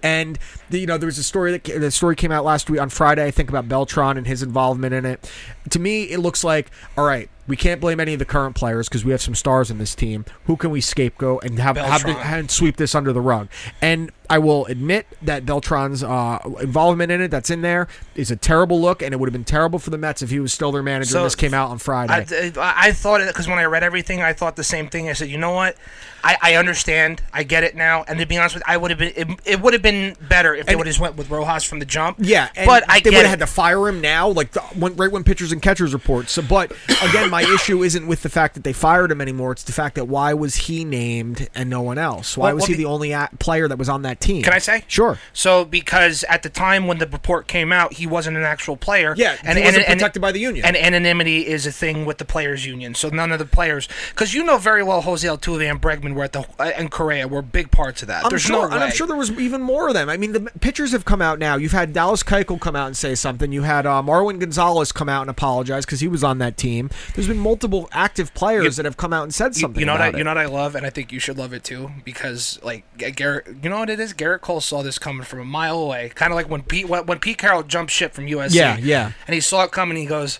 And the, you know, there was a story that ca- the story came out last week on Friday, I think, about Beltron and his involvement in it. To me, it looks like all right. We can't blame any of the current players because we have some stars in this team. Who can we scapegoat and have, have Beltran. and sweep this under the rug? And I will admit that Beltran's uh, involvement in it, that's in there, is a terrible look, and it would have been terrible for the Mets if he was still their manager. So- and this came out on Friday. I, th- I I thought it because when I read everything, I thought the same thing. I said, you know what? I, I understand. I get it now. And to be honest with you, I would have been it, it would have been better if they would have just went with Rojas from the jump. Yeah, and but I they get would it. have had to fire him now, like the, when, right when pitchers and catchers report. So, but again, my issue isn't with the fact that they fired him anymore. It's the fact that why was he named and no one else? Why Well, was well, he be- the only a- player that was on that team? Can I say? Sure. So because at the time when the report came out, he wasn't an actual player. Yeah, he wasn't protected by the union. And anonymity is a thing with the players' union. So none of the players, because you know very well, Jose Altuve and Bregman were at the uh, and Correa were big parts of that. I'm There's sure, no way. and I'm sure there was even more of them. I mean, the pictures have come out now. You've had Dallas Keuchel come out and say something. You had uh, Marwin Gonzalez come out and apologize because he was on that team. There's been multiple active players You- that have come out and said You- something. You know what I, about you know what I love, and I think you should love it too, because like G- Garrett, you know what it is. Garrett Cole saw this coming from a mile away, kind of like when Pete when, when Pete Carroll jumped ship from USC. Yeah, yeah. And he saw it coming. He goes,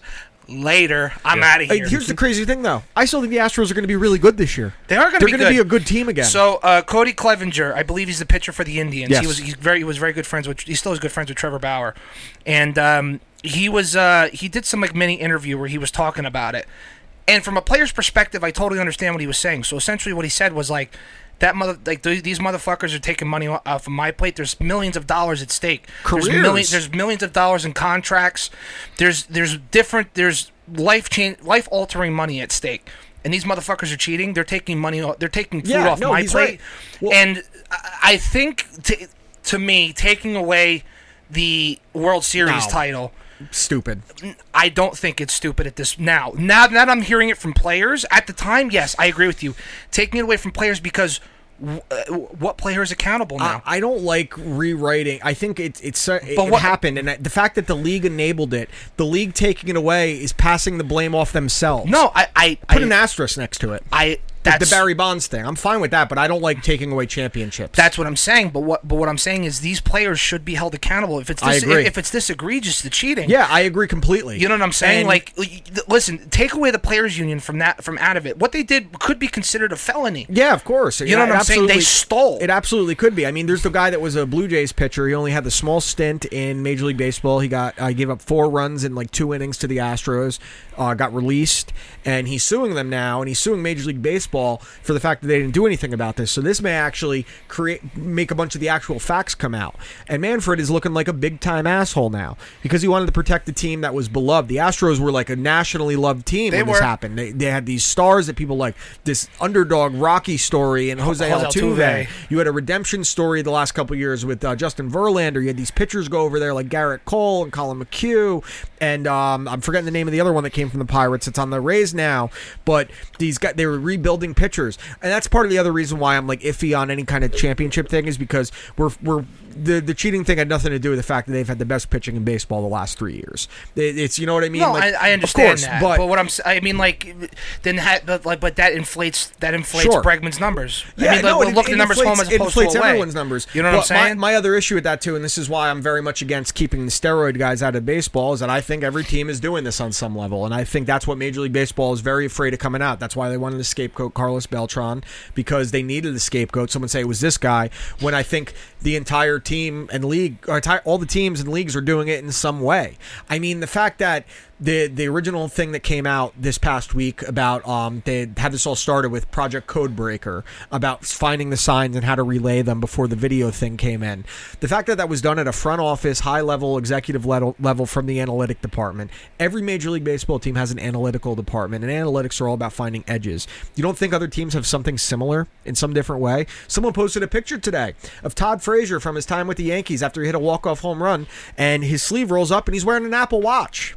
"Later, I'm out of Hey, here." Here's the crazy thing, though. I still think the Astros are going to be really good this year. They are going to They're be gonna good. be a good team again. So uh, Cody Clevenger, I believe he's the pitcher for the Indians. Yes. He was he's very he was very good friends with he still is good friends with Trevor Bauer, and um, he was uh, he did some like mini interview where he was talking about it. And from a player's perspective, I totally understand what he was saying. So essentially, what he said was like that mother like th- these motherfuckers are taking money o- off of my plate. There's millions of dollars at stake. There's, Careers. million, there's millions of dollars in contracts. There's there's different there's life change life altering money at stake. And these motherfuckers are cheating. They're taking money. o- They're taking food Yeah, off no, my he's plate. right. Well- and I- I think to, to me, taking away the World Series No. title, stupid. I don't think it's stupid at this now. Now that I'm hearing it from players, at the time, yes, I agree with you. Taking it away from players because w- uh, w- what player is accountable now? I, I don't like rewriting. I think it, it's it, But it what- happened, and the fact that the league enabled it, the league taking it away, is passing the blame off themselves. no, I I put I, an asterisk next to it. I Like the that's Barry Bonds thing. I'm fine with that, but I don't like taking away championships. That's what I'm saying. But what but what I'm saying is these players should be held accountable if it's I this, agree. if it's this egregious the cheating. yeah, I agree completely. You know what I'm saying? And- like, l- y- th- listen, take away the players' union from that from out of it. What they did could be considered a felony. Yeah, of course. You know It what I'm saying? They absolutely- stole. It absolutely could be. I mean, there's the guy that was a Blue Jays pitcher. He only had the small stint in Major League Baseball. He got uh, gave up four runs in like two innings to the Astros. Uh, got released, and he's suing them now, and he's suing Major League Baseball for the fact that they didn't do anything about this. So this may actually create make a bunch of the actual facts come out. And Manfred is looking like a big time asshole now because he wanted to protect the team that was beloved. The Astros were like a nationally loved team They when this were. happened. They, they had these stars that people like this underdog Rocky story and Jose, Jose Altuve. Altuve. You had a redemption story the last couple years with uh, Justin Verlander. You had these pitchers go over there like Garrett Cole and Colin McHugh, and um, I'm forgetting the name of the other one that came from the Pirates. It's on the Rays now, but these guys they were rebuilding pitchers, and that's part of the other reason why I'm like iffy on any kind of championship thing is because we're we're the, the cheating thing had nothing to do with the fact that they've had the best pitching in baseball the last three years. It- it's you know what I mean. No, Like, I, I of understand course, that. but But, what I'm s- I mean like then ha, but like but that inflates that inflates Sure. Bregman's numbers. I Yeah, mean, no, like, it- look it the numbers inflates, home as it opposed inflates to away. everyone's numbers. You know what But I'm my- saying? My, other issue with that too, and this is why I'm very much against keeping the steroid guys out of baseball, is that I think every team is doing this on some level, and I think that's what Major League Baseball is very afraid of coming out. That's why they wanted to scapegoat Carlos Beltran because they needed a scapegoat. Someone say it was this guy. When I think the entire team and league, or entire, all the teams and leagues are doing it in some way. I mean, the fact that the the original thing that came out this past week about um they had this all started with Project Codebreaker about finding the signs and how to relay them before the video thing came in. The fact that that was done at a front office, high level, executive level, level from the analytic department. Every major league baseball team has an analytical department, and analytics are all about finding edges. You don't think other teams have something similar in some different way? Someone posted a picture today of Todd Frazier from his time with the Yankees after he hit a walk off home run, and his sleeve rolls up, and he's wearing an Apple Watch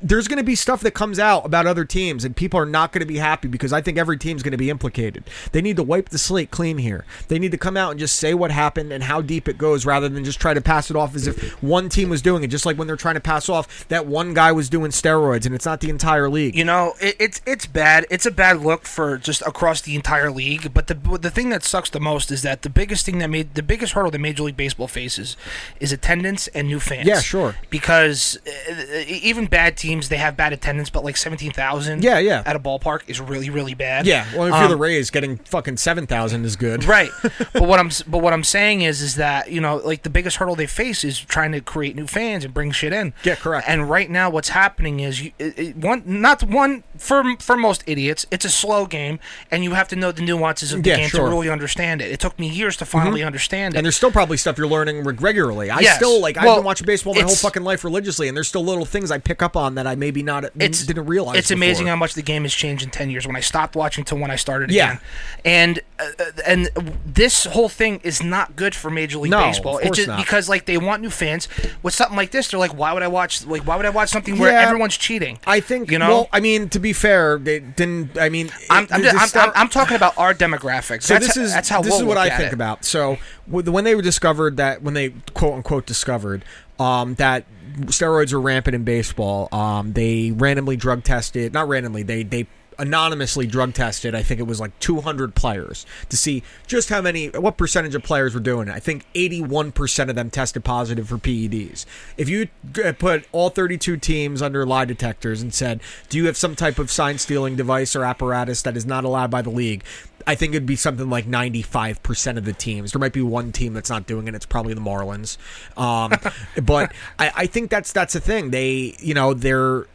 there's going to be stuff that comes out about other teams, and people are not going to be happy because I think every team's going to be implicated. They need to wipe the slate clean here. They need to come out and just say what happened and how deep it goes rather than just try to pass it off as if one team was doing it, just like when they're trying to pass off that one guy was doing steroids and it's not the entire league. You know, it, it's it's bad. It's a bad look for just across the entire league. But the but the thing that sucks the most is that the biggest thing that made the biggest hurdle that Major League Baseball faces is attendance and new fans. Yeah, sure. Because uh, even bad teams they have bad attendance, but like seventeen thousand. Yeah, yeah. At a ballpark is really really bad. Yeah, well, if you're Um, the Rays, getting fucking 7,000 is good. Right. but what I'm s- but what I'm saying is is that, you know, like the biggest hurdle they face is trying to create new fans and bring shit in. Yeah, correct. And right now what's happening is you it, it, one not one for for most idiots, it's a slow game and you have to know the nuances of the Yeah, game sure. Mm-hmm. to really understand it. It took me years to finally understand it. And there's still probably stuff you're learning reg- regularly. I Yes. still like I've Well, been watching baseball my whole it's- fucking life religiously, and there's still little things I pick up up on that I maybe not it's didn't realize. It's amazing before. how much the game has changed in ten years. When I stopped watching to when I started Yeah. again, and uh, uh, and this whole thing is not good for Major League No, of Baseball. course it's just not. because like they want new fans with something like this. They're like, why would I watch like why would I watch something where Yeah. everyone's cheating? I think you know. Well, I mean, to be fair, they didn't. I mean, I'm, it- I'm, the just, I'm, start- I'm, I'm talking about our demographics. So that's this ho- is that's how this we'll is what I look at think it. about. So with- when they were discovered that when they quote unquote discovered um, that steroids are rampant in baseball, um, they randomly drug tested. Not randomly, they they anonymously drug tested. I think it was like 200 players to see just how many, what percentage of players were doing it. I think 81 percent of them tested positive for PEDs. E If you uh, put all 32 teams under lie detectors and said, "Do you have some type of sign stealing device or apparatus that is not allowed by the league?" I think it'd be something like 95% of the teams. There might be one team that's not doing it. It's probably the Marlins. Um, but I, I think that's that's the thing. They, you know, they're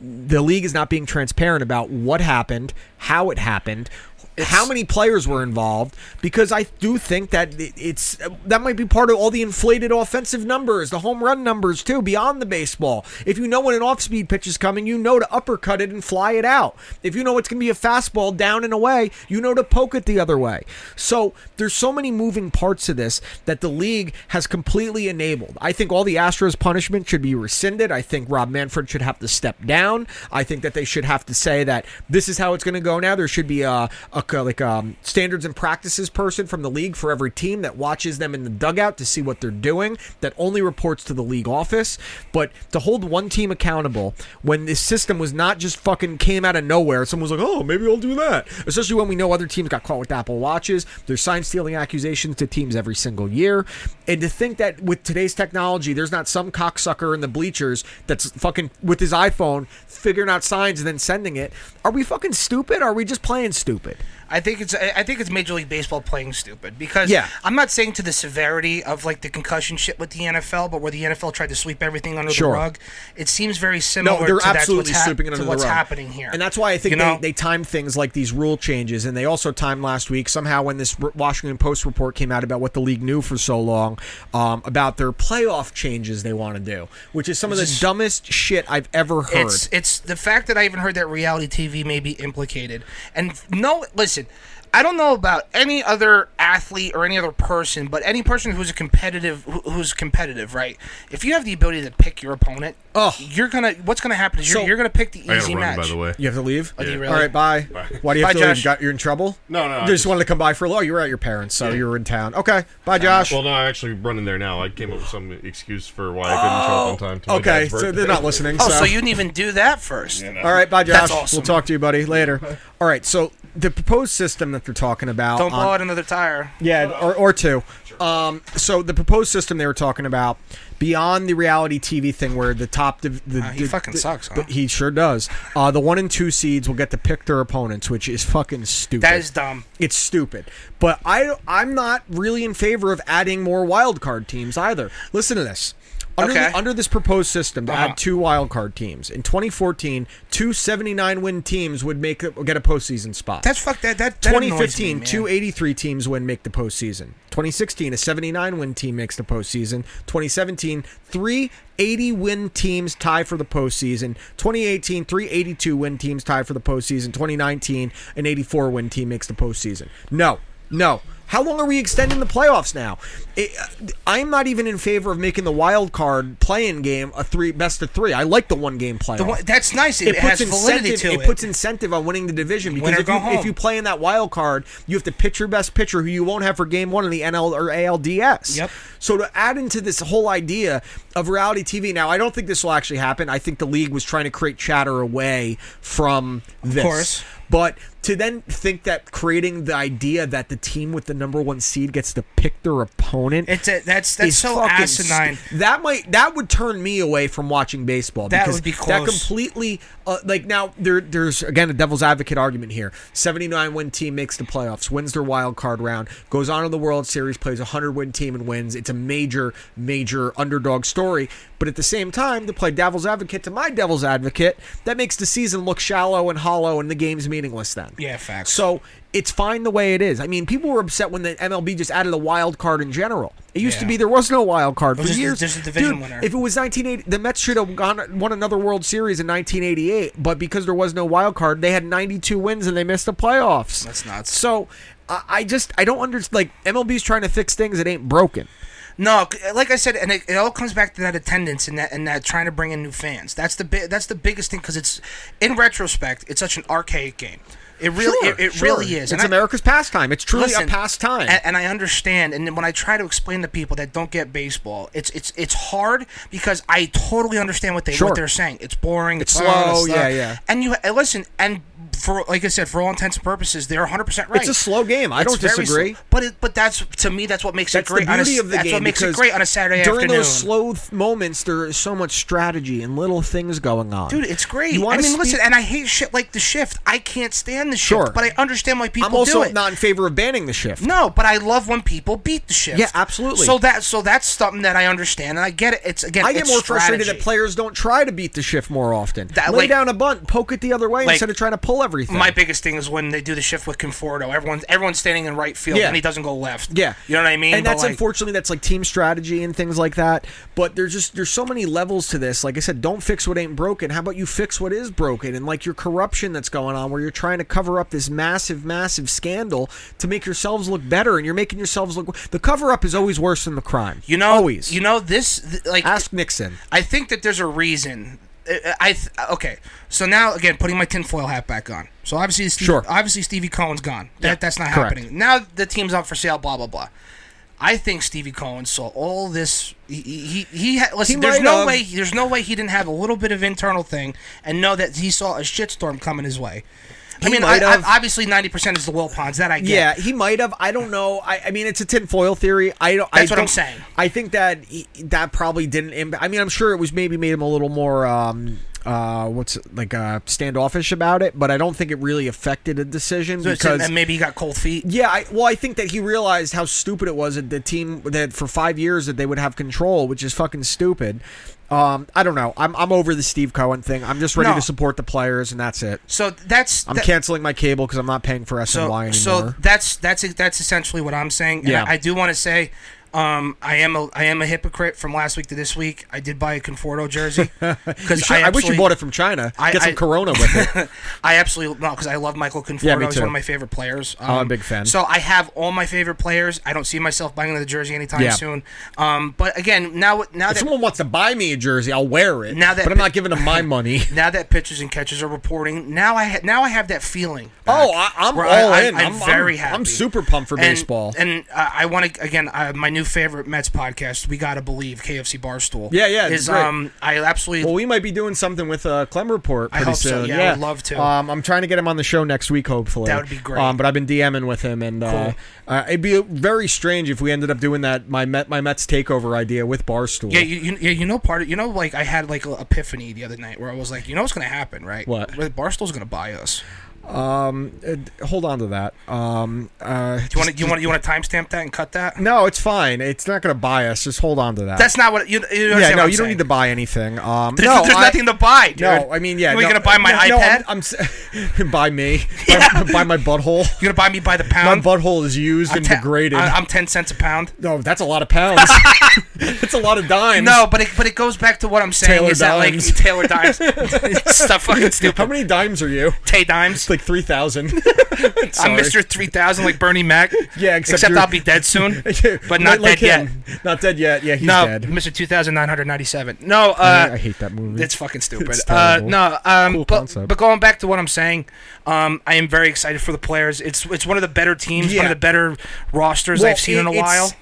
the league is not being transparent about what happened, how it happened, how many players were involved. Because I do think that it- it's that might be part of all the inflated offensive numbers, the home run numbers too, beyond the baseball. If you know when an off-speed pitch is coming, you know to uppercut it and fly it out. If you know it's going to be a fastball down and away, you know to poke it the other way. So there's so many moving parts to this that the league has completely enabled. I think all the Astros punishment should be rescinded. I think Rob Manfred should have to step down. I think that they should have to say that this is how it's going to go now. There should be a, a like um, standards and practices person from the league for every team that watches them in the dugout to see what they're doing. That only reports to the league office. But to hold one team accountable when this system was not just fucking came out of nowhere. Someone was like, oh, maybe I'll do that. Especially when we know other teams got caught with Apple watches. There's sign stealing accusations to teams every single year. And to think that with today's technology, there's not some cocksucker in the bleachers that's fucking with his iPhone figuring out signs and then sending it. Are we fucking stupid? Or are we just playing stupid? I think it's I I think it's Major League Baseball playing stupid because Yeah. I'm not saying to the severity of like the concussion shit with the NFL, but where the NFL tried to sweep everything under Sure. the rug, it seems very similar. No, they're to absolutely that's what's hap- sweeping it to under the what's rug. happening here, and that's why I think You know? they, they timed things like these rule changes, and they also timed last week somehow when this R- Washington Post report came out about what the league knew for so long um, about their playoff changes they want to do, which is some of the dumbest shit I've ever heard. It's it's the fact that I even heard that reality TV may be implicated. And no, listen, I don't know about any other athlete or any other person, but any person who's a competitive who- who's competitive, right? If you have the ability to pick your opponent, Oh. you're gonna what's gonna happen is you're, So- you're gonna pick the I easy gotta run, match. by the way. You have to leave. do you really? All right, bye. Why do you have Bye, to leave? Josh. You got, you're in trouble. No, no, You I just, just- wanted to come by for a little. You were at your parents, so you were in town. Okay, bye, Josh. Well, no, I actually run in there now. I came up with some excuse for why I couldn't show up on time. To my Oh, okay, dad's so birthday. they're not listening. Oh, so you didn't even do that first. All right, bye, Josh. That's awesome. We'll talk to you, buddy, later. All right, so the proposed system that they're talking about. Don't on- blow out another tire. Yeah, or, or two. Um, so the proposed system they were talking about, beyond the reality TV thing, where the top, div- the, Ah, he the- fucking the- sucks, huh? the- he sure does. Uh, the one and two seeds will get to pick their opponents, which is fucking stupid. That is dumb. It's stupid. But I, I'm not really in favor of adding more wild card teams either. Listen to this. Under, Okay. the, under this proposed system to Uh-huh. add two wild card teams in 2014, two 79 win teams would make get a postseason spot. That's fuck that that, that annoys 2015, me, man. 283 teams win make the postseason. 2016, a 79 win team makes the postseason. 2017, 380 win teams tie for the postseason. 2018, 382 win teams tie for the postseason. 2019, an 84 win team makes the postseason. No, no. How long are we extending the playoffs now? It, uh, I'm not even in favor of making the wild card play-in game a three best of three. I like the one game playoff The one- that's nice. It, has validity incentive, to it. puts incentive on winning the division because Winner if go you, if home. you play in that wild card, you have to pitch your best pitcher who you won't have for game one in the NL or ALDS. Yep. So to add into this whole idea of reality TV, now I don't think this will actually happen. I think the league was trying to create chatter away from this. course. But to then think that creating the idea that the team with the number one seed gets to pick their opponent it's a, that's that's is so fucking asinine. stu- that might that would turn me away from watching baseball. That because would be That close. completely uh, like now there there's again a devil's advocate argument here. Seventy nine win team makes the playoffs, wins their wild card round, goes on to the World Series, plays a hundred win team and wins. It's a major major underdog story. But at the same time, to play devil's advocate to my devil's advocate, that makes the season look shallow and hollow, and the game's meaningless. Then Yeah, facts. So so it's fine the way it is. I mean, people were upset when the MLB just added a wild card in general. It used to Yeah. be there was no wild card for just- years. just a division Dude, winner. If it was 1980, the Mets should have gone won another World Series in 1988, but because there was no wild card, they had 92 wins and they missed the playoffs. That's nuts. So I I just I don't understand. Like MLB's trying to fix things that ain't broken. No, c- like I said, and it, it all comes back to that attendance and that and that trying to bring in new fans. That's the bi- that's the biggest thing because it's in retrospect, it's such an archaic game. It really Sure, it, it sure. really is. It's I- America's pastime. It's truly listen, a pastime. a- and I understand. And then when I try to explain to people that don't get baseball, it's it's it's hard because I totally understand what they Sure. what they're saying. It's boring. It's, It's blah, blah, slow, blah. yeah, yeah. And you and listen and. For, like I said, for all intents and purposes, they're 100 percent right. It's a slow game. I don't very disagree. slow. but it, but that's to me that's what makes That's it great. the on a beauty s- of the that's game. what makes it because great on a Saturday during afternoon. those slow th- moments, there is so much strategy and little things going on. Dude, it's great. You I wanna mean, speak- listen, and I hate shit like the shift. I can't stand the shift, Sure. but I understand why people I'm also do it. not in favor of banning the shift. no, but I love when people beat the shift. Yeah, absolutely. So that so that's something that I understand and I get it. It's again, I get it's more frustrated strategy. that players don't try to beat the shift more often. That, Lay like- down a bunt, poke it the other way like, instead of trying to pull everything. My biggest thing is when they do the shift with Conforto. Everyone's everyone's standing in right field Yeah. and he doesn't go left. yeah, you know what I mean. And But, that's like, unfortunately that's like team strategy and things like that. But there's just there's so many levels to this. Like I said, don't fix what ain't broken. How about you fix what is broken? And like your corruption that's going on, where you're trying to cover up this massive, massive scandal to make yourselves look better, and you're making yourselves look. The cover up is always worse than the crime. You know, always. You know this. th- Like, ask Nixon. I think that there's a reason. Uh, I- I th- okay. So now again, putting my tinfoil hat back on. So obviously, Steve, Sure. obviously Stevie Cohen's gone. That, Yeah, that's not correct. happening. Now the team's up for sale. Blah blah blah. I think Stevie Cohen saw all this. He he, he had, listen. He there's might no have. way. There's no way he didn't have a little bit of internal thing and know that he saw a shitstorm coming his way. I He mean, I, might I, have. obviously ninety percent is the Will Ponds that I get. Yeah, he might have. I don't know. I, I mean, it's a tinfoil theory. I don't. That's I what I'm don't- saying. I think that he, that probably didn't. Imp- I mean, I'm sure it was maybe made him a little more. Um, uh, what's it- like uh, standoffish about it, but I don't think it really affected a decision So it's- because and maybe he got cold feet. yeah, I, well, I think that he realized how stupid it was that the team that for five years that they would have control, which is fucking stupid. Um, I don't know. I'm I'm over the Steve Cohen thing. I'm just ready No. to support the players, and that's it. So that's I'm that- canceling my cable because I'm not paying for SNY anymore. So that's that's that's essentially what I'm saying. And Yeah. I, I do want to say, um, I am a I am a hypocrite from last week to this week. I did buy a Conforto jersey because Sure, I, wish you bought it from China. I- Get some I- Corona with it. I absolutely no, because I love Michael Conforto. Yeah, me He's too. Oh, one of my favorite players. Um, I'm a big fan. So I have all my favorite players. I don't see myself buying another jersey anytime Yeah. soon. Um, but again, now now If that someone wants to buy me a jersey, I'll wear it. Now that- but I'm not giving them my money. now that pitchers and catchers are reporting, now I ha- now I have that feeling. Oh, back I- I'm where all in. I'm, I'm- very I'm- happy. I'm super pumped for And- baseball. And uh, I want to again uh, my new favorite Mets podcast. We gotta believe KFC Barstool. Yeah, yeah, it's Is great. um I absolutely well, we might be doing something with uh, Clem Report pretty hope so. soon. Yeah, I would love to. Um, I'm trying to get him on the show next week, hopefully. That would be great. Um, but I've been DMing with him, and uh, Cool. uh, it'd be very strange if we ended up doing that my Met, my Mets takeover idea with Barstool. yeah, you, you, yeah, you know part of you know like I had like an epiphany the other night where I was like, you know what's gonna happen, right? What? Where Barstool's gonna buy us. Uh, hold on to that. Um, uh, Do you want to you want you want to timestamp that and cut that? no, it's fine. It's not going to buy us. Just hold on to that. That's not what you. you yeah, understand no, what I'm you don't saying. need to buy anything. Um, There's, no, there's I- nothing to buy, dude. No, I mean, yeah. You're no, gonna buy my no, iPad. no, I'm, I'm s- buy me, buy, buy my butthole. You're gonna buy me by the My pound. butthole is used and Te- degraded. Um, I, am ten cents a pound. no, that's a lot of pounds. It's a lot of dimes. No, but it but it goes back to what I'm saying Taylor is that dimes. like Taylor dimes stuff fucking stupid. How many dimes are you? Tay dimes? It's like three thousand. I'm Mr. Three Thousand like Bernie Mac. Yeah, except you're- I'll be dead soon, but not like dead yet. him. Not dead yet. Yeah, he's No, dead. Mr. 2997. No, uh, I hate that movie. It's fucking stupid. It's uh, terrible. no, um, Cool but, concept. but going back to what I'm saying, um, I am very excited for the players. It's it's one of the better teams, one Yeah. of the better rosters Well, I've seen it- in a it's- while.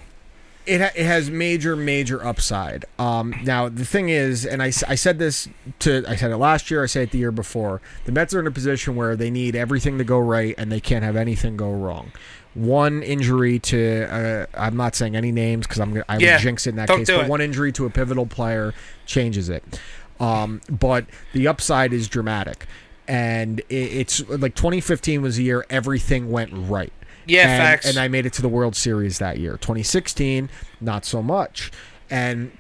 it, ha- it has major major upside um, now the thing is and I, s- I said this to i said it last year i said it the year before the mets are in a position where they need everything to go right and they can't have anything go wrong one injury to uh, i'm not saying any names because i'm gonna i Yeah, would jinx it in that don't case do but it. one injury to a pivotal player changes it um, but the upside is dramatic and it, it's like 2015 was the year everything went right Yeah, and, facts. And I made it to the World Series that year. 2016, not so much. And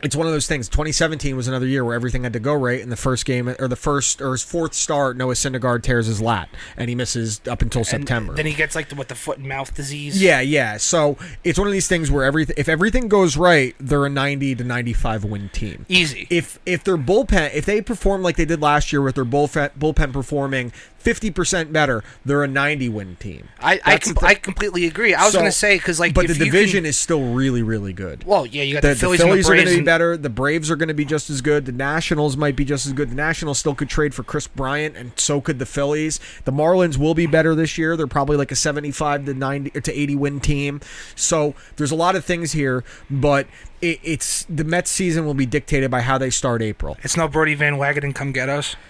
it's one of those things. 2017 was another year where everything had to go right. In the first game, or the first or his fourth start, Noah Syndergaard tears his lat, and he misses up until And September. Then he gets like the, what the foot and mouth disease. yeah, yeah. So it's one of these things where every if everything goes right, they're a 90 to 95 win team. Easy. If if their bullpen, if they perform like they did last year with their bullpen bullpen performing 50 percent better, they're a 90 win team. I I, That's com- the- I completely agree. I was so- gonna say because like, but if the you division can- is still really really good. well, yeah, you got the, the, the Phillies, Phillies, and the are going Braves to be and- better. The Braves are going to be just as good. The Nationals might be just as good. The Nationals still could trade for Chris Bryant, and so could the Phillies. The Marlins will be better this year. They're probably like a seventy-five to ninety or to eighty win team. So there's a lot of things here, but it, it's the Mets season will be dictated by how they start April. It's no Brody Van Wagenen come get us.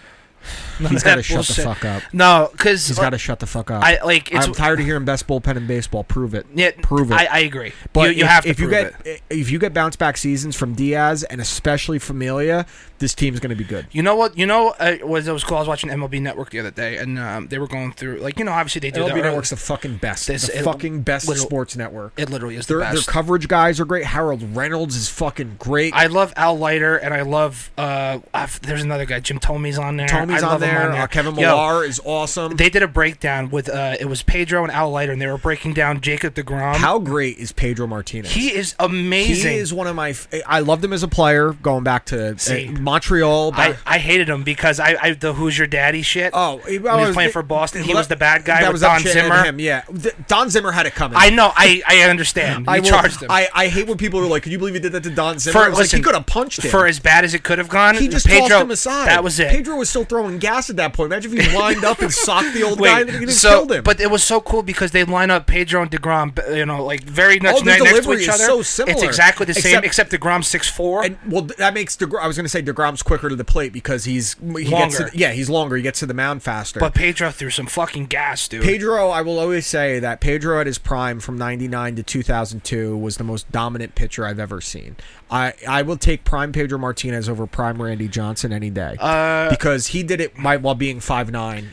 He's got to shut the bullshit. fuck up. No, uh, because He's got to shut the fuck up. I- like, it's- I'm tired of hearing best bullpen in baseball. Prove it. Yeah, prove it. I, I agree. But you, you if, have to if prove you get eh, it. if you get bounce back seasons from Diaz and especially Familia, this team's going to be good. You know what? You know uh, was it was cool. I was watching MLB Network the other day, and um, they were going through like you know obviously they do MLB that. Network's the fucking best. This- the it- fucking best literal- sports network. it literally is the their, best. Their coverage guys are great. Harold Reynolds is fucking great. I love Al Leiter, and I love uh, I've, there's another guy, Jim Tomey's on there. Tomy's I on love him there. uh, Kevin Yo, Millar is awesome. they did a breakdown with uh, it was Pedro and Al Leiter, and they were breaking down Jacob Degrom. How great is Pedro Martinez? um, he is He amazing. is one of my. f- eh, I loved him as a player. Going back to uh, See. Montreal. I, back- I hated him because I, I the Who's Your Daddy shit. oh, he, when he was playing for Boston, he was the bad guy That with was Don shit at Zimmer. Him, yeah, Th- Don Zimmer had it coming. I know. I, I understand. You I will- charged him. I, I hate when people are like, "Can you believe he did that to Don Zimmer?" For- I was listen, like, he could have punched him. For as bad as it could have gone, He just Pedro, tossed him aside. That was it. Pedro was still throwing gas at that point. Imagine if he lined up and socked the old Wait, guy and he just so, killed him. But it was so cool because they line up Pedro and Degrom, b- you know, like very much Oh, their ne- next to delivery each is other. so similar. It's exactly the same, except Except- Degrom's six four. and well, th- that makes Degrom. I was going to say Degrom's quicker to the plate because he's he Gets to Longer. the, yeah, he's longer. He gets to the mound faster. But Pedro threw some fucking gas, dude. Pedro, I will always say that Pedro at his prime from 99 to 2002 was the most dominant pitcher I've ever seen. I, I will take prime Pedro Martinez over prime Randy Johnson any day uh, because he did it my, while being 5'9".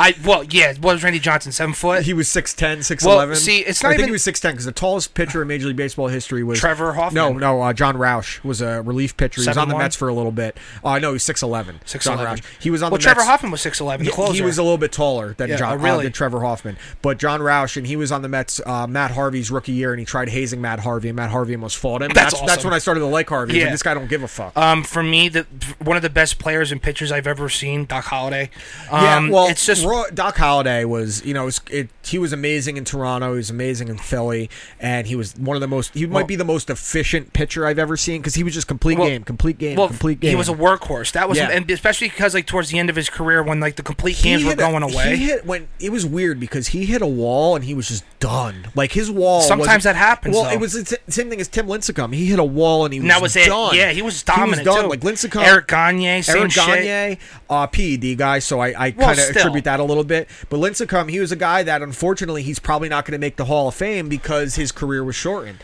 I well, yeah, it was Randy Johnson seven foot. He was 6'10", 6'11". Well, see, it's I not think even- he was 6'10", because the tallest pitcher in Major League Baseball history was... Trevor Hoffman. No, no, uh, John Roush was a relief pitcher. He was on the 7'1"? Mets for a little bit. Uh, no, he was 6'11". John 6'11". Roush. He was on well, the Trevor Mets... Hoffman was six eleven. The Yeah, closer. He was a little bit taller than Yeah, John, oh, uh, really? than Trevor Hoffman, but John Roush, and he was on the Mets uh, Matt Harvey's rookie year, and he tried hazing Matt Harvey, and Matt Harvey almost fought him. That's that's, awesome. when I started to like Harvey. Yeah. But this guy don't give a fuck. Um, for me, the one of the best players and pitchers I've ever seen, Doc Holliday. Um, yeah, well, it's just Roy, Doc Holliday was, you know, it was- it, he was amazing in Toronto. He was amazing in Philly, and he was one of the most. He might be the most efficient pitcher I've ever seen because he was just complete Well- game, complete game, well, complete game. He was a workhorse. That was, Yeah. and especially because like towards the end of his career, when like the complete He games were hit a- going away. He hit when it was weird because he hit a wall and he was just done. Like his wall. Sometimes wasn't- that happens, Well, though. it was the t- same thing as Tim Lincecum. He hit a wall and he And that was it. done. Yeah, he was dominant done. too. Like Lincecum, Eric Gagne, same Eric shit. Gagne, uh, PED guy. So I, I Well, kind of still. attribute that a little bit. But Lincecum, he was a guy that unfortunately he's probably not going to make the Hall of Fame because his career was shortened.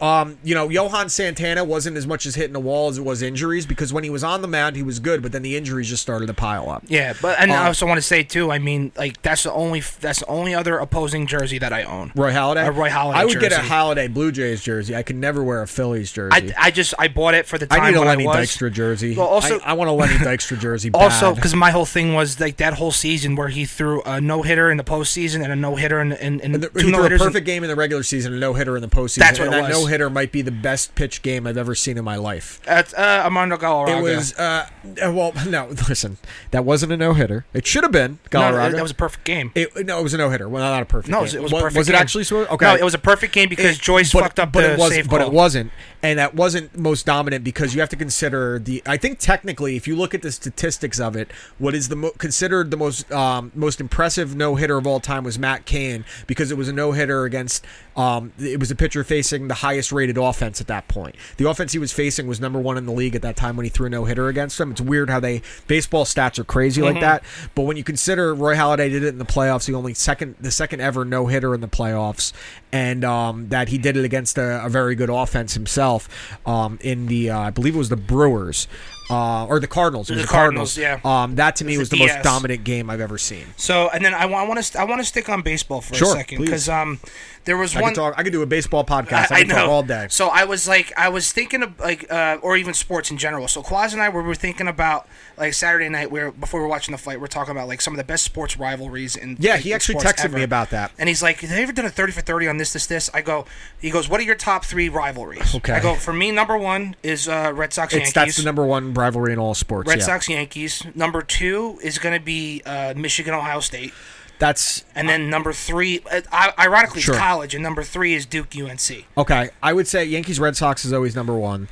Um, you know, Johan Santana wasn't as much as hitting the wall as it was injuries because when he was on the mound he was good, but then the injuries just started to pile up. Yeah, but and I Um, also want to say too. I mean, like that's the only that's the only other opposing jersey that I own. Roy Halladay. A Roy Halladay I would get a jersey. Halladay Blue Jays jersey. I could never wear a Phillies I, jersey. I, I just I bought it for the time need a when Lenny I was. Dykstra jersey. Well, also- I, I want a Lenny Dykstra jersey. Bad. Also, because my whole thing was like that whole season where he threw a no hitter in the postseason and a no hitter in, in, in And the- two he no threw a hitters. perfect game in the regular season, and a no hitter in the postseason. That's what and it that was. no hitter might be the best pitch game I've ever seen in my life. At, uh, Armando Galarraga. It was uh, uh, well, no, listen, that wasn't a no hitter. It should have been no, Colorado. that was a perfect game. It, no, it was a no hitter. Well, not a perfect. No, it game. was, it was Wa- a perfect. Was it game. actually so? Okay, No, it was a perfect game because It- Joyce but- fucked up but the it was, save But call. it wasn't, and that wasn't most dominant because you have to consider the. I think technically, if you look at the statistics of it, what is the mo- considered the most um, most impressive no hitter of all time was Matt Cain because it was a no hitter against. Um, it was a pitcher facing the highest rated offense at that point. The offense he was facing was number one in the league at that time when he threw a no hitter against them. It's weird how they baseball stats are crazy Mm-hmm. like that, but when you consider Roy Halladay did it in the playoffs, the only second the second ever no hitter in the playoffs, and um, that he did it against a, a very good offense himself um, in the uh, I believe it was the Brewers. uh, or the Cardinals. It was The the Cardinals. Cardinals, Um, that to me was was the the most DS. dominant game I've ever seen. So, and then I want to I want to stick on baseball for Sure, a second please. because um, there was I one. could talk. I could do a baseball podcast. I, could talk all day. So I was like, I was thinking of like, uh, or even sports in general. So Quaz and I were, were thinking about like Saturday night, where before we were watching the fight, we are talking about like some of the best sports rivalries in. Yeah, like, he in actually sports texted me ever. about that. and he's like, "Have you ever done a thirty for thirty on this, this, this?" I go, he goes, "What are your top three rivalries?" Okay. I go, for me, number one is uh, Red Sox it's Yankees. that's the number one rivalry in all sports. Red yeah. Sox Yankees. Number two is going to be uh, Michigan Ohio State. That's And then number three, uh, I- ironically, Sure. it's college, and number three is Duke UNC. Okay, I would say Yankees Red Sox is always number one.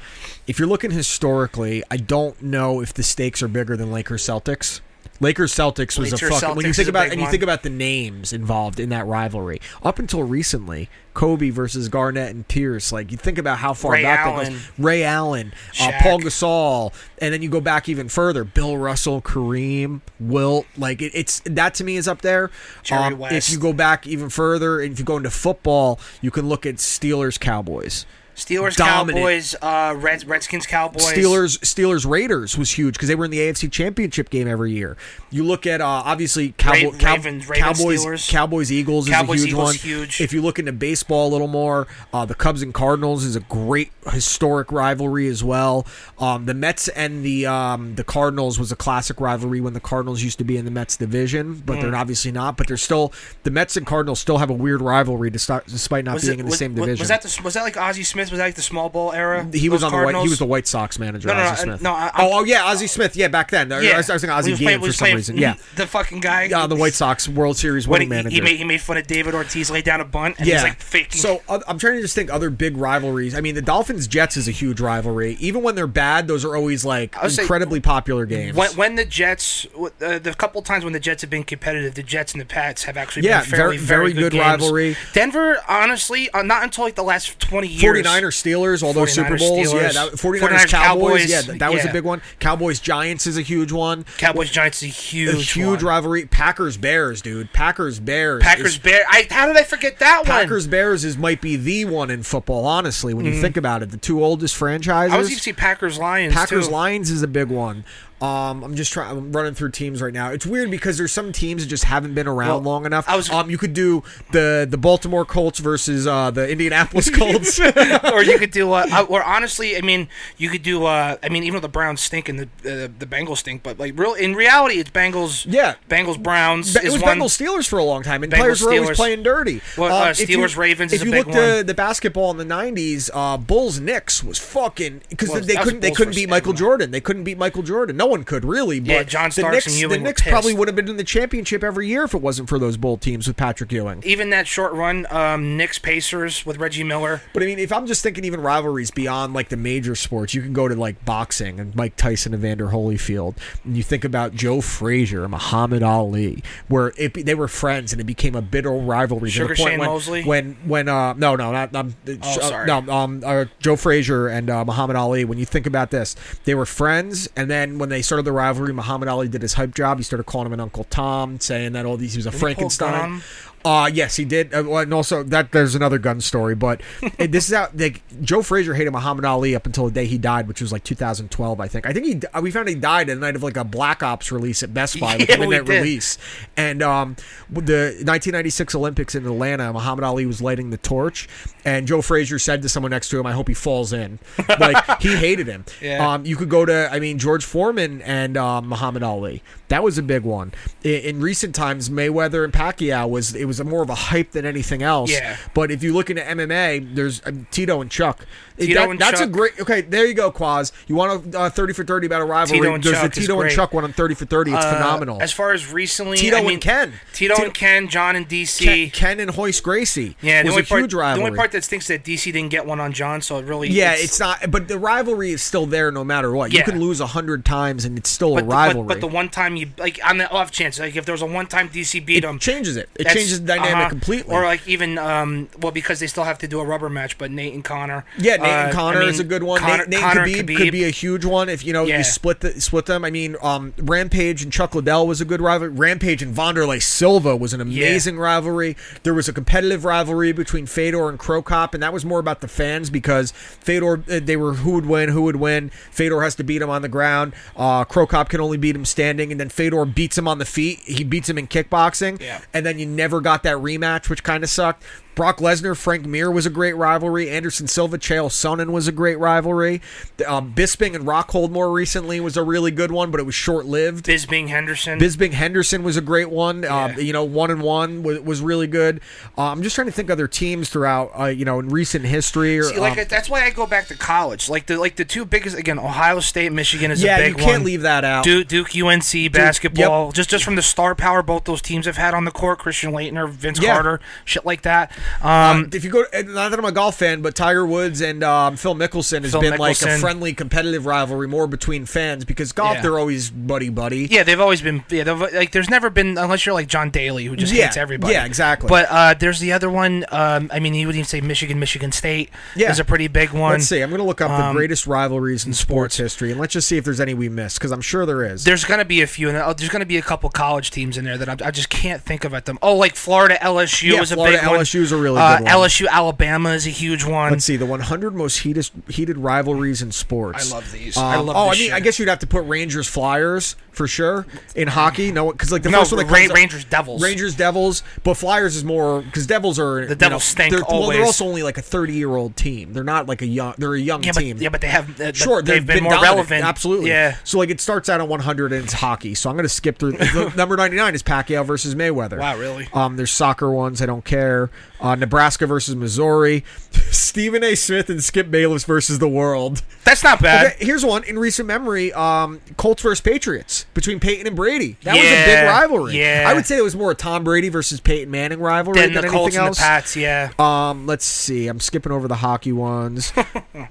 If you're looking historically, I don't know if the stakes are bigger than Lakers Celtics. Lakers Celtics was Lakers a fucking when Celtics you is think a about big and you one. think about the names involved in that rivalry. Up until recently, Kobe versus Garnett and Pierce. Like you think about how far Ray back that Allen. goes. Ray Allen, uh, Shaq. Paul Gasol, and then you go back even further. Bill Russell, Kareem, Wilt. Like it, it's that to me is up there. Jerry Um, If West. you go back even further, and if you go into football, you can look at Steelers Cowboys. Steelers, Dominant. Cowboys, uh, Reds, Redskins, Cowboys. Steelers Steelers Raiders was huge because they were in the AFC Championship game every year. You look at uh, obviously Cowboy, Ra- Cow- Ravens- Ravens, Cowboys Steelers. Cowboys Eagles is Cowboys, a huge Eagles, one. huge. If you look into baseball a little more, uh, the Cubs and Cardinals is a great historic rivalry as well. Um, the Mets and the um, the Cardinals was a classic rivalry when the Cardinals used to be in the Mets division, but Hmm. they're obviously not. But they're still the Mets and Cardinals still have a weird rivalry despite despite not Was being it- in the was- same was- division. Was that the, was that like Ozzie Smith? Was that like the small ball era? He was Those on the white. He Cardinals? was the White Sox manager. No, no, no, Ozzie uh, Smith. no, I- oh, oh, yeah, Ozzie Smith. Yeah, back then. I was, I was thinking We Ozzie was Game playing- we for was some playing reason. Yeah, the fucking guy. yeah, the White Sox World Series When winning he, manager. he made he made fun of David Ortiz lay down a bunt, and yeah, he's like faking. so uh, I'm trying to just think other big rivalries. I mean, the Dolphins Jets is a huge rivalry. Even when they're bad, those are always like would say- incredibly popular games. when, when the Jets, uh, the couple times when the Jets have been competitive, the Jets and the Pats have actually Yeah, been fairly very- very good games. rivalry. Denver, honestly, uh, not until like the last twenty years. 49ers Steelers, all those 49ers Super Bowls. Yeah, Steelers. that, 49ers, 49ers Cowboys. Cowboys, Yeah, that, that was a yeah. big one. Cowboys Giants is a huge one. Cowboys Giants is a A huge, huge one. rivalry. Packers Bears, dude. Packers Bears. is Packers Bear. I how did I forget that one? Packers Bears is might be the one in football, honestly, when you think about it. The two oldest franchises. Mm-hmm. I was even see Packers Lions. Packers too. Lions is a big one. Um, I'm just trying. I'm running through teams right now. It's weird because there's some teams that just haven't been around Well, long enough. I was- um, you could do the the Baltimore Colts versus uh, the Indianapolis Colts. or you could do, uh, uh, or honestly, I mean, you could do. Uh, I mean, even though the Browns stink and the uh, the Bengals stink, but like real in reality, it's Bengals. Yeah. Bengals Browns. It is was one. Bengals Steelers for a long time, and Bengals, players were always Steelers. playing dirty. Well, uh, if you- Steelers, Ravens If is a you big looked the one. the basketball in the '90s, uh, Bulls Knicks was fucking because Well, they that was couldn't they Bulls couldn't versus beat Michael everyone. Jordan. They couldn't beat Michael Jordan. No one could really. But Yeah, John the Starks Knicks, and Ewing the were Knicks probably pissed. would have been in the championship every year if it wasn't for those Bull teams with Patrick Ewing. Even that short run, um, Knicks Pacers with Reggie Miller. But I mean, if I'm just thinking even rivalries beyond like the major sports, you can go to like boxing and Mike Tyson and Vander Holyfield, and you think about Joe Frazier and Muhammad Ali, where it, be- they were friends and it became a bitter rivalry. to the Sugar point Shane when, Mosley? Oh, When when uh no no not um, uh, sorry. no um uh, Joe Frazier and uh, Muhammad Ali. When you think about this, they were friends, and then when they started the rivalry, Muhammad Ali did his hype job. He started calling him an Uncle Tom, saying that all these he was a he pull a gun on Frankenstein. him? Uh yes, he did. Uh, well, and also that there's another gun story, but it- this is how like Joe Frazier hated Muhammad Ali up until the day he died, which was like 2012, I think. I think he d- we found he died at the night of like a Black Ops release at Best Buy, like Yeah, a we midnight did. release. And um, with the 1996 Olympics in Atlanta, Muhammad Ali was lighting the torch, and Joe Frazier said to someone next to him, "I hope he falls in." Like he hated him. Yeah. Um, you could go to, I mean, George Foreman and um, Muhammad Ali. That was a big one. I- In, recent times, Mayweather and Pacquiao was it was a more of a hype than anything else. Yeah. But if you look into MMA, there's um, Tito and Chuck. Tito That- and that's a Chuck. great. Okay, there you go, Quaz. You want a uh, thirty for thirty about a rivalry? Tito and there's Chuck the is Tito and great. Chuck one on thirty for thirty. It's Uh, phenomenal. As far as recently, Tito I and mean, Ken. Tito, Tito- and Ken, John and DC. Ken, Ken and Hoist Gracie. yeah, the was only a part, huge the only rivalry. part that stinks is that DC didn't get one on John, so it really yeah, it's, not, but the rivalry is still there no matter what. You Yeah. can lose a hundred times and it's still a but the, but- rivalry. But, the one time you you like on the off chance like if there was a one time DC beat them. It changes it. It that's- changes the dynamic uh-huh. completely. Or like even um well because they still have to do a rubber match, but Nate and Connor. Yeah, Nate uh, and Connor I is a mean, good one. Connor, Nate, Nate Connor Khabib, could be a huge one if you know Yeah. you split the, split them. I mean, um, Rampage and Chuck Liddell was a good rivalry. Rampage and Vonderlei Silva was an amazing rivalry. There was a competitive rivalry between Fedor and Krokop, and that was more about the fans because Fedor uh, they were who would win, who would win. Fedor has to beat him on the ground. Uh, Krokop can only beat him standing, and then Fedor beats him on the feet. He beats him in kickboxing, Yeah. and then you never got that rematch, which kind of sucked. Brock Lesnar, Frank Mir was a great rivalry. Anderson Silva, Chael Sonnen was a great rivalry. Um, Bisping and Rockhold more recently was a really good one, but it was short lived. Bisbing Henderson. Bisbing Henderson was a great one. Um, Yeah. you know, one and one was, was really good. Uh, I'm just trying to think other teams throughout, uh, you know, in recent history. Or, See, like um, I- that's why I go back to college. Like the like the two biggest again, Ohio State, Michigan is yeah, a big you can't one. leave that out. Duke, Duke, UNC basketball, just just from the star power both those teams have had on the court, Christian Leitner, Vince Yeah. Carter, shit like that. Um, if you go, and not that I'm a golf fan, but Tiger Woods and um, Phil Mickelson has Phil been like a Mickelson. friendly, competitive rivalry more between fans because golf Yeah. they're always buddy buddy. yeah, they've always been. Yeah, they've- like there's never been unless you're like John Daly who just Yeah, hates everybody. yeah, exactly. But uh, there's the other one. Um, I mean, you would even say Michigan, Michigan State Yeah. is a pretty big one. Let's see. I'm going to look up the Um, greatest rivalries in sports sports. history, and let's just see if there's any we missed because I'm sure there is. There's gonna be a few, and uh, there's gonna be a couple college teams in there that I, I just can't think of at them. Oh, like Florida LSU Yeah, is a Florida big one. LSU is a really uh, good one. LSU Alabama is a huge one. Let's see the 100 most heated heated rivalries in sports. I love these. I Um, love Oh, this I mean, shit. I guess you'd have to put Rangers Flyers for sure in hockey. No, because like the No, first one that Ra- comes up- Rangers Devils. Rangers Devils, but Flyers is more because Devils are the Devils stink They're, Well, they're always. also only like a 30 year old team. They're not like a young. They're a young yeah, but, team. yeah, but they have. Uh, Sure, they've, been, more dominant. relevant. Absolutely. Yeah. So like it starts out at 100 and it's hockey. So I'm going to skip through. the- number 99 is Pacquiao versus Mayweather. Wow, really? Um, there's soccer ones. I don't care. Uh, Nebraska versus Missouri. Stephen A. Smith and Skip Bayless versus the world. That's not bad. Okay, here's one in recent memory: um, Colts versus Patriots between Peyton and Brady. That was a big Yeah, rivalry. yeah. I would say it was more a Tom Brady versus Peyton Manning rivalry Then than the Colts anything and else. the Pats. Yeah. Um, let's see. I'm skipping over the hockey ones.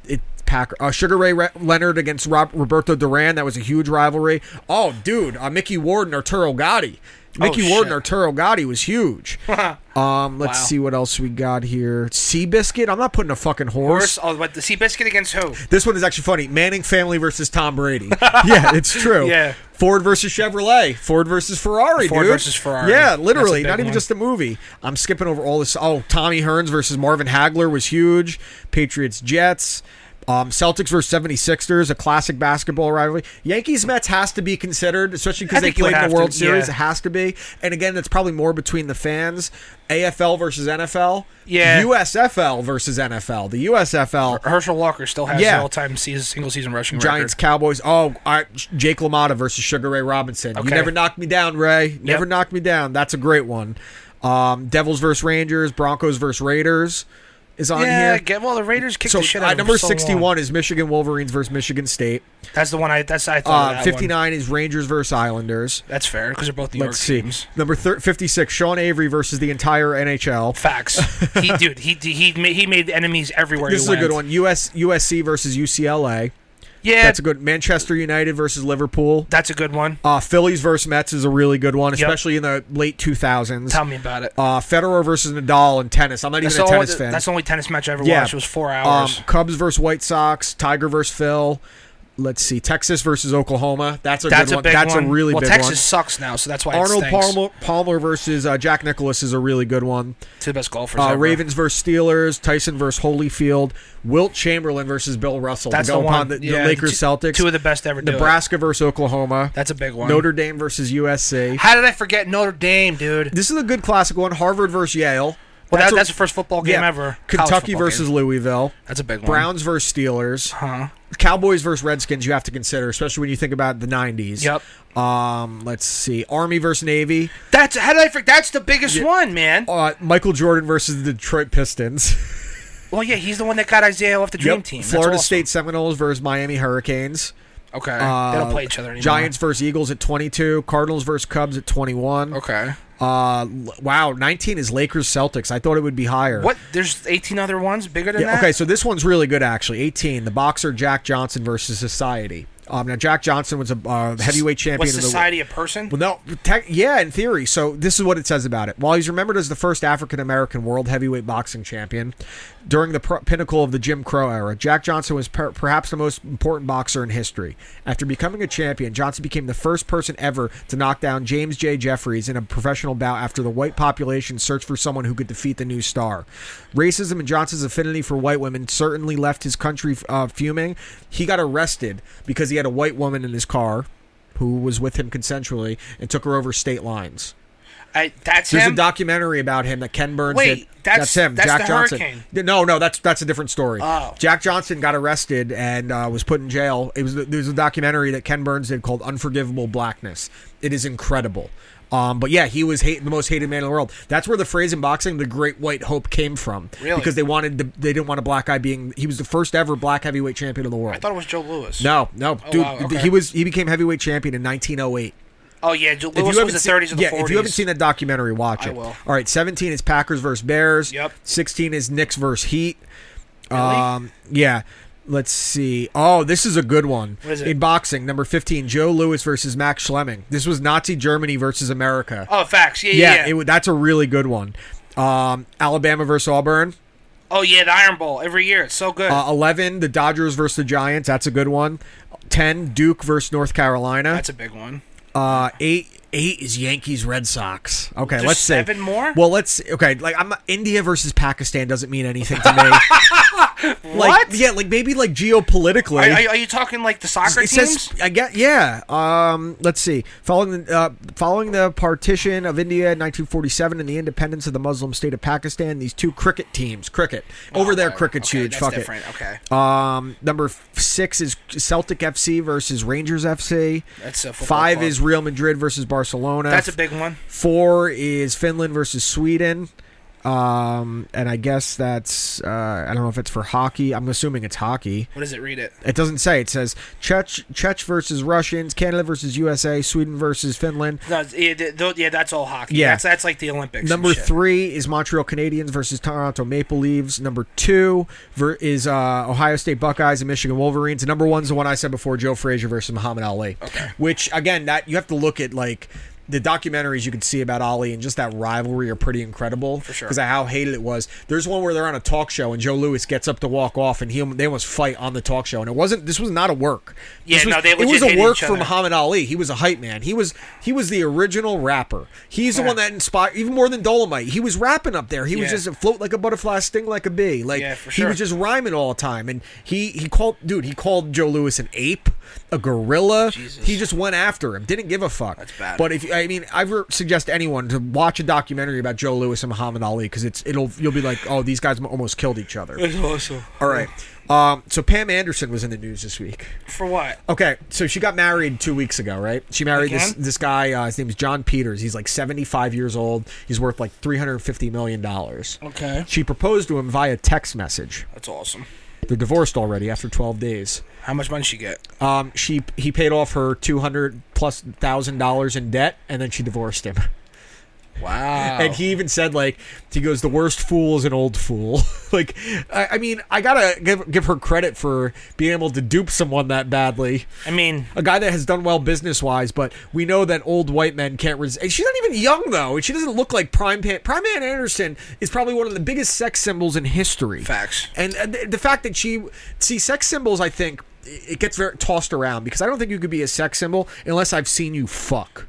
it Packer uh, Sugar Ray Re- Leonard against Rob, Roberto Duran. That was a huge rivalry. Oh, dude, uh, Mickey Ward and Arturo Gotti. Mickey Ward and Oh, shit. Arturo Gotti was huge. um, let's Wow. see what else we got here. Seabiscuit. I'm not putting a fucking horse. First, oh, but the Seabiscuit against who? This one is actually funny. Manning family versus Tom Brady. yeah, it's true. Yeah. Ford versus Chevrolet. Ford versus Ferrari. Ford dude. versus Ferrari. Yeah, That's a literally. big Not even one. just a movie. I'm skipping over all this. Oh, Tommy Hearns versus Marvin Hagler was huge. Patriots Jets. Um, Celtics versus 76ers, a classic basketball rivalry. Yankees Mets has to be considered, especially I because they think you played would in have the World to, Series. yeah. It has to be. And again, that's probably more between the fans. AFL versus NFL. Yeah. USFL versus NFL. The USFL Herschel Walker still has Yeah. the all-time season, single season rushing Giants, record. Cowboys. Oh, I, Jake LaMotta versus Sugar Ray Robinson. You Okay. never knocked me down, Ray. Never Yep. knocked me down. That's a great one. Um, Devils versus Rangers, Broncos versus Raiders is on Yeah, here. get, well, the Raiders kicked so the shit uh, out of them number so long. sixty-one is Michigan Wolverines versus Michigan State. That's the one I. That's I thought. Uh, of that One. Fifty-nine is Rangers versus Islanders. That's fair because they're both New Let's York see. teams. Number thir- fifty-six, Sean Avery versus the entire NHL. Facts. he dude. He he made, he made enemies everywhere. This he is went. a good one. US USC versus UCLA. Yeah, That's a good. Manchester United versus Liverpool. that's a good one. Uh, Phillies versus Mets is a really good one, especially in the late 2000s. Tell me about it. Uh, Federer versus Nadal in tennis. I'm not that's, even a the only, tennis fan. that's the only tennis match I ever Yeah. watched. It was four um, hours. Cubs versus White Sox. Tiger versus Phil. Let's see. Texas versus Oklahoma. That's a good that's a one. big that's one. a really well, big Texas sucks now, so that's why one. Arnold it stinks. Palmer, Palmer versus uh, Jack Nicholas is a really good one. Two of the best golfers. Uh, ever. Ravens versus Steelers. Tyson versus Holyfield. Wilt Chamberlain versus Bill Russell. That's to go the upon one. The, the Yeah, Lakers two- Celtics. Two of the best ever. do it. Nebraska versus Oklahoma. That's a big one. Notre Dame versus USC. How did I forget Notre Dame, dude? This is a good classic one. Harvard versus Yale. Well, that- that's the first football game ever. College Kentucky football versus game. Louisville. That's a big one. Uh-huh. Browns versus Steelers. Huh. Cowboys versus Redskins. You have to consider, especially when you think about the '90s. Yep. Um, let's see. Army versus Navy. That's how did I forget? That's the biggest one, man. Uh, Michael Jordan versus the Detroit Pistons. Well, yeah, he's the one that got Isaiah off the dream Yep. team. That's Florida awesome. State Seminoles versus Miami Hurricanes. Okay, Uh, they don't play each other anymore. Giants versus Eagles at 22. Cardinals versus Cubs at 21. Okay. Uh, l- wow. 19 is Lakers Celtics. I thought it would be higher. What? There's 18 other ones bigger than Yeah, that. okay, so this one's really good actually. 18, the boxer Jack Johnson versus Society. Um, now Jack Johnson was a uh, heavyweight champion. Was of the- society a person? well, no, tech, yeah, in theory. So this is what it says about it. While he's remembered as the first African American world heavyweight boxing champion, during the pr- pinnacle of the Jim Crow era, Jack Johnson was per- perhaps the most important boxer in history. After becoming a champion, Johnson became the first person ever to knock down James J. Jeffries in a professional bout after the white population searched for someone who could defeat the new star. Racism and Johnson's affinity for white women certainly left his country uh, fuming. He got arrested because he had a white woman in his car who was with him consensually and took her over state lines. I, that's There's him. a documentary about him that Ken Burns Wait, did. that's- him, that's Jack the Johnson. hurricane. No, no, that's that's a different story. Oh. Jack Johnson got arrested and uh, was put in jail. It was there's a documentary that Ken Burns did called "Unforgivable Blackness." It is incredible. Um, but yeah, he was hate, the most hated man in the world. That's where the phrase in boxing, "the Great White Hope," came from. Really? Because they wanted the, they didn't want a black guy being. He was the first ever black heavyweight champion of the world. I thought it was Joe Lewis. no, no, Oh, dude, wow, okay. he was he became heavyweight champion in 1908. Oh yeah, Joe Lewis haven't was the seen- 30s and the yeah, 40s. if you haven't seen that documentary, watch I it. will. All right, 17 is Packers versus Bears. Yep. 16 is Knicks versus Heat. Um, yeah. Let's see. Oh, this is a good one. What is it? In boxing, number 15, Joe Lewis versus Max Schlemming. This was Nazi Germany versus America. oh facts, yeah, yeah, yeah. yeah. It, wa- that's a really good one. Um, Alabama versus Auburn. oh yeah, the Iron Bowl every year. It's so good. Uh, 11, the Dodgers versus the Giants. That's a good one. 10, Duke versus North Carolina. that's a big one. Uh, eight eight is Yankees Red Sox. Okay, There's let's see. seven more? Well, let's okay. Like I'm not- India versus Pakistan doesn't mean anything to me. like, What? Yeah, like maybe like geopolitically. Are, are, are you talking like the soccer it teams? says I get yeah. Um, let's see. Following the uh, following the partition of India in 1947 and the independence of the Muslim state of Pakistan, these two cricket teams, cricket over there, Okay, cricket's Oh, okay, huge. That's Fuck different. it. Okay, Um, number f- six is Celtic FC versus Rangers FC. That's a football five club. is Real Madrid versus Barcelona. that's a big one. Four is Finland versus Sweden. Um, and I guess that's uh, I don't know if it's for hockey. I'm assuming it's hockey. What does it read it? It doesn't say. It says Czech Czech versus Russians, Canada versus USA, Sweden versus Finland. No, it's- yeah, th- th- yeah, that's all hockey. Yeah. that's, that's like the Olympics. and Number shit. three is Montreal Canadiens versus Toronto Maple Leaves. Number two ver- is uh, Ohio State Buckeyes and Michigan Wolverines. And number one's the one I said before, Joe Frazier versus Muhammad Ali. Okay. Which again, that you have to look at like the documentaries you can see about Ali and just that rivalry are pretty incredible for sure. because of how hated it was. There's one where they're on a talk show and Joe Lewis gets up to walk off and he they almost fight on the talk show and it wasn't this was not a work. Yeah, This was, no, they it was legit a hated work each for other. Muhammad Ali. He was a hype man. He was he was the original rapper. He's the Yeah. one that inspired even more than Dolomite. He was rapping up there. He was Yeah. just a float like a butterfly, sting like a bee. Like Yeah, for he sure. was just rhyming all the time. And he he called dude. He called Joe Lewis an ape, a gorilla. Jesus. He just went after him. Didn't give a fuck. That's bad. But if you- I mean, I would suggest anyone to watch a documentary about Joe Lewis and Muhammad Ali because it's it'll you'll be like, oh, these guys almost killed each other. That's awesome. All right. Um, so Pam Anderson was in the news this week. For what? Okay, so she got married two weeks ago, right? She married this Again? this guy. Uh, his name is John Peters. He's like seventy five years old. He's worth like three hundred fifty million dollars. Okay, She proposed to him via text message. that's awesome. They're divorced already after twelve days. How much money she get? Um, she he paid off her two hundred plus thousand dollars in debt, and then she divorced him. Wow. And he even said like he goes, "The worst fool is an old fool." like, I, I mean, I gotta give give her credit for being able to dupe someone that badly. I mean, a guy that has done well business wise, but we know that old white men can't resist. She's not even young though, and she doesn't look like Prime Pan. Prime Man Anderson is probably one of the biggest sex symbols in history. Facts. And uh, th- the fact that she see sex symbols, I think it gets very tossed around because I don't think you could be a sex symbol unless I've seen you fuck.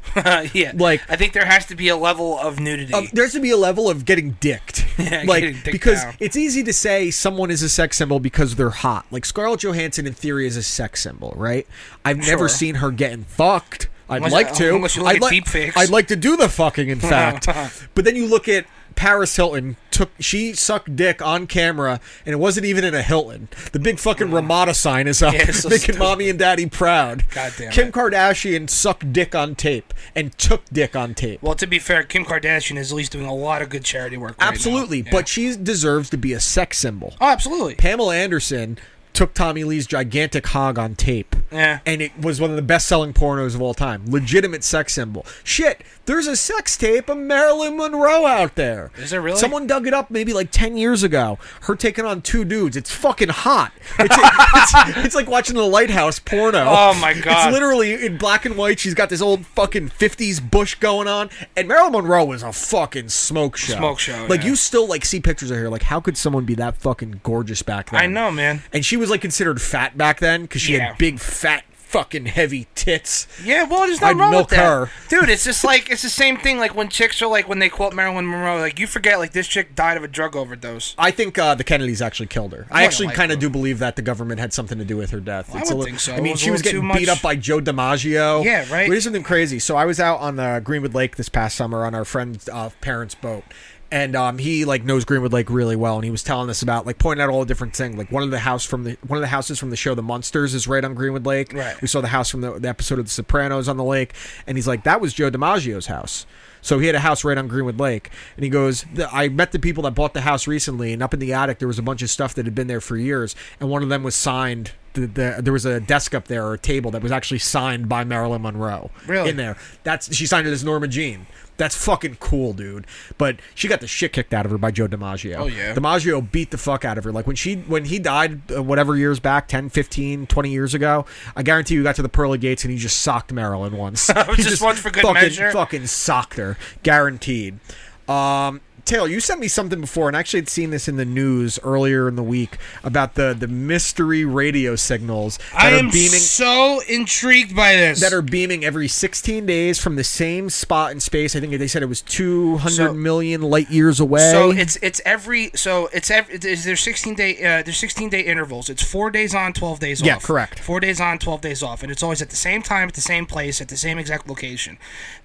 yeah. Like- I think there has to be a level of nudity. Um, there's to be a level of getting dicked, Yeah, like getting dicked because down. it's easy to say someone is a sex symbol because they're hot. Like Scarlett Johansson, in theory, is a sex symbol, right? I've never Sure. seen her getting fucked. I'd Unless- like to. unless you look I'd at like- deepfakes. I'd like to do the fucking. In fact, but then you look at Paris Hilton. Took she sucked dick on camera, and it wasn't even in a Hilton. The big fucking Ramada sign is up, Mm. Yeah, it's so making stupid. mommy and daddy proud. God damn Kim it. Kardashian sucked dick on tape and took dick on tape. well, to be fair, Kim Kardashian is at least doing a lot of good charity work. right now. Absolutely, Yeah. but she deserves to be a sex symbol. oh, absolutely. Pamela Anderson took Tommy Lee's gigantic hog on tape. Yeah. And it was one of the best selling pornos of all time. Legitimate sex symbol. Shit, there's a sex tape of Marilyn Monroe out there. Is there really? Someone dug it up maybe like 10 years ago. Her taking on two dudes. It's fucking hot. It's, it's, it's like watching the lighthouse porno. Oh, my God. It's literally in black and white. She's got this old fucking 50s bush going on. And Marilyn Monroe was a fucking smoke show. Smoke show, Like yeah. you still like see pictures of her. Like how could someone be that fucking gorgeous back then? I know, man. And she was like considered fat back then because she Yeah. had big, fat, fucking heavy tits. Yeah, well, there's nothing I'd wrong milk with that, her. dude. It's just like it's the same thing. Like when chicks are like when they quote Marilyn Monroe, like you forget like this chick died of a drug overdose. I think uh, the Kennedys actually killed her. I don't actually like kind of do believe that the government had something to do with her death. would think so. I It mean, was a she was little getting too beat much- up by Joe DiMaggio. Yeah, right. Here's something crazy. So I was out on uh, Greenwood Lake this past summer on our friend's uh, parents' boat. And um, he like knows Greenwood Lake really well, and he was telling us about like pointing out all the different things. Like one of the house from the one of the houses from the show The Munsters is right on Greenwood Lake. Right. We saw the house from the, the episode of The Sopranos on the lake, and he's like, that was Joe DiMaggio's house. So he had a house right on Greenwood Lake, and he goes, "The- I met the people that bought the house recently, and up in the attic there was a bunch of stuff that had been there for years, and one of them was signed. The, the, there was a desk up there or a table that was actually signed by Marilyn Monroe. Really? In there, that's she signed it as Norma Jean. That's fucking cool, dude. But she got the shit kicked out of her by Joe DiMaggio. Oh, yeah. DiMaggio beat the fuck out of her. Like when she when he died uh, whatever years back, 10, 15, 20 years ago, I guarantee you got to the pearly gates and he just socked Marilyn once. he Just once for good fucking, measure. Fucking socked her. Guaranteed. Um Taylor, you sent me something before, and I actually had seen this in the news earlier in the week about the, the mystery radio signals that I are am beaming so intrigued by this. that are beaming every 16 days from the same spot in space. I think they said it was two hundred So- million light years away. so it's it's every so it's every is there 16 day uh, there's 16 day intervals. It's 4 days on, 12 days Yeah, off. correct. 4 days on, 12 days off and it's always at the same time at the same place at the same exact location.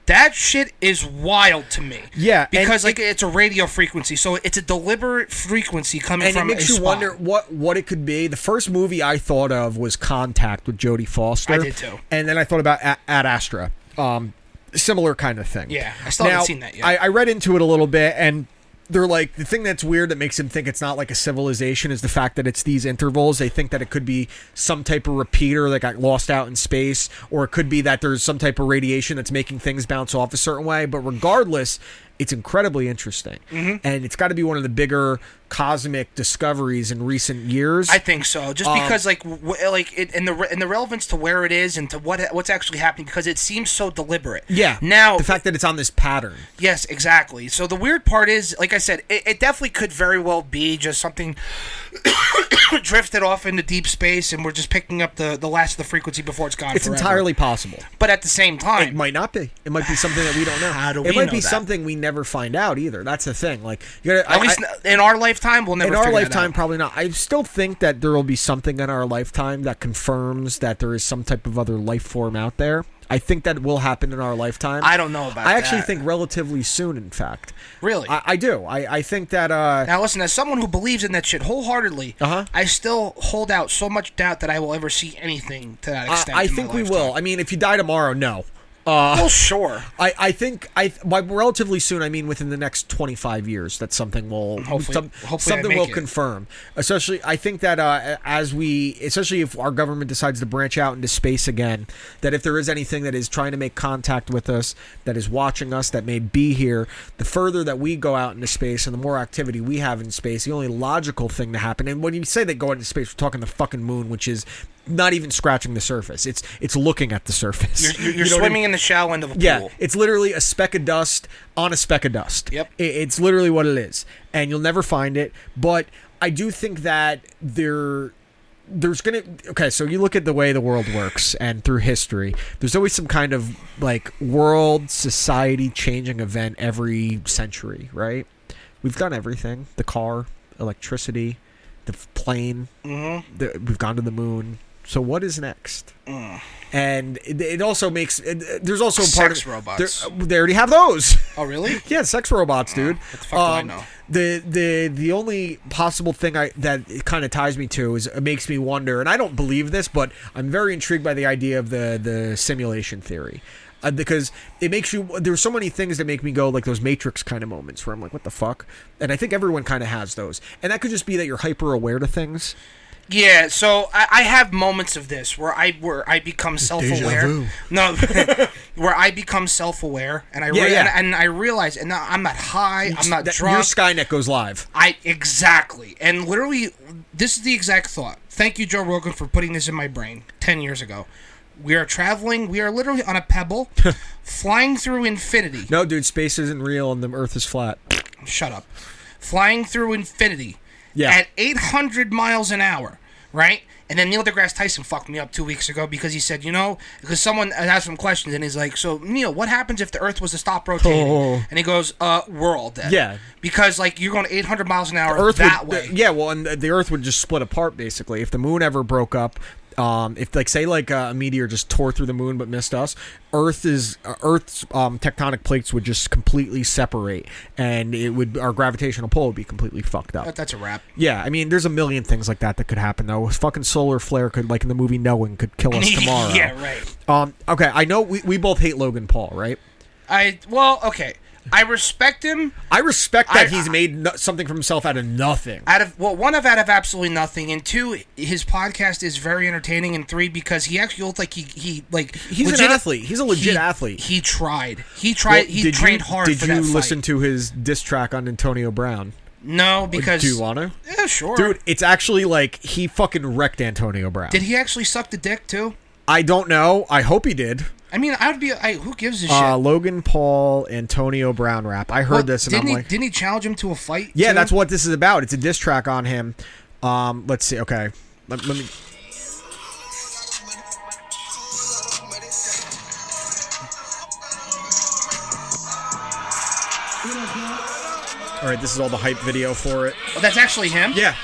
That shit is wild to me. Yeah, and Because like it's a radio frequency. So it's a deliberate frequency coming and it from makes a you spot. wonder what what it could be. The first movie I thought of was Contact with Jodie Foster. I did too. and then I thought about A- Ad Astra. Um, similar kind of thing. Yeah, I still now, haven't seen that yet. I, I read into it a little bit, and they're like the thing that's weird that makes them think it's not like a civilization is the fact that it's these intervals. They think that it could be some type of repeater that got lost out in space, or it could be that there's some type of radiation that's making things bounce off a certain way. But regardless, it's incredibly interesting, and it's got to be one of the bigger cosmic discoveries in recent years. I think so. Just Um, because, like, w- like, it, and the re- and the relevance to where it is and to what what's actually happening, because it seems so deliberate. yeah. Now, the fact that it's on this pattern. yes, exactly. So the weird part is, like I said, it, it definitely could very well be just something drifted off into deep space, and we're just picking up the the last of the frequency before it's gone. It's forever. entirely possible. But at the same It time, might not be. It might be something that we don't know. How do it we might know be that? something we never find out either. That's the thing. Like you gotta, at I- least I- in our lifetime, we'll never in our figure that lifetime, out. probably not. I still think that there will be something in our lifetime that confirms that there is some type of other life form out there. I think that will happen in our lifetime. I don't know about I actually that. think relatively soon. In fact, Really? I, I do. I, I think that. Uh, Now, listen, as someone who believes in that shit wholeheartedly, Uh-huh. I still hold out so much doubt that I will ever see anything to that I, extent. I in my think we lifetime. will. I mean, if you die tomorrow, no. Well, sure. I, I think I by relatively soon I mean within the next 25 years that something will Hopefully- some- hopefully I something make will it. confirm especially I think that uh, as we especially if our government decides to branch out into space again that if there is anything that is trying to make contact with us that is watching us that may be here the further that we go out into space and the more activity we have in space the only logical thing to happen and when you say they go out into space we're talking the fucking moon which is not even scratching the surface it's it's looking at the surface You're, you're, You know what I mean? swimming in the shallow end of a pool. Yeah, it's literally a speck of dust on a speck of dust. Yep. I- it's literally what it is, and you'll never find it. But I do think that there, there's gonna. Okay, so you look at the way the world works, and through history, there's always some kind of like world society changing event every century, right? We've done everything: the car, electricity, the f- plane. Mm-hmm. The, we've gone to the moon. So what is next? Mm. and it, it also makes it, it- there's also a part Sex of, robots. there- they already have those. Oh, really? yeah, sex robots, dude. Um, What the fuck do I know? The the the only possible thing I that it kind of ties me to is it makes me wonder, and I don't believe this, but I'm very intrigued by the idea of the the simulation theory. Uh, because it makes you there's so many things that make me go like those matrix kind of moments where i'm like what the fuck and i think everyone kind of has those and that could just be that you're hyper aware to things Yeah, so I, I have moments of this where I where I become self aware. vu. No, where I become self aware and I Yeah, rea- yeah. And, and I realize and now I'm not high, I'm not That- drunk. Your Skynet goes live. I exactly and literally this is the exact thought. Thank you, Joe Rogan, for putting this in my brain ten years ago. We are traveling. We are literally on a pebble, flying through infinity. No, dude, space isn't real and the Earth is flat. shut up. Flying through infinity Yeah. at 800 miles an hour, right? And then Neil deGrasse Tyson fucked me up two weeks ago because he said, you know, because someone asked him questions and he's like, so Neil, what happens if the Earth was to stop rotating? Oh. And he goes, uh, we're all dead. Yeah. Because, like, you're going 800 miles an hour Earth that would, way. the- yeah, well, and the- the Earth would just split apart basically if the moon ever broke up. Um, if like say like uh, a meteor just tore through the moon but missed us, Earth is uh, Earth's um, tectonic plates would just completely separate, and it would our gravitational pull would be completely fucked up. But that's a wrap. Yeah, I mean, there's a million things like that that could happen though. A fucking solar flare could, like in the movie Knowing, could kill us tomorrow. yeah, right. Um. Okay, I know we, we both hate Logan Paul, right? I, well, okay. I respect him. I respect that I- he's made no- something for himself out of nothing. out of well, one of out of absolutely nothing, and two, his podcast is very entertaining, and three, because he actually looked like he he like He's an athlete. He's a legit he- athlete. He tried. He tried. Well, he trained you, hard. Did for you that fight. listen to his diss track on Antonio Brown? No, because Do you want to? yeah, sure, Dude, it's actually like he fucking wrecked Antonio Brown. Did he actually suck the dick too? I don't know. I hope he did. I mean, I'd be. I, who gives a Uh, shit? Logan Paul, Antonio Brown rap. I heard Well, this and didn't I'm he? like, didn't he challenge him to a fight? yeah, too? that's what this is about. It's a diss track on him. Um, let's see. Okay, let, let me. All right, this is all the hype video for it. Oh, that's actually him. Yeah,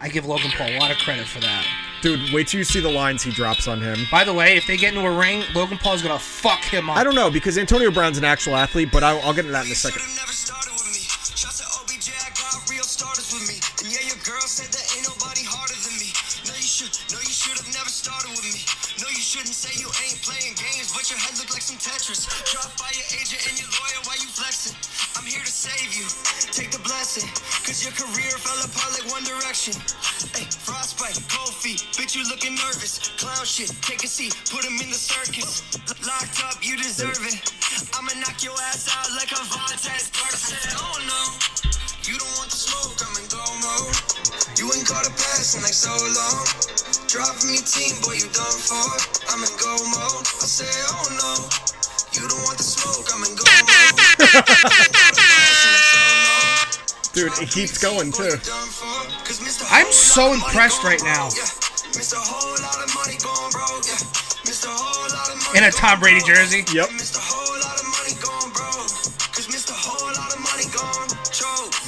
I give Logan Paul a lot of credit for that. dude, wait till you see the lines he drops on him. By the way, if they get into a ring, Logan Paul's gonna fuck him up. I don't know because Antonio Brown's an actual athlete, but I'll, I'll get into that in a second. Never started with me. Shout to OBJ, I got real starters with me. And yeah, your girl said that ain't nobody harder than me. No, you should, no, you should have never started with me. No, you shouldn't say you ain't playing games, but your head look like some Tetris. Drop by your agent and your lawyer while you flexing. I'm here to save you. Take the blessing, cause your career fell apart like One Direction. Hey, frostbite, cold feet, bitch, you looking nervous. Clown shit, take a seat, put him in the circus. Locked up, you deserve it. I'ma knock your ass out like a Vontaze person. Oh no, you don't want the smoke, I'm in go mode. You ain't caught a pass in like so long. Drop me team, boy, you done for. I'm in go mode. I say, oh no, you don't want the smoke, I'm in go mode. Dude, it keeps going too. I'm so impressed right now. In a Tom Brady jersey. Yep.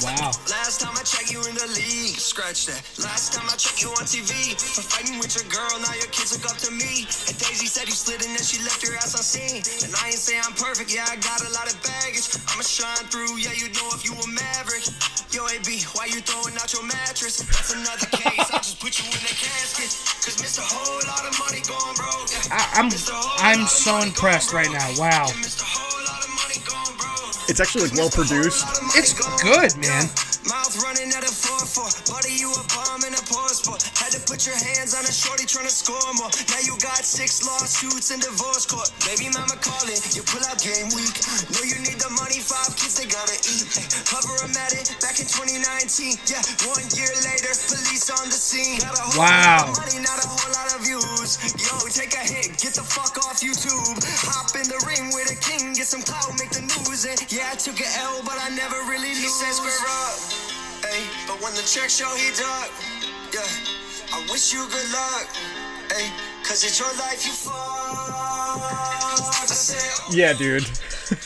Wow. Last time I checked, you in the league. Scratch that. Last time I checked, you on TV. For fighting with your girl, now your kids look up to me. And Daisy said you slid and then she left your ass unseen. And I ain't say I'm perfect, yeah, I got a lot of baggage. I'ma shine through, yeah, you know if you a maverick. Yo, AB, why you throwing out your mattress? That's another case, I just put you in the casket. Cause Mr. Whole lot of money gone broke. Yeah. I, I'm I'm so impressed right now. Wow, Mr. Whole lot of money gone broke. It's actually like well produced. it's good, man. Mouth running at a 4-4. Buddy, you a bomb in a pause for. Had to put your hands on a shorty trying to score more. Now you got six lawsuits and divorce court. Baby mama calling, you pull out game week. Know you need the money, five kids they gotta eat. Hey, hover a medic back in 2019. Yeah, one year later, police on the scene. Got a whole lot Wow. of money, not a whole lot of views. Yo, take a hit, get the fuck off YouTube. Hop in the ring with a king, get some clout, make the news. And yeah, I took a L, but I never really lose. He said square up, ayy, but when the check show he dug, yeah, I wish you good luck, ayy, cause it's your life you fuck. Yeah, dude.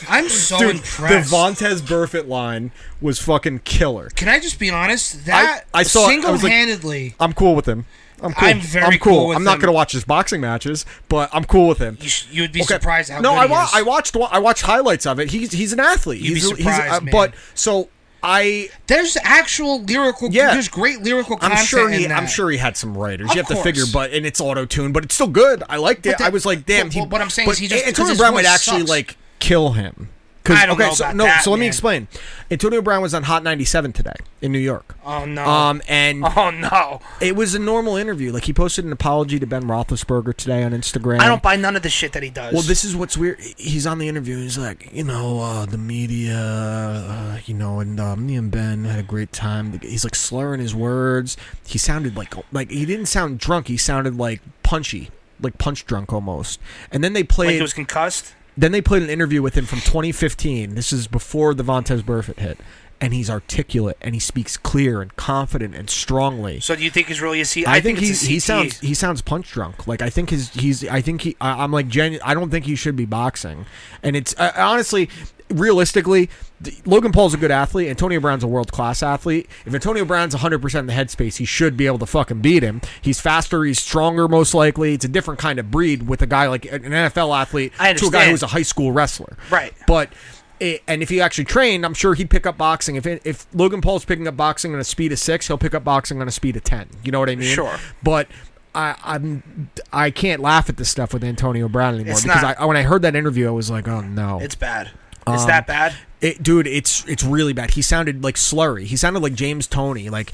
I'm so Dude, impressed. the Vontez Burfitt line was fucking killer. Can I just be honest? That I saw it, I was like- single-handedly. I'm cool with him. I'm cool. I'm very I'm cool. cool with I'm not him. gonna watch his boxing matches, but I'm cool with him. you, sh- you would be Okay. surprised how no, good I he wa- is. I watched wa- I watched highlights of it. He's he's an athlete. You'd be he's, he's, surprised, man. But so I There's actual lyrical. Yeah. There's great lyrical I'm content sure he in that. I'm sure he had some writers. Of you have course. to figure, but and it's auto tuned, but it's still good. I liked it. But that- I was like, damn. but- he, but what I'm saying but is he just- Antonio because his Brown might voice actually sucks. like kill him. 'Cause- I don't okay, know so, about no, that, so let me man. explain. Antonio Brown was on Hot 97 today in New York. Oh no. Um, and oh no. it was a normal interview. Like he posted an apology to Ben Roethlisberger today on Instagram. I don't buy none of the shit that he does. Well, this is what's weird. He's on the interview. and He's like, you know, uh, the media, uh, you know, and uh, me and Ben had a great time. He's like slurring his words. He sounded like like he didn't sound drunk. He sounded like punchy, like punch drunk almost. And then they like played. he was concussed. then they played an interview with him from 2015. This is before the Vontez Burfitt hit. And he's articulate, and he speaks clear and confident and strongly. So do you think he's really a C? I, think, it's he's, a he CTE. sounds he sounds punch drunk. Like I think his he's I think he I, I'm like genu- I don't think he should be boxing. And it's uh, honestly, realistically, th- Logan Paul's a good athlete. Antonio Brown's a world class athlete. If Antonio Brown's 100 percent in the headspace, he should be able to fucking beat him. He's faster. He's stronger. Most likely, it's a different kind of breed with a guy like an NFL athlete I to a guy understand. who's a high school wrestler. Right. But it, and if he actually trained, I'm sure he'd pick up boxing. If it, if Logan Paul's picking up boxing on a speed of six, he'll pick up boxing on a speed of ten. You know what I mean? Sure. But I, I'm I can't laugh at this stuff with Antonio Brown anymore It's because not- I, when I heard that interview, I was like, oh no, It's bad. It's Um, that bad. It- dude, it's it's really bad. He sounded like slurry. He sounded like James Tony. Like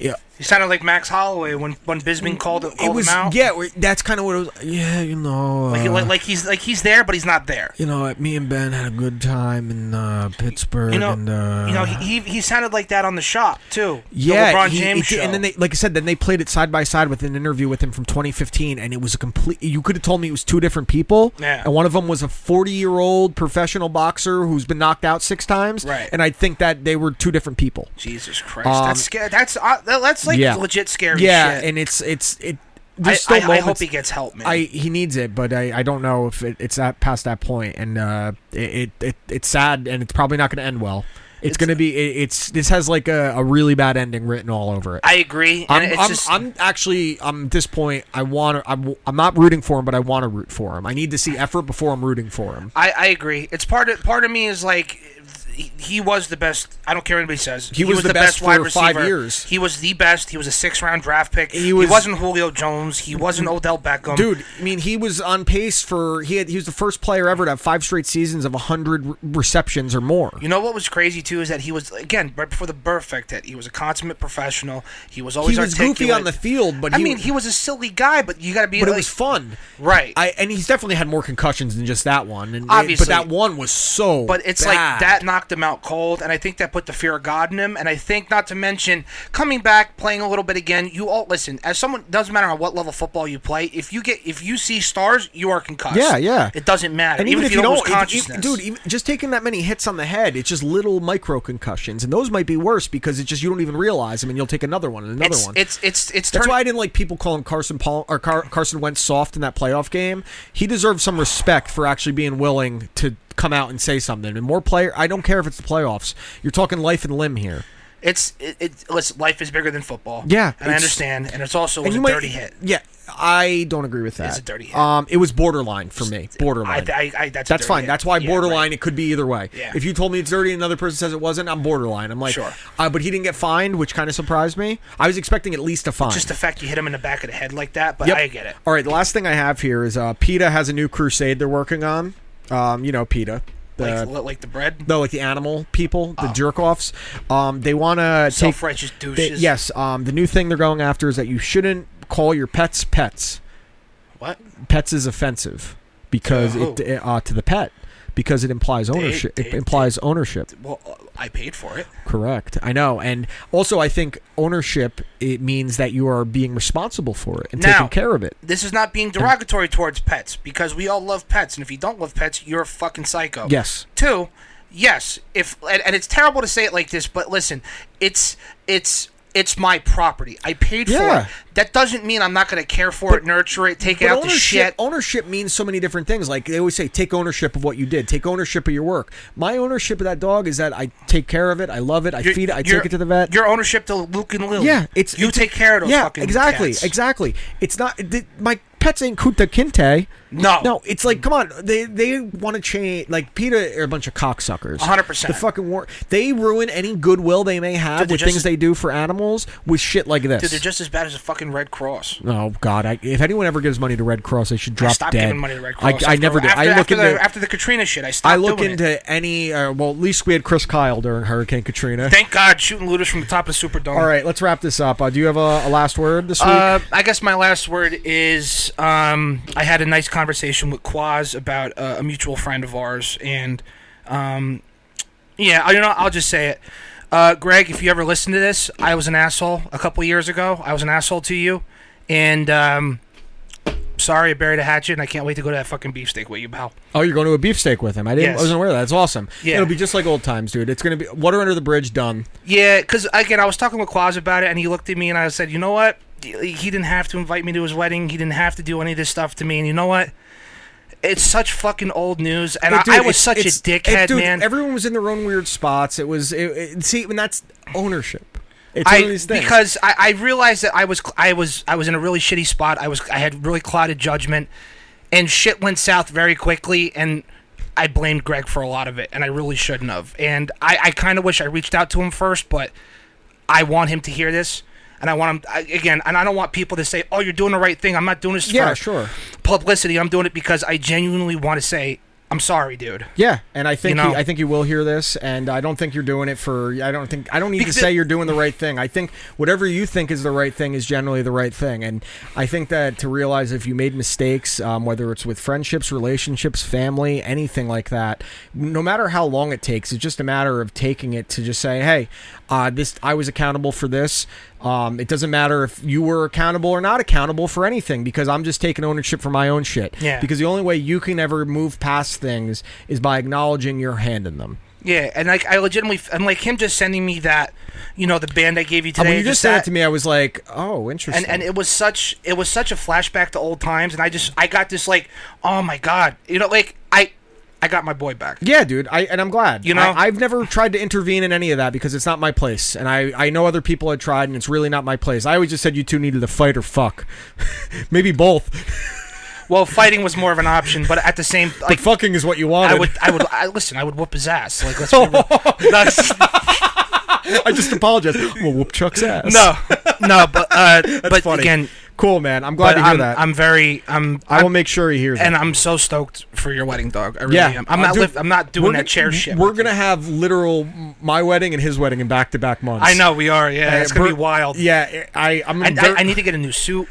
yeah, He sounded like Max Holloway when when Bisbing called, called it was. him out. Yeah, that's kind of what it was. Yeah, you know. Like, he- uh, like, like he's like he's there, but he's not there. you know, me and Ben had a good time in uh, Pittsburgh. You know, and, uh, you know, he, he he sounded like that on the shop too. The Yeah, LeBron he- James he- show. and then they, like I said, then they played it side by side with an interview with him from 2015, and it was a complete. You could have told me it was two different people, Yeah. and one of them was a 40 year old professional boxer who's been knocked out six times, Right. And I think that they were two different people. Jesus Christ, Um, that's scary. That's uh, that- that's like yeah, legit scary. Yeah, shit. and it's it's it. I, There's I, still I hope moments- he gets help, man. I he needs it, but I, I don't know if it, it's that past that point, and uh, it, it it it's sad, and it's probably not going to end well. It's, going to be it, it's this has like a, a really bad ending written all over it. I agree. And I'm, it's I'm, just, I'm actually I'm at this point I want to I'm, I'm not rooting for him but I want to root for him I need to see effort before I'm rooting for him I, I agree. It's part of part of me is like he, he was the best. I don't care what anybody says. He, was the best for five years. He was the best. He was a six round draft pick. He, was- was, not Julio Jones. He wasn't Odell Beckham. dude I mean he was on pace for he had he was the first player ever to have five straight seasons of 100 re- receptions or more You know what was crazy too is that he was again right before the perfect hit. He was a consummate professional. He was always He was articulate. goofy on the field, but I he mean, was- he was a silly guy. But you got to be. but it like- was fun Right. I and he's definitely had more concussions than just that one and Obviously. but that one was so But it's bad. like that knocked him out cold, and I think that put the fear of God in him. And I think, not to mention, coming back, playing a little bit again. You all listen. As someone, doesn't matter on what level of football you play. If you get, if you see stars, you are concussed. Yeah, yeah. It doesn't matter. And even, if you don't, don't, lose if- if- consciousness, dude, even, just taking that many hits on the head, it's just little micro concussions, and those might be worse because it's just you don't even realize them, and you'll take another one and another it's, one. it's it's That's it's turning- why I didn't like people calling Carson Paul or Car- Carson Wentz soft in that playoff game. He deserves some respect for actually being willing to come out and say something. And more player, I don't care if it's the playoffs. You're talking life and limb here. it's it, it. Listen, life is bigger than football. Yeah, and I it's- understand. And it's also And was a you might- dirty hit. Yeah, I don't agree with that. It's a dirty hit. Um, it was borderline for me. Borderline. I- I- I- that's a dirty fine. hit. That's why Yeah, borderline. right. It could be either way. Yeah. If you told me it's dirty and another person says it wasn't, I'm borderline. I'm like, Sure. uh, but he didn't get fined, which kind of surprised me. I was expecting at least a fine. Just the fact you hit him in the back of the head like that, but Yep. I get it. All right. The last thing I have here is uh, PETA has a new crusade they're working on. Um, you know, PETA. The, Like, like the bread, no, like the animal people, the jerk offs. Um, they want to take self-righteous they- douches. yes. Um, the new thing they're going after is that you shouldn't call your pets pets. What? pets is offensive because To it uh, to the pet because it implies ownership. they- it implies ownership. Well, uh, I paid for it. Correct. I know, and also I think ownership it means that you are being responsible for it and Now- taking care of it. this is not being derogatory towards pets because we all love pets, and if you don't love pets, you're a fucking psycho. Yes. Two, yes. If and, and it's terrible to say it like this, but listen, it's it's it's my property. I paid Yeah. for it. That doesn't mean I'm not going to care for it, nurture it, take it But out the shit. ownership means so many different things. Like they always say, take ownership of what you did, take ownership of your work. My ownership of that dog is that I take care of it, I love it, I Your- feed it, I your- take it to the vet. Your ownership to Luke and Lily. Yeah, it's you it's- take care of those Yeah, fucking exactly, cats. exactly. It's not th- my pets ain't kunta kinte. No. no, it's like come on, they they want to change. Like PETA are a bunch of cocksuckers. 100%. The fucking war. They ruin any goodwill they may have Dude, they're with just- things they do for animals with shit like this. Dude, they're just as bad as a fucking Red Cross. Oh God! I, if anyone ever gives money to Red Cross, they should drop I stopped dead. giving money to Red Cross. I, I after- never did. After, I look after into the, after the Katrina shit. I stopped I look doing into it. any. Uh, well, at least we had Chris Kyle during Hurricane Katrina. Thank God, shooting looters from the top of the Superdome. All right, let's wrap this up. Uh, do you have a, a last word this week? Uh, I guess my last word is um, I had a nice conversation with Quaz about uh, a mutual friend of ours, and um, yeah, I, you know, I'll just say it. Uh, Greg, if you ever listen to this, I was an asshole a couple years ago. I was an asshole to you, and um, sorry, I buried a hatchet, and I can't wait to go to that fucking beefsteak with you, pal. oh, you're going to a beefsteak with him. I didn't. Yes. I wasn't aware of that. That's awesome. Yeah. It'll be just like old times, dude. It's gonna be water under the bridge. Done. Yeah, because again, I was talking with Quaz about it, and he looked at me, and I said, "You know what? He he didn't have to invite me to his wedding. He didn't have to do any of this stuff to me. And you know what? It's such fucking old news, and I, Dude, I was it's- such a it's- it- dickhead, dude, man. Everyone was in their own weird spots. It was. It, it- see, and that's ownership. It's one I of these things. because I, I realized that I was cl- I was I was in a really shitty spot. I was I had really clouded judgment, and shit went south very quickly. And I blamed Greg for a lot of it, and I really shouldn't have. And I, I kind of wish I reached out to him first, but I want him to hear this. And I want him I, again, and I don't want people to say, "Oh, you're doing the right thing." I'm not doing this Yeah, for sure. publicity. I'm doing it because I genuinely want to say, "I'm sorry, dude." Yeah, and I think You know? he, I think you will hear this, and I don't think you're doing it for. I don't think I don't need Because to it- say you're doing the right thing. I think whatever you think is the right thing is generally the right thing, and I think that to realize if you made mistakes, um, whether it's with friendships, relationships, family, anything like that, no matter how long it takes, it's just a matter of taking it to just say, hey, uh, this I was accountable for this. Um, it doesn't matter if you were accountable or not accountable for anything because I'm just taking ownership for my own shit. Yeah. Because the only way you can ever move past things is by acknowledging your hand in them. Yeah, and like I legitimately, f- and like him just sending me that, you know, the band I gave you And today. when you just said that- it to me, I was like, "Oh, interesting." and and it was such it was such a flashback to old times and i just i got this like oh my god you know like i i got my boy back yeah, dude, I and I'm glad. You know? I, I've never tried to intervene in any of that because it's not my place, and I I know other people had tried, and it's really not my place. I always just said you two needed to fight or fuck, maybe both, well fighting was more of an option but at the same but like fucking is what you wanted. i would i would I, listen i would whoop his ass like let's be real. That's- I just apologize. I'm gonna whoop Chuck's ass. no no but uh but funny. again cool, man. I'm glad but to hear I'm, that. I'm very i'm I will I'm- make sure he hears. that. and i'm so stoked for your wedding dog i really Yeah, am i'm Uh, not dude, lift, i'm not doing we're that gonna- chair shit We're with you. gonna have literal my wedding and his wedding in back to back months. i know we are yeah Uh, it's gonna be Bert- wild Yeah, I I'm and very- I, I need to get a new suit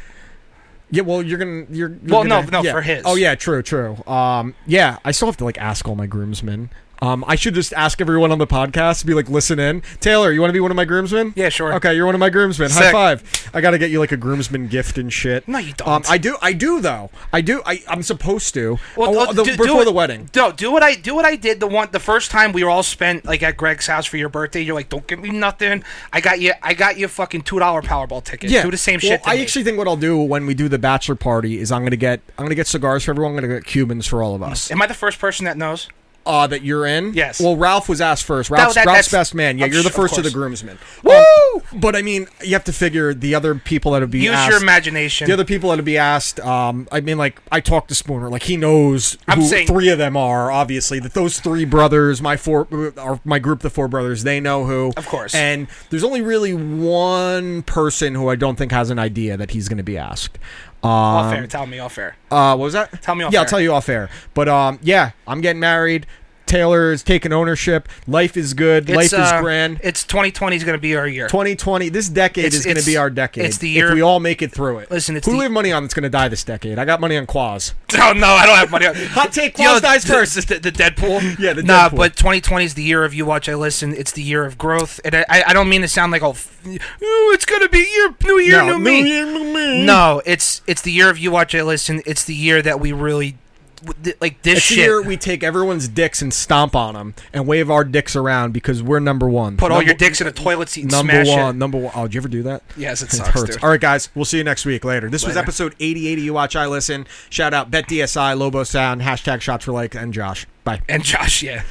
Yeah, well, you're gonna you're, you're Well, no, gonna- no, yeah. for his. Oh yeah, true, true. Um, yeah, I still have to like ask all my groomsmen. Um, I should just ask everyone on the podcast to be like, listen in. Taylor, you want to be one of my groomsmen? Yeah, sure. Okay, you're one of my groomsmen. High Sick. five. I gotta get you like a groomsman gift and shit. No, you don't. Um, I do. I do though. I do. I I'm supposed to. Oh, oh, the- do- do before it- the wedding. No, do what I do what I did the one the first time we were all spent like at Greg's house for your birthday. You're like, don't give me nothing. I got you. I got you a fucking two dollar Powerball ticket. do the same Well, shit. to I me. actually think what I'll do when we do the bachelor party is I'm gonna get I'm gonna get cigars for everyone. I'm gonna get Cubans for all of us. Am I the first person that knows? Uh, that you're in. Mm. Yes. Well, Ralph was asked first. Ralph's, that- Ralph's that's- best man. Yeah, I'm you're the su- of first of the course. groomsmen. Woo! but I mean, you have to figure the other people that would be Use asked- your imagination. The other people that would be asked. Um, I mean, like I talked to Spooner. Like he knows I'm who saying- three of them are. Obviously, that those three brothers, my four, uh, are my group, the four brothers. They know who. Of course. And there's only really one person who I don't think has an idea that he's going to be asked. all Um, fair. Tell me all fair. uh, what was that? Tell me off Yeah, I'll air. tell you off air. But um, yeah, I'm getting married. Taylor is taking ownership. Life is good. Life is uh, grand. It's 2020 is going to be our year. 2020. This decade It's- is going to it's- be our decade. it's the year- if we all make it through it. Listen, it's who do the- we have money on that's going to die this decade? I got money on Quaz. oh no, I don't have money. Hot take, Quaz dies first. The, the Deadpool. Yeah, the nah, Deadpool. but 2020 is the year of you watch. I listen. It's the year of growth, and I, I I don't mean to sound like oh, f- ooh, it's gonna be year, new year, No, new new, me. year, new me. No, it's it's the year of you watch. I listen. It's the year that we really w- th- like this It's shit. the year we take everyone's dicks and stomp on them and wave our dicks around because we're number one. Put all Number- your dicks in a toilet seat and Number smash one, it. number one. Oh, did you ever do that? Yes, it It sucks, hurts. dude. All right, guys, we'll see you next week. Later. This was Later. episode 88 of You Watch, I Listen. Shout out Bet DSI, Lobo Sound, hashtag Shots for Like, and Josh. Bye. And Josh, yeah.